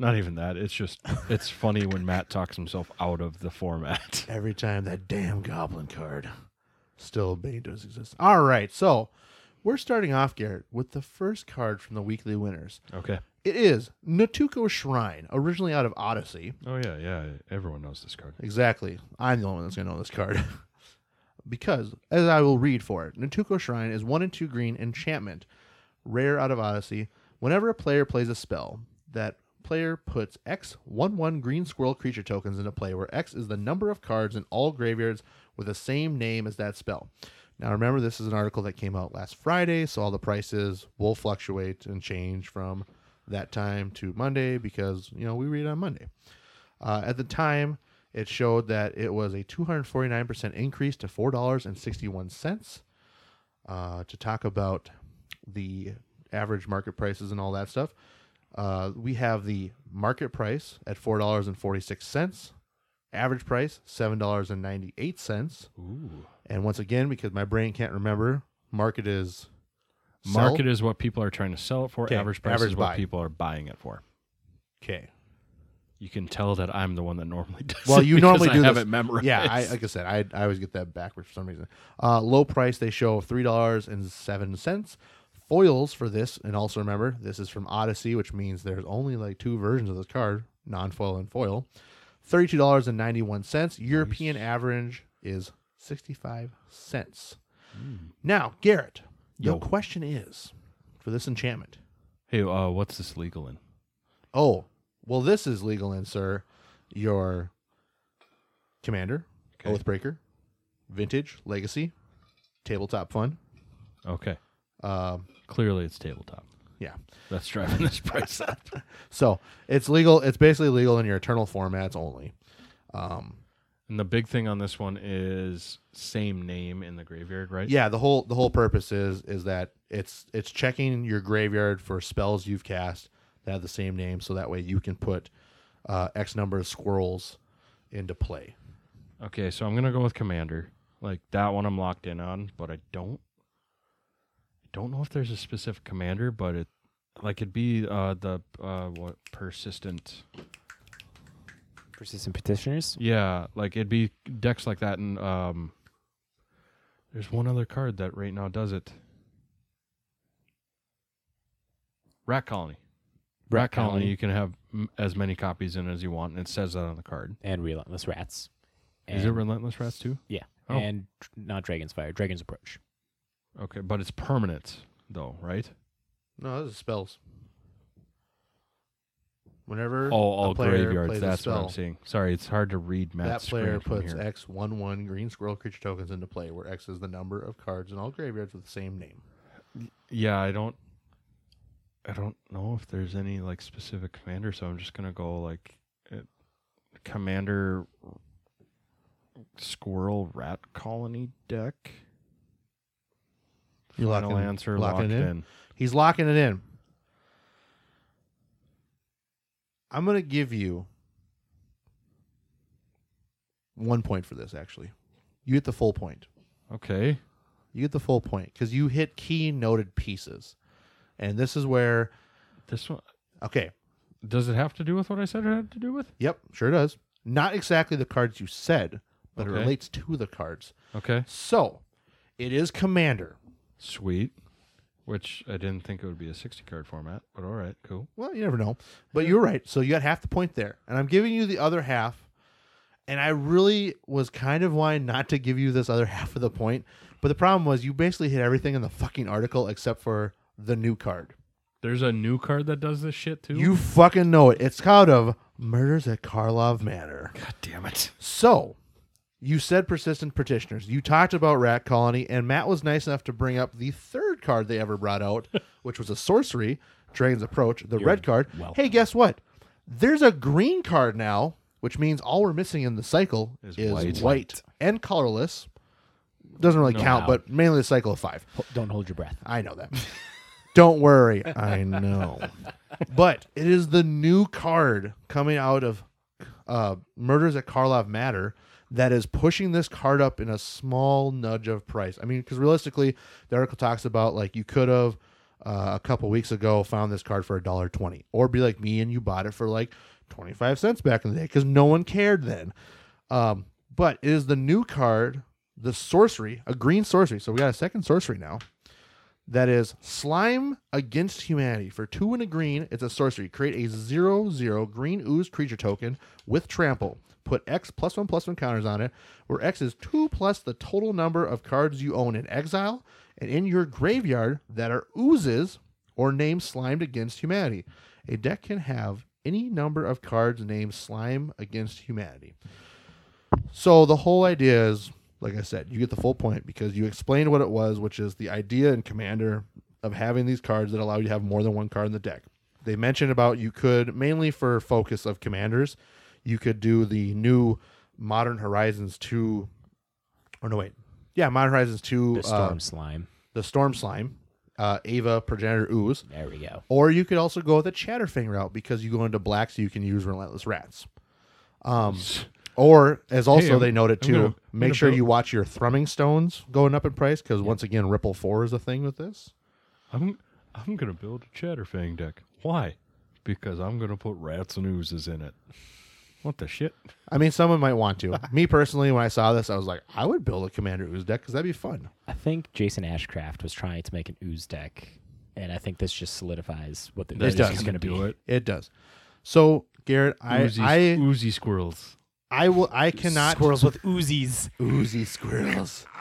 Speaker 2: Not even that. It's just it's funny when Matt talks himself out of the format.
Speaker 3: every time that damn goblin card still Benny does exist. All right, so we're starting off, Garrett, with the first card from the weekly winners.
Speaker 2: Okay.
Speaker 3: It is Natuko Shrine, originally out of Odyssey.
Speaker 2: Oh yeah, yeah. Everyone knows this card.
Speaker 3: Exactly. I'm the only one that's going to know this card. because, as I will read for it, Natuko Shrine is 1 and 2 green enchantment, rare out of Odyssey. Whenever a player plays a spell, that player puts X 1 1 green squirrel creature tokens into play, where X is the number of cards in all graveyards with the same name as that spell. Now, remember, this is an article that came out last Friday, so all the prices will fluctuate and change from that time to Monday because, you know, we read on Monday. Uh, at the time, it showed that it was a 249% increase to $4.61. Uh, to talk about the average market prices and all that stuff, uh, we have the market price at $4.46, average price $7.98.
Speaker 2: Ooh.
Speaker 3: And once again, because my brain can't remember, market is sell.
Speaker 2: Market is what people are trying to sell it for.
Speaker 3: Okay,
Speaker 2: Average price
Speaker 3: average
Speaker 2: is what
Speaker 3: buy.
Speaker 2: people are buying it for.
Speaker 3: Okay.
Speaker 2: You can tell that I'm the one that normally does.
Speaker 3: Well,
Speaker 2: it
Speaker 3: you
Speaker 2: because
Speaker 3: normally
Speaker 2: I
Speaker 3: do
Speaker 2: have
Speaker 3: this.
Speaker 2: it memorized.
Speaker 3: Yeah, I, like I said, I, I always get that backwards for some reason. Uh, low price they show three dollars and seven cents. Foils for this, and also remember this is from Odyssey, which means there's only like two versions of this card, non-foil and foil. Thirty-two dollars and ninety-one cents. European average is sixty-five cents. Now, Garrett, the
Speaker 2: Hmm. Yo.
Speaker 3: question is for this enchantment.
Speaker 2: hey, uh, what's this legal in?
Speaker 3: Oh, well, this is legal in, sir. Your Commander,
Speaker 2: Okay.
Speaker 3: Oathbreaker, Vintage, Legacy, Tabletop Fun.
Speaker 2: Okay.
Speaker 3: Um,
Speaker 2: Clearly, it's tabletop.
Speaker 3: yeah.
Speaker 2: That's driving this price up.
Speaker 3: So it's legal. It's basically legal in your eternal formats only.
Speaker 2: And the big thing on this one is same name in the graveyard, right?
Speaker 3: Yeah. The whole the whole purpose is is that it's it's checking your graveyard for spells you've cast that have the same name, so that way you can put uh, X number of squirrels into play.
Speaker 2: Okay, so I'm gonna go with Commander. Like that one, I'm locked in on, but I don't, I don't know if there's a specific Commander, but it, like, it'd be uh the uh what persistent.
Speaker 5: Persistent petitioners.
Speaker 2: Yeah, like it'd be decks like that, and um, there's one other card that right now does it. Rat Colony. Rat, Colony. You can have m- as many copies in as you want, and it says that on the card.
Speaker 5: and relentless rats.
Speaker 2: Is it
Speaker 5: And-
Speaker 2: Relentless Rats too?
Speaker 5: Yeah,
Speaker 2: Oh.
Speaker 5: and tr- not dragon's fire. Dragon's approach.
Speaker 2: Okay, but it's permanent though, right?
Speaker 3: No, those are spells. Whenever
Speaker 2: Oh, all
Speaker 3: a player
Speaker 2: graveyards.
Speaker 3: plays a
Speaker 2: That's what I'm
Speaker 3: spell,
Speaker 2: seeing. Sorry, it's hard to read
Speaker 3: That
Speaker 2: Matt's
Speaker 3: player
Speaker 2: screen from
Speaker 3: puts
Speaker 2: here.
Speaker 3: X one one green squirrel creature tokens into play, where X is the number of cards in all graveyards with the same name.
Speaker 2: Yeah, I don't. I don't know if there's any like specific commander, so I'm just gonna go like it, commander squirrel rat colony deck.
Speaker 3: You
Speaker 2: Final
Speaker 3: locking-
Speaker 2: answer
Speaker 3: locking
Speaker 2: locked
Speaker 3: it
Speaker 2: in.
Speaker 3: in? He's locking it in. I'm gonna give you one point for this. Actually, you get the full point.
Speaker 2: Okay,
Speaker 3: You get the full point because you hit key noted pieces, and this is where
Speaker 2: this one
Speaker 3: okay.
Speaker 2: does it have to do with what I said it had to do with?
Speaker 3: Yep, sure does. Not exactly the cards you said, but it
Speaker 2: Okay.
Speaker 3: relates to the cards.
Speaker 2: Okay,
Speaker 3: So, it is Commander.
Speaker 2: sweet. Which I didn't think it would be a 60 card format, but all right, cool.
Speaker 3: Well, you never know. But you're right. So you got half the point there. And I'm giving you the other half. And I really was kind of wanting not to give you this other half of the point. But the problem was you basically hit everything in the fucking article except for the new card.
Speaker 2: There's a new card that does this shit too.
Speaker 3: You fucking know it. It's out of Murders at Karlov Manor.
Speaker 2: God damn it.
Speaker 3: So, you said persistent petitioners. You talked about Rat Colony, and Matt was nice enough to bring up the third card they ever brought out, which was a sorcery, Dragon's Approach, the red card.
Speaker 5: welcome.
Speaker 3: Hey, guess what? There's a green card now, which means all we're missing in the cycle
Speaker 2: Is
Speaker 3: is,
Speaker 2: white.
Speaker 3: white. and colorless. Doesn't really count,
Speaker 5: Wow.
Speaker 3: but mainly the cycle of five.
Speaker 5: Ho- Don't hold your breath.
Speaker 3: I know that. Don't worry, I know. But it is the new card coming out of uh, Murders at Karlov Matter that is pushing this card up in a small nudge of price. I mean, because realistically, the article talks about like you could have uh, a couple weeks ago found this card for a dollar twenty, or be like me and you bought it for like twenty five cents back in the day because no one cared then. Um, but it is the new card, the sorcery, a green sorcery. So we got a second sorcery now. That is Slime Against Humanity. For two and a green, it's a sorcery. Create a zero zero green ooze creature token with trample. Put X plus one plus one counters on it, where X is two plus the total number of cards you own in exile and in your graveyard that are oozes or named Slimed Against Humanity. A deck can have any number of cards named Slime Against Humanity. So the whole idea is, like I said, you get the full point because you explained what it was, which is the idea in Commander of having these cards that allow you to have more than one card in the deck. They mentioned about you could mainly for focus of commanders, you could do the new Modern Horizons two, or no wait, yeah, Modern Horizons two, uh,
Speaker 5: The storm slime.
Speaker 3: the Storm Slime, uh, Ava Progenitor Ooze,
Speaker 5: There we go.
Speaker 3: or you could also go the Chatterfang route because you go into black, so you can use Relentless Rats. Um, or as also
Speaker 2: I'm-
Speaker 3: they noted
Speaker 2: I'm
Speaker 3: too,
Speaker 2: gonna- I'm
Speaker 3: make
Speaker 2: gonna
Speaker 3: sure
Speaker 2: vote.
Speaker 3: you watch your thrumming stones going up in price because once again, Ripple Four is a thing with this.
Speaker 2: I'm I'm gonna build a chatterfang deck. Why? Because I'm gonna put rats and oozes in it. What the shit?
Speaker 3: I mean, someone might want to. Me personally, when I saw this, I was like, I would build a Commander Ooze deck because that'd be fun.
Speaker 5: I think Jason Ashcraft was trying to make an ooze deck, and I think this just solidifies what the ooze
Speaker 3: does.
Speaker 5: is
Speaker 2: Just
Speaker 5: going to be.
Speaker 2: do it.
Speaker 3: It does. So Garrett, I
Speaker 2: Oozy,
Speaker 3: I
Speaker 2: oozy squirrels.
Speaker 3: I will I cannot
Speaker 5: Squirrels with oozies.
Speaker 3: oozy squirrels.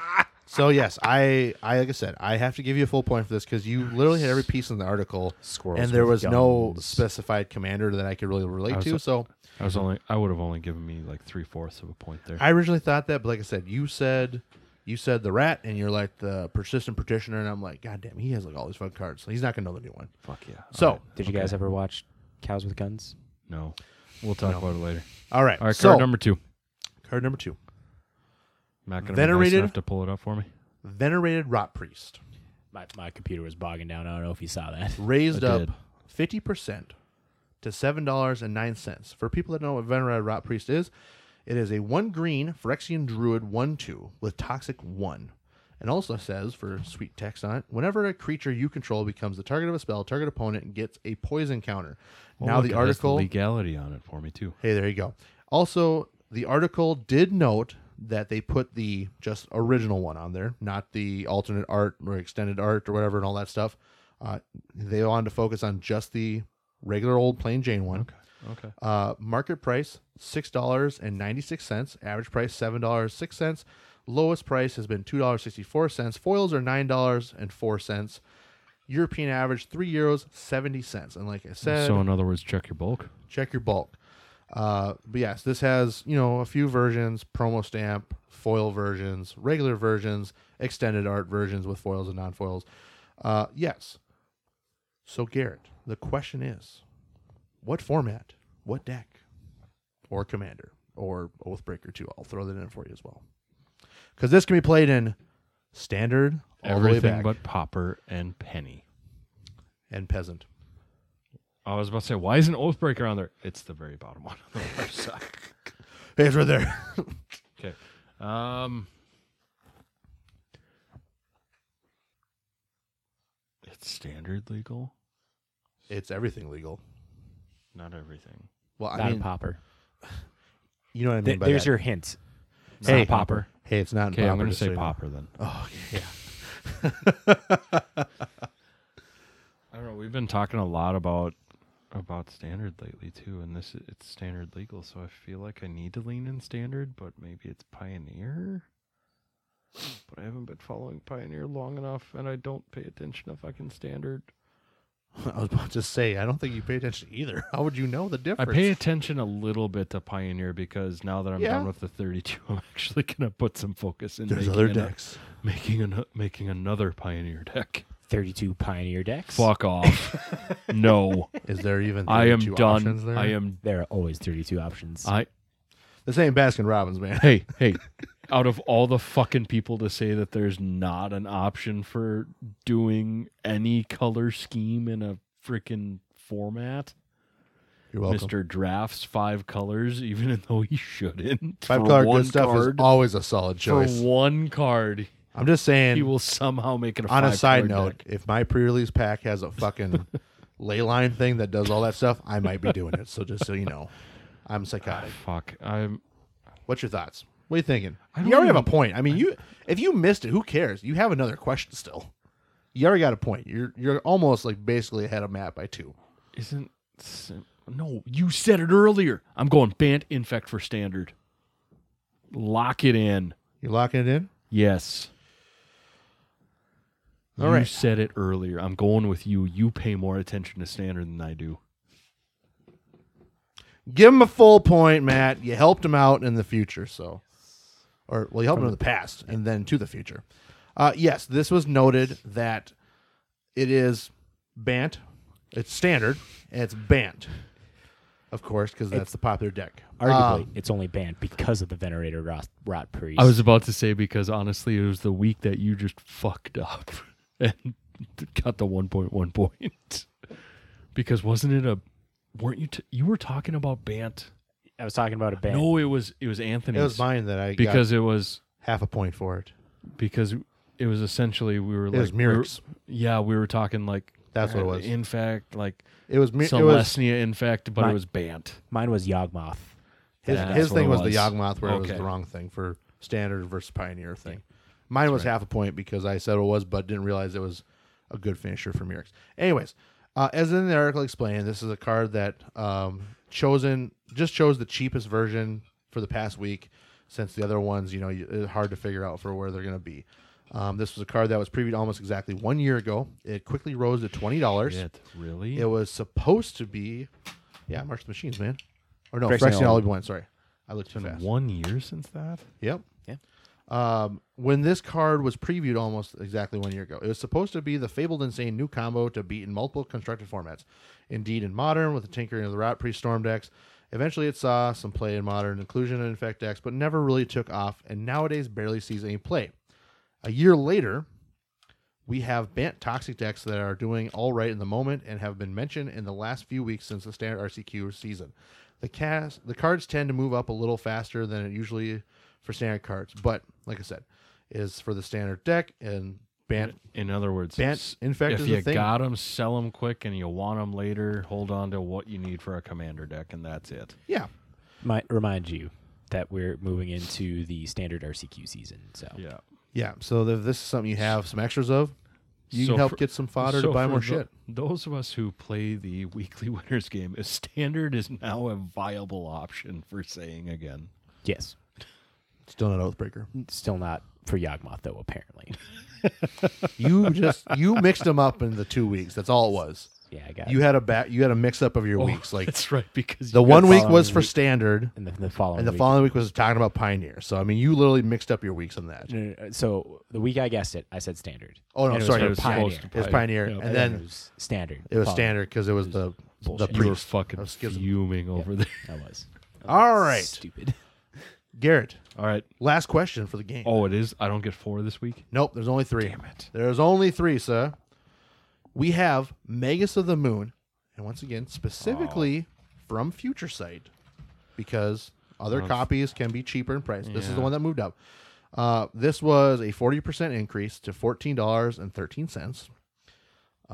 Speaker 3: So yes, I, I like I said, I have to give you a full point for this because you literally had every piece in the article,
Speaker 5: Squirrels
Speaker 3: and there
Speaker 5: with
Speaker 3: was no
Speaker 5: guns.
Speaker 3: specified commander that I could really relate
Speaker 2: was
Speaker 3: to.
Speaker 2: a-
Speaker 3: so
Speaker 2: I was only I would have only given me like three fourths of a point there.
Speaker 3: I originally thought that, but like I said, you said you said the rat, and you're like the persistent petitioner, and I'm like, God damn, he has like all these fun cards, so he's not gonna know the new one.
Speaker 2: Fuck yeah.
Speaker 3: So
Speaker 5: Did you guys ever watch Cows with Guns?
Speaker 2: No. We'll talk
Speaker 3: No.
Speaker 2: about it later.
Speaker 3: all right,
Speaker 2: All right,
Speaker 3: so
Speaker 2: card number two.
Speaker 3: card number two,
Speaker 2: Not gonna be
Speaker 3: Venerated-
Speaker 2: nice enough to pull it up for me.
Speaker 3: venerated rot priest,
Speaker 5: My, my computer was bogging down. I don't know if you saw that.
Speaker 3: raised
Speaker 2: I
Speaker 3: up
Speaker 2: did.
Speaker 3: fifty percent to seven dollars and nine cents. For people that don't know what venerated rot priest is, it is a one green Phyrexian druid one two with toxic one. And also says for sweet text on it, whenever a creature you control becomes the target of a spell, target opponent gets a poison counter. now
Speaker 2: Oh, look,
Speaker 3: the
Speaker 2: it has
Speaker 3: article
Speaker 2: legality on it for me too.
Speaker 3: Hey, there you go. Also, the article did note that they put the just original one on there, not the alternate art or extended art or whatever and all that stuff. Uh, they wanted to focus on just the regular old plain Jane one.
Speaker 2: Okay.
Speaker 3: Uh, market price six dollars and ninety six cents. Average price seven dollars six cents. Lowest price has been two dollars sixty four cents. Foils are nine dollars and four cents. European average three euros seventy cents. And like I said,
Speaker 2: So in other words, check your bulk.
Speaker 3: check your bulk. Uh, but yes, this has you know a few versions: promo stamp, foil versions, regular versions, extended art versions with foils and non-foils. Uh, yes. So Garrett, the question is, what format, what deck, or commander, or Oathbreaker two? I'll throw that in for you as well, because this can be played in standard, all the way
Speaker 2: Everything
Speaker 3: back,
Speaker 2: but popper and penny. Oh,
Speaker 3: and peasant.
Speaker 2: I was about to say, why isn't Oathbreaker on there? It's the very bottom one on the left side.
Speaker 3: Hey, it's right there.
Speaker 2: Okay. Um It's standard legal.
Speaker 3: it's everything legal.
Speaker 2: Not everything.
Speaker 3: Well, I
Speaker 5: not
Speaker 3: mean,
Speaker 5: a popper.
Speaker 3: you know what I mean.
Speaker 5: Th-
Speaker 3: by
Speaker 5: there's
Speaker 3: that.
Speaker 5: your hint.
Speaker 2: It's
Speaker 3: Hey,
Speaker 2: not popper.
Speaker 3: Hey, it's not. in
Speaker 2: Okay, I'm
Speaker 3: proper,
Speaker 2: gonna
Speaker 3: just so
Speaker 2: say
Speaker 3: you know.
Speaker 2: popper then.
Speaker 3: Oh yeah.
Speaker 2: Oh, I don't know. We've been talking a lot about about standard lately too, and this it's standard legal, so I feel like I need to lean in standard, but maybe it's pioneer. But I haven't been following pioneer long enough, and I don't pay attention to fucking standard.
Speaker 3: I was about to say, I don't think you pay attention either. How would you know the
Speaker 2: I
Speaker 3: difference?
Speaker 2: pay attention a little bit to pioneer because now that I'm
Speaker 3: Yeah.
Speaker 2: done with the 32, I'm actually gonna put some focus in
Speaker 3: There's
Speaker 2: making
Speaker 3: other
Speaker 2: ano-
Speaker 3: decks.
Speaker 2: making an, making another pioneer deck.
Speaker 5: 32 Pioneer decks.
Speaker 2: Fuck off! no,
Speaker 3: Is there even?
Speaker 2: I am
Speaker 3: 32 options
Speaker 2: done.
Speaker 3: There?
Speaker 2: I am.
Speaker 5: There are always 32 options.
Speaker 2: I
Speaker 3: This ain't Baskin Robbins, man.
Speaker 2: hey, hey, out of all the fucking people to say that there's not an option for doing any color scheme in a freaking format,
Speaker 3: You're welcome.
Speaker 2: Mr. Drafts five colors, even though he shouldn't.
Speaker 3: Five
Speaker 2: for
Speaker 3: color
Speaker 2: one
Speaker 3: good stuff is
Speaker 2: card-
Speaker 3: always a solid
Speaker 2: for
Speaker 3: choice.
Speaker 2: one card,
Speaker 3: I'm just saying.
Speaker 2: he will somehow make it a
Speaker 3: on a
Speaker 2: five
Speaker 3: side
Speaker 2: card
Speaker 3: note,
Speaker 2: deck.
Speaker 3: if my pre-release pack has a fucking ley line thing that does all that stuff, I might be doing it. So just so you know, I'm psychotic.
Speaker 2: Fuck, I'm.
Speaker 3: What's your thoughts? What are you thinking?
Speaker 2: I
Speaker 3: You
Speaker 2: don't
Speaker 3: already have a
Speaker 2: even-
Speaker 3: point. I mean, you if you missed it, who cares? You have another question still. You already got a point. You're you're almost like basically ahead of Matt by two.
Speaker 2: Isn't sim- no? You said it earlier. I'm going Bant Infect for standard. Lock it in.
Speaker 3: You're locking it in.
Speaker 2: Yes.
Speaker 3: All
Speaker 2: you
Speaker 3: right.
Speaker 2: said it earlier. I'm going with you. You pay more attention to standard than I do.
Speaker 3: Give him a full point, Matt. You helped him out in the future, so or well, you helped him in the past and then to the future. Uh, yes, this was noted that it is Bant. It's standard and it's Bant, of course, because that's the popular deck. Um,
Speaker 5: Arguably, it's only banned because of the Venerator Rot, rot Priest.
Speaker 2: I was about to say because honestly, it was the week that you just fucked up and got the 1.1 point. because wasn't it a? Weren't you? T- you were talking about Bant.
Speaker 5: I was talking about a ban.
Speaker 2: No, it was it was Anthony's
Speaker 3: it was mine that I
Speaker 2: because
Speaker 3: got
Speaker 2: it was
Speaker 3: half a point for it.
Speaker 2: because it was essentially we were
Speaker 3: It
Speaker 2: like
Speaker 3: was
Speaker 2: we were-
Speaker 3: Murik's.
Speaker 2: yeah, we were talking like
Speaker 3: That's what it was.
Speaker 2: In fact, like
Speaker 3: It was Mi- it was
Speaker 2: Celestia, in fact, but
Speaker 5: My-
Speaker 2: it was Bant.
Speaker 5: Mine was Yawgmoth.
Speaker 3: his,
Speaker 2: That's
Speaker 3: his
Speaker 2: what
Speaker 3: thing
Speaker 2: it
Speaker 3: was,
Speaker 2: was.
Speaker 3: the Yawgmoth where it was
Speaker 2: Okay.
Speaker 3: the wrong thing for standard versus pioneer thing. Mine was half a point because I said it was, but didn't realize it was a good finisher for Murix. Anyways, uh, as in the article explained, this is a card that um, chosen just chose the cheapest version for the past week, since the other ones, you know, you- it's hard to figure out for where they're going to be. Um, this was a card that was previewed almost exactly one year ago. It quickly rose to twenty dollars.
Speaker 2: Shit, really?
Speaker 3: It was supposed to be, yeah, March of the Machines, man, or no,
Speaker 5: Phyrexian
Speaker 3: Phyrexian
Speaker 5: Olive.
Speaker 3: Olive One. Sorry, I looked too
Speaker 2: Been
Speaker 3: fast.
Speaker 2: one year since that.
Speaker 3: Yep.
Speaker 5: Yeah.
Speaker 3: Um, when this card was previewed almost exactly one year ago, it was supposed to be the fabled insane new combo to beat in multiple constructed formats. Indeed, in modern, with the Tinkering of the Rot pre Storm decks, eventually it saw some play in modern inclusion and infect decks, but never really took off, and nowadays barely sees any play. A year later, we have Bant Toxic decks that are doing all right in the moment and have been mentioned in the last few weeks since the standard RCQ season. The cast the cards tend to move up a little faster than it usually for standard cards, but like I said, is for the standard deck and Bant
Speaker 2: In other words,
Speaker 3: Bant
Speaker 2: s-
Speaker 3: Infect
Speaker 2: if
Speaker 3: is
Speaker 2: you
Speaker 3: a thing.
Speaker 2: got them, sell them quick, and you want them later, hold on to what you need for a commander deck, and that's it.
Speaker 3: yeah.
Speaker 5: Might remind you that we're moving into the standard RCQ season. So
Speaker 2: Yeah.
Speaker 3: Yeah. So if this is something you have some extras of, you
Speaker 2: So
Speaker 3: can help
Speaker 2: for-
Speaker 3: get some fodder
Speaker 2: So
Speaker 3: to buy
Speaker 2: for
Speaker 3: more
Speaker 2: tho-
Speaker 3: shit.
Speaker 2: Those of us who play the weekly winners game, a standard is now a viable option for saying again.
Speaker 5: yes,
Speaker 3: Still not Oathbreaker.
Speaker 5: still not for Yagmoth though. Apparently,
Speaker 3: You just you mixed them up in the two weeks. That's all it was.
Speaker 5: yeah, I got
Speaker 3: You
Speaker 5: it.
Speaker 3: had a bat you had a mix up of your weeks. Like
Speaker 2: Oh, that's right because
Speaker 3: the
Speaker 2: you
Speaker 3: one
Speaker 2: got
Speaker 3: week
Speaker 5: following
Speaker 3: was for
Speaker 5: week.
Speaker 3: standard.
Speaker 5: And the, the following
Speaker 3: and the
Speaker 5: week-
Speaker 3: following week was talking about Pioneer. So I mean, you literally mixed up your weeks on that.
Speaker 5: No, no, no. So the week I guessed it, I said standard.
Speaker 3: Oh no,
Speaker 5: And it was
Speaker 3: sorry,
Speaker 5: for
Speaker 3: it was
Speaker 5: Pioneer.
Speaker 3: Pioneer. It was Pioneer,
Speaker 2: Yep.
Speaker 3: and
Speaker 5: it
Speaker 3: then
Speaker 5: was standard.
Speaker 3: it was
Speaker 5: Following.
Speaker 3: standard because it was the the
Speaker 5: bullshit.
Speaker 2: you were
Speaker 3: priest.
Speaker 2: fucking
Speaker 3: of schism.
Speaker 2: fuming over there.
Speaker 5: I was.
Speaker 3: All right.
Speaker 5: Stupid.
Speaker 3: Garrett,
Speaker 2: All right.
Speaker 3: last question for the game.
Speaker 2: Oh, it is. I don't get four this week.
Speaker 3: Nope, there's only three.
Speaker 2: Damn it.
Speaker 3: There's only three, sir. We have Magus of the Moon, and once again, specifically from Future Sight, because other copies can be cheaper in price. This is the
Speaker 2: Yeah.
Speaker 3: one that moved up. Uh, this was a 40% increase to $14.13.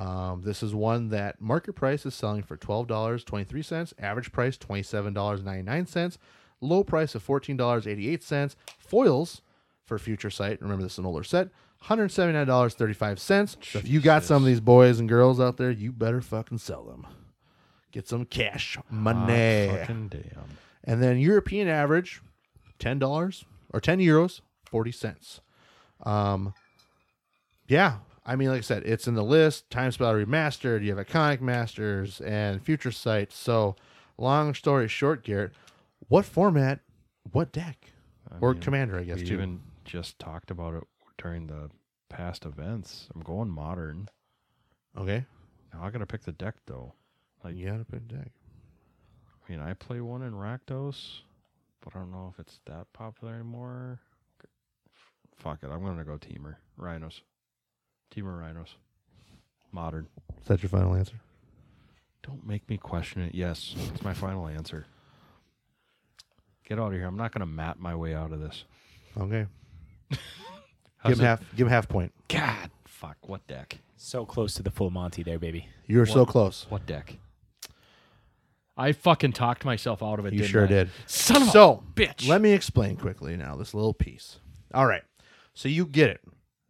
Speaker 3: Um, this is one that market price is selling for $12.23, average price $27.99, low price of $14.88, foils for future site. Remember, this is an older set. $179.35. So if you got some of these boys and girls out there, you better fucking sell them. Get some cash money.
Speaker 2: Ah, fucking damn.
Speaker 3: And then European average, ten dollars or ten euros, forty cents. Um, yeah, I mean, like I said, it's in the list. Time Spell Remastered. You have Iconic Masters and Future Sight. So, long story short, Garrett, what format, what deck, or
Speaker 2: mean,
Speaker 3: commander? I guess
Speaker 2: we
Speaker 3: too.
Speaker 2: even just talked about it during the past events. I'm going modern.
Speaker 3: okay,
Speaker 2: Now I gotta pick the deck though. Like
Speaker 3: you gotta pick a deck.
Speaker 2: I mean, I play one in Rakdos, but I don't know if it's that popular anymore. Fuck it, I'm gonna go Teamer Rhinos. Teamer Rhinos. Modern.
Speaker 3: Is that your final answer?
Speaker 2: Don't make me question it. Yes, it's my final answer. Get out of here. I'm not gonna map my way out of this.
Speaker 3: Okay,
Speaker 2: How's
Speaker 3: give him
Speaker 2: it-
Speaker 3: half. Give him half point.
Speaker 2: God, fuck. What deck?
Speaker 5: So close to the full Monty there, baby.
Speaker 3: You were so close.
Speaker 2: What deck? I fucking talked myself out of it.
Speaker 3: You
Speaker 2: didn't
Speaker 3: sure
Speaker 2: I?
Speaker 3: did.
Speaker 2: Son of
Speaker 3: so,
Speaker 2: a bitch.
Speaker 3: Let me explain quickly now this little piece. All right. So you get it.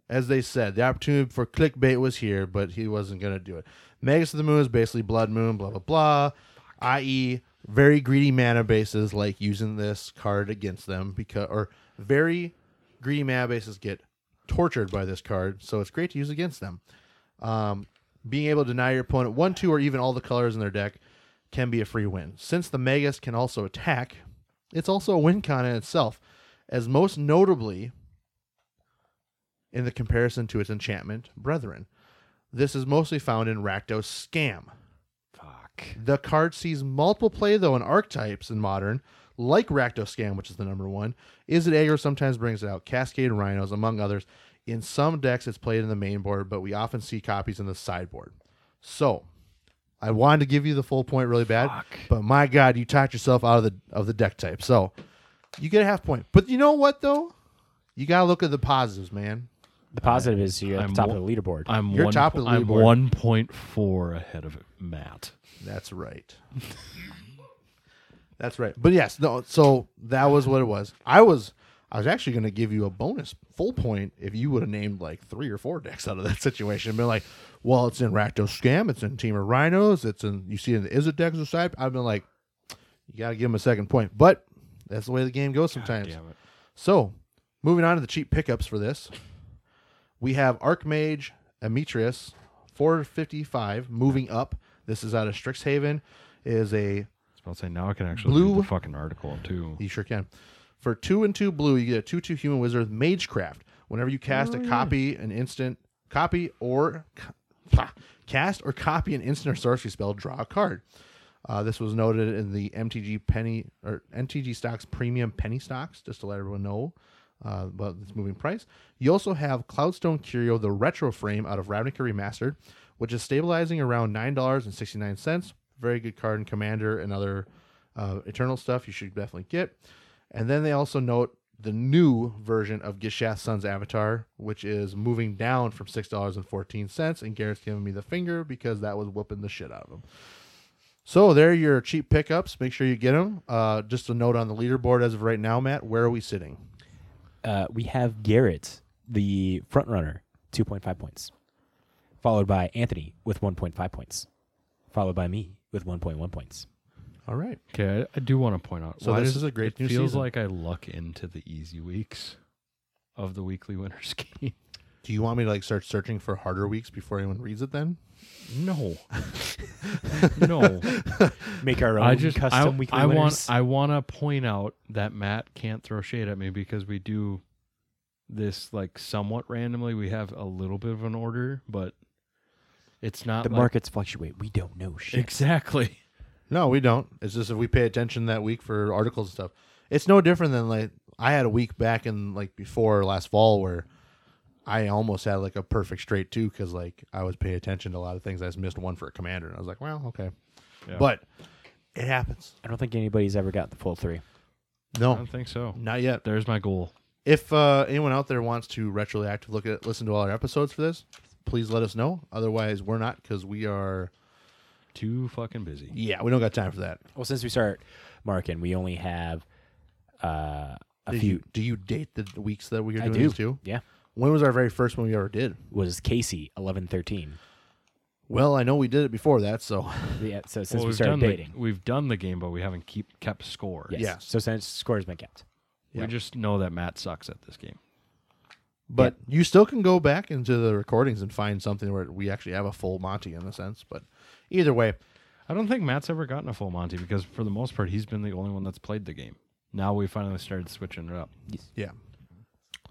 Speaker 3: As they said, the opportunity for clickbait was here, but he wasn't going to do it. Magus of the Moon is basically Blood Moon, blah, blah, blah, i.e., very greedy mana bases like using this card against them because, or very greedy mana bases get tortured by this card, so it's great to use against them. Um, being able to deny your opponent one, two, or even all the colors in their deck can be a free win. Since the Magus can also attack, it's also a win con in itself, as most notably in the comparison to its enchantment brethren. This is mostly found in Rakdos Scam.
Speaker 2: Fuck.
Speaker 3: The card sees multiple play though in archetypes in modern, like Rakdos Scam, which is the number one. Is it aggro sometimes brings it out, Cascade Rhinos, among others. In some decks it's played in the main board, but we often see copies in the sideboard. So I wanted to give you the full point really bad,
Speaker 2: Fuck.
Speaker 3: but my god, you talked yourself out of the of the deck type. So you get a half point. But you know what though? You gotta look at the positives, man.
Speaker 5: The positive is you're at
Speaker 2: I'm
Speaker 5: the top
Speaker 2: wa-
Speaker 5: of the leaderboard.
Speaker 2: I'm
Speaker 3: You're
Speaker 2: one,
Speaker 3: top of the
Speaker 2: I'm
Speaker 3: leaderboard.
Speaker 2: one point four ahead of Matt.
Speaker 3: That's right. That's right. But yes, no. So that was what it was. I was, I was actually going to give you a bonus full point if you would have named like three or four decks out of that situation. Been like, well, it's in Rakdos Scam, it's in Team of Rhinos, it's in you see it in the Izzet decks aside. I've been like, you got to give him a second point, but that's the way the game goes sometimes.
Speaker 2: Damn it.
Speaker 3: So, moving on to the cheap pickups for this. We have Archmage Emetrius, 455, moving up. This is out of Strixhaven. Is a
Speaker 2: I'll say now I can actually
Speaker 3: Blue-
Speaker 2: read the fucking article too.
Speaker 3: you sure can. For two and two blue, you get a two two human wizard with Magecraft. Whenever you cast a copy, an instant copy or ca- cast or copy an instant or sorcery spell, draw a card. Uh, this was noted in the MTG penny or MTG stocks premium penny stocks, just to let everyone know uh, about its moving price. You also have Cloudstone Curio, the retro frame out of Ravnica Remastered, which is stabilizing around nine dollars and sixty nine cents. Very good card in Commander and other uh, Eternal stuff. You should definitely get. And then they also note the new version of Gishath Sun's Avatar, which is moving down from six dollars and fourteen cents. And Garrett's giving me the finger because that was whooping the shit out of him. So there are your cheap pickups. Make sure you get them. Uh, just a note on the leaderboard as of right now, Matt. Where are we sitting?
Speaker 5: Uh, we have Garrett, the front runner, 2.5 points, followed by Anthony with 1.5 points, followed by me with 1.1 points.
Speaker 3: All right.
Speaker 2: Okay, I, I do want to point out.
Speaker 3: So
Speaker 2: why
Speaker 3: this
Speaker 2: does-
Speaker 3: is a great
Speaker 2: It
Speaker 3: new
Speaker 2: feels
Speaker 3: season.
Speaker 2: like I luck into the easy weeks of the weekly winter scheme.
Speaker 3: Do you want me to like start searching for harder weeks before anyone reads it? Then
Speaker 2: No, no.
Speaker 5: Make our own
Speaker 2: I just I,
Speaker 5: custom weekly
Speaker 2: I want
Speaker 5: winners.
Speaker 2: I want to point out that Matt can't throw shade at me because we do this like somewhat randomly. We have a little bit of an order, but it's not
Speaker 5: the
Speaker 2: like-
Speaker 5: markets fluctuate. We don't know shit.
Speaker 2: exactly.
Speaker 3: no, we don't. It's just if we pay attention that week for articles and stuff. It's no different than like I had a week back in like before last fall where I almost had like a perfect straight two because like I was paying attention to a lot of things. I just missed one for a commander, and I was like, well, okay,
Speaker 2: Yeah.
Speaker 3: but it happens.
Speaker 5: I don't think anybody's ever got the full three.
Speaker 2: I
Speaker 3: No,
Speaker 2: don't think so.
Speaker 5: Oh.
Speaker 3: not yet.
Speaker 2: There's my goal.
Speaker 3: If uh, anyone out there wants to retroactive look at listen to all our episodes for this, please let us know. Otherwise, we're not because we are.
Speaker 2: Too fucking busy.
Speaker 3: Yeah, we don't got time for that.
Speaker 5: Well, since we start marking, we only have uh, a
Speaker 3: Did
Speaker 5: few.
Speaker 3: you do you date the weeks that we are
Speaker 5: I
Speaker 3: doing
Speaker 5: do.
Speaker 3: these two?
Speaker 5: Yeah.
Speaker 3: When was our very first one we ever did?
Speaker 5: Was Casey eleven thirteen?
Speaker 3: Well, I know we did it before that, so
Speaker 5: Yeah. uh, So since
Speaker 2: Well,
Speaker 5: we
Speaker 2: we've
Speaker 5: started
Speaker 2: done the-
Speaker 5: dating,
Speaker 2: we've done the game, but we haven't keep kept score.
Speaker 5: yes.
Speaker 3: Yes.
Speaker 5: So since score's been kept,
Speaker 3: Yeah.
Speaker 2: We just know that Matt sucks at this game.
Speaker 3: but you still can go back into the recordings and find something where we actually have a full Monty in a sense. But either way,
Speaker 2: I don't think Matt's ever gotten a full Monty because for the most part he's been the only one that's played the game. Now we finally started switching it up.
Speaker 3: yeah.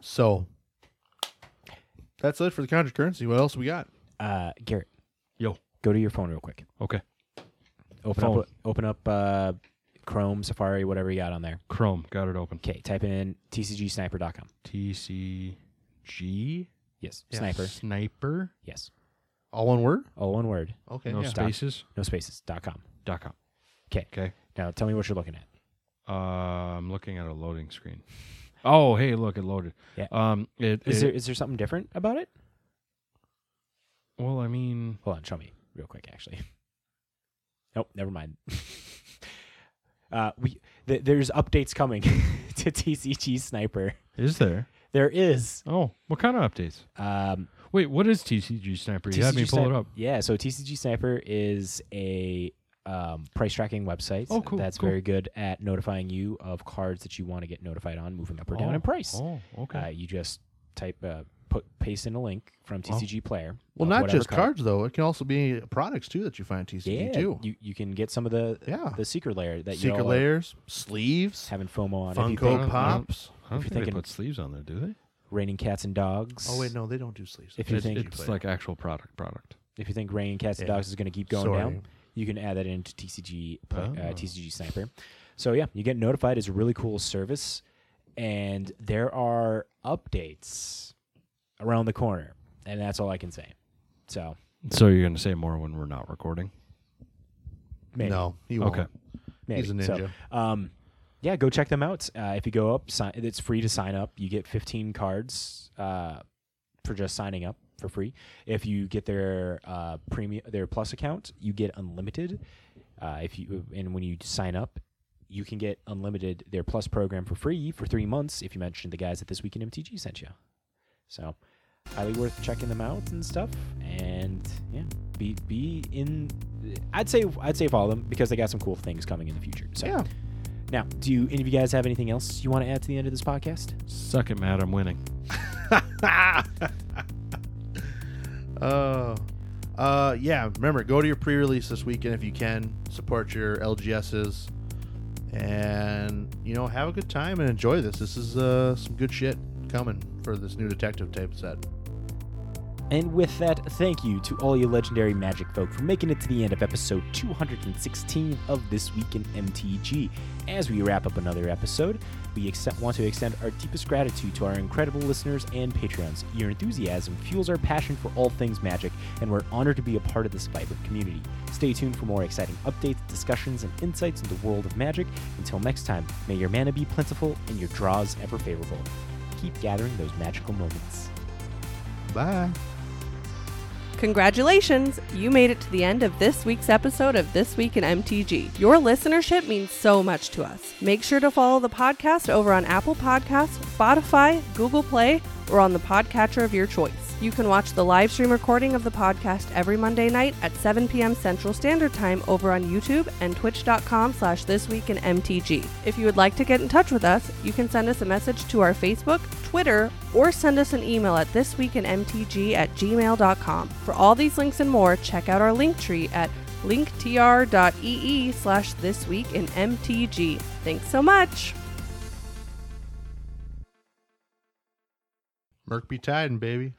Speaker 3: So that's it for the counter currency. What else we got?
Speaker 5: uh, Garrett,
Speaker 2: Yo.
Speaker 5: go to your phone real quick.
Speaker 2: Okay.
Speaker 5: Open
Speaker 2: Phone.
Speaker 5: up. Open up. Uh, Chrome, Safari, whatever you got on there.
Speaker 2: Chrome, got it open.
Speaker 5: Okay, type in tcgsniper.com.
Speaker 2: TCG
Speaker 5: Yes, sniper.
Speaker 2: Sniper.
Speaker 5: Yes,
Speaker 3: All one word?
Speaker 5: all one word,
Speaker 3: Okay.
Speaker 2: no
Speaker 3: yeah.
Speaker 2: spaces.
Speaker 5: no spaces. Dot com.
Speaker 2: Dot com.
Speaker 5: Okay.
Speaker 2: Okay.
Speaker 5: Now tell me what you're looking at.
Speaker 2: Uh, I'm looking at a loading screen. Oh, hey, look, it loaded.
Speaker 5: Yeah.
Speaker 2: Um. It.
Speaker 5: Is
Speaker 2: it-
Speaker 5: there is there something different about it?
Speaker 2: well, I mean,
Speaker 5: Hold on, show me real quick. Actually, nope, never mind. uh, we th- there's updates coming to TCG Sniper.
Speaker 2: is there?
Speaker 5: There is.
Speaker 2: Oh, what kind of updates?
Speaker 5: Um,
Speaker 2: Wait, what is TCG Sniper? You had me pull it
Speaker 5: Sni-
Speaker 2: up.
Speaker 5: Yeah, so TCG Sniper is a um, price tracking website
Speaker 2: Oh, cool,
Speaker 5: that's
Speaker 2: cool.
Speaker 5: very good at notifying you of cards that you want to get notified on moving up or down in price.
Speaker 2: Oh, okay.
Speaker 5: Uh, you just type uh, put paste in a link from TCG Player.
Speaker 3: Well,
Speaker 5: of
Speaker 3: not
Speaker 5: whatever
Speaker 3: just
Speaker 5: card.
Speaker 3: cards though. It can also be products too that you find at TCG
Speaker 5: Yeah,
Speaker 3: too.
Speaker 5: you you can get some of the
Speaker 3: Yeah.
Speaker 5: the secret layer that you
Speaker 3: Secret
Speaker 5: all are
Speaker 3: layers, sleeves,
Speaker 5: having FOMO on. If you think
Speaker 3: Funko Pops.
Speaker 2: I don't
Speaker 5: if you're
Speaker 2: think they
Speaker 5: thinking-
Speaker 2: put sleeves on there, do they?
Speaker 5: raining cats and dogs.
Speaker 3: Oh wait, no, they don't do sleeves.
Speaker 5: If you
Speaker 2: It's-
Speaker 5: think
Speaker 2: it's like actual product, product.
Speaker 5: if you think raining cats and
Speaker 3: Yeah.
Speaker 5: dogs is going to keep going
Speaker 3: Sorry.
Speaker 5: down, you can add that into TCG play,
Speaker 2: Oh.
Speaker 5: uh, TCG Sniper. So yeah, you get notified. It's a really cool service, and there are updates around the corner, and that's all I can say. So
Speaker 2: So you're gonna say more when we're not recording?
Speaker 5: maybe,
Speaker 3: No, he won't.
Speaker 2: Okay.
Speaker 5: maybe.
Speaker 3: he's a
Speaker 5: So,
Speaker 3: ninja.
Speaker 5: um, yeah, go check them out. Uh, if you go up, sign, it's free to sign up. You get 15 cards uh, for just signing up for free. If you get their uh, premium, their plus account, you get unlimited. Uh, if you and when you sign up, you can get unlimited their plus program for free for three months if you mention the guys at this weekend MTG sent you. So highly worth checking them out and stuff. And yeah, be be in. I'd say I'd say follow them because they got some cool things coming in the future. So
Speaker 3: Yeah.
Speaker 5: now, do you, any of you guys have anything else you want to add to the end of this podcast?
Speaker 2: Suck it, Matt. I'm winning.
Speaker 3: Oh. Uh, yeah, remember, go to your pre release this weekend if you can. Support your LGSs. And, you know, have a good time and enjoy this. This is uh, some good shit coming for this new detective tape set.
Speaker 5: And with that, thank you to all you legendary magic folk for making it to the end of episode 216 of This Week in MTG. As we wrap up another episode, we accept, want to extend our deepest gratitude to our incredible listeners and patrons. Your enthusiasm fuels our passion for all things magic, and we're honored to be a part of this vibrant community. Stay tuned for more exciting updates, discussions, and insights into the world of magic. Until next time, may your mana be plentiful and your draws ever favorable. Keep gathering those magical moments.
Speaker 3: Bye.
Speaker 6: Congratulations! You made it to the end of this week's episode of This Week in MTG. Your listenership means so much to us. Make sure to follow the podcast over on Apple Podcasts, Spotify, Google Play, or on the podcatcher of your choice. You can watch the live stream recording of the podcast every Monday night at 7 p.m. Central Standard Time over on YouTube and twitch.com slash This Week in MTG. If you would like to get in touch with us, you can send us a message to our Facebook, Twitter, or send us an email at thisweekinmtg at gmail.com. For all these links and more, check out our link tree at linktr.ee E slash this week in MTG. Thanks so much!
Speaker 3: Merc be tiding, baby.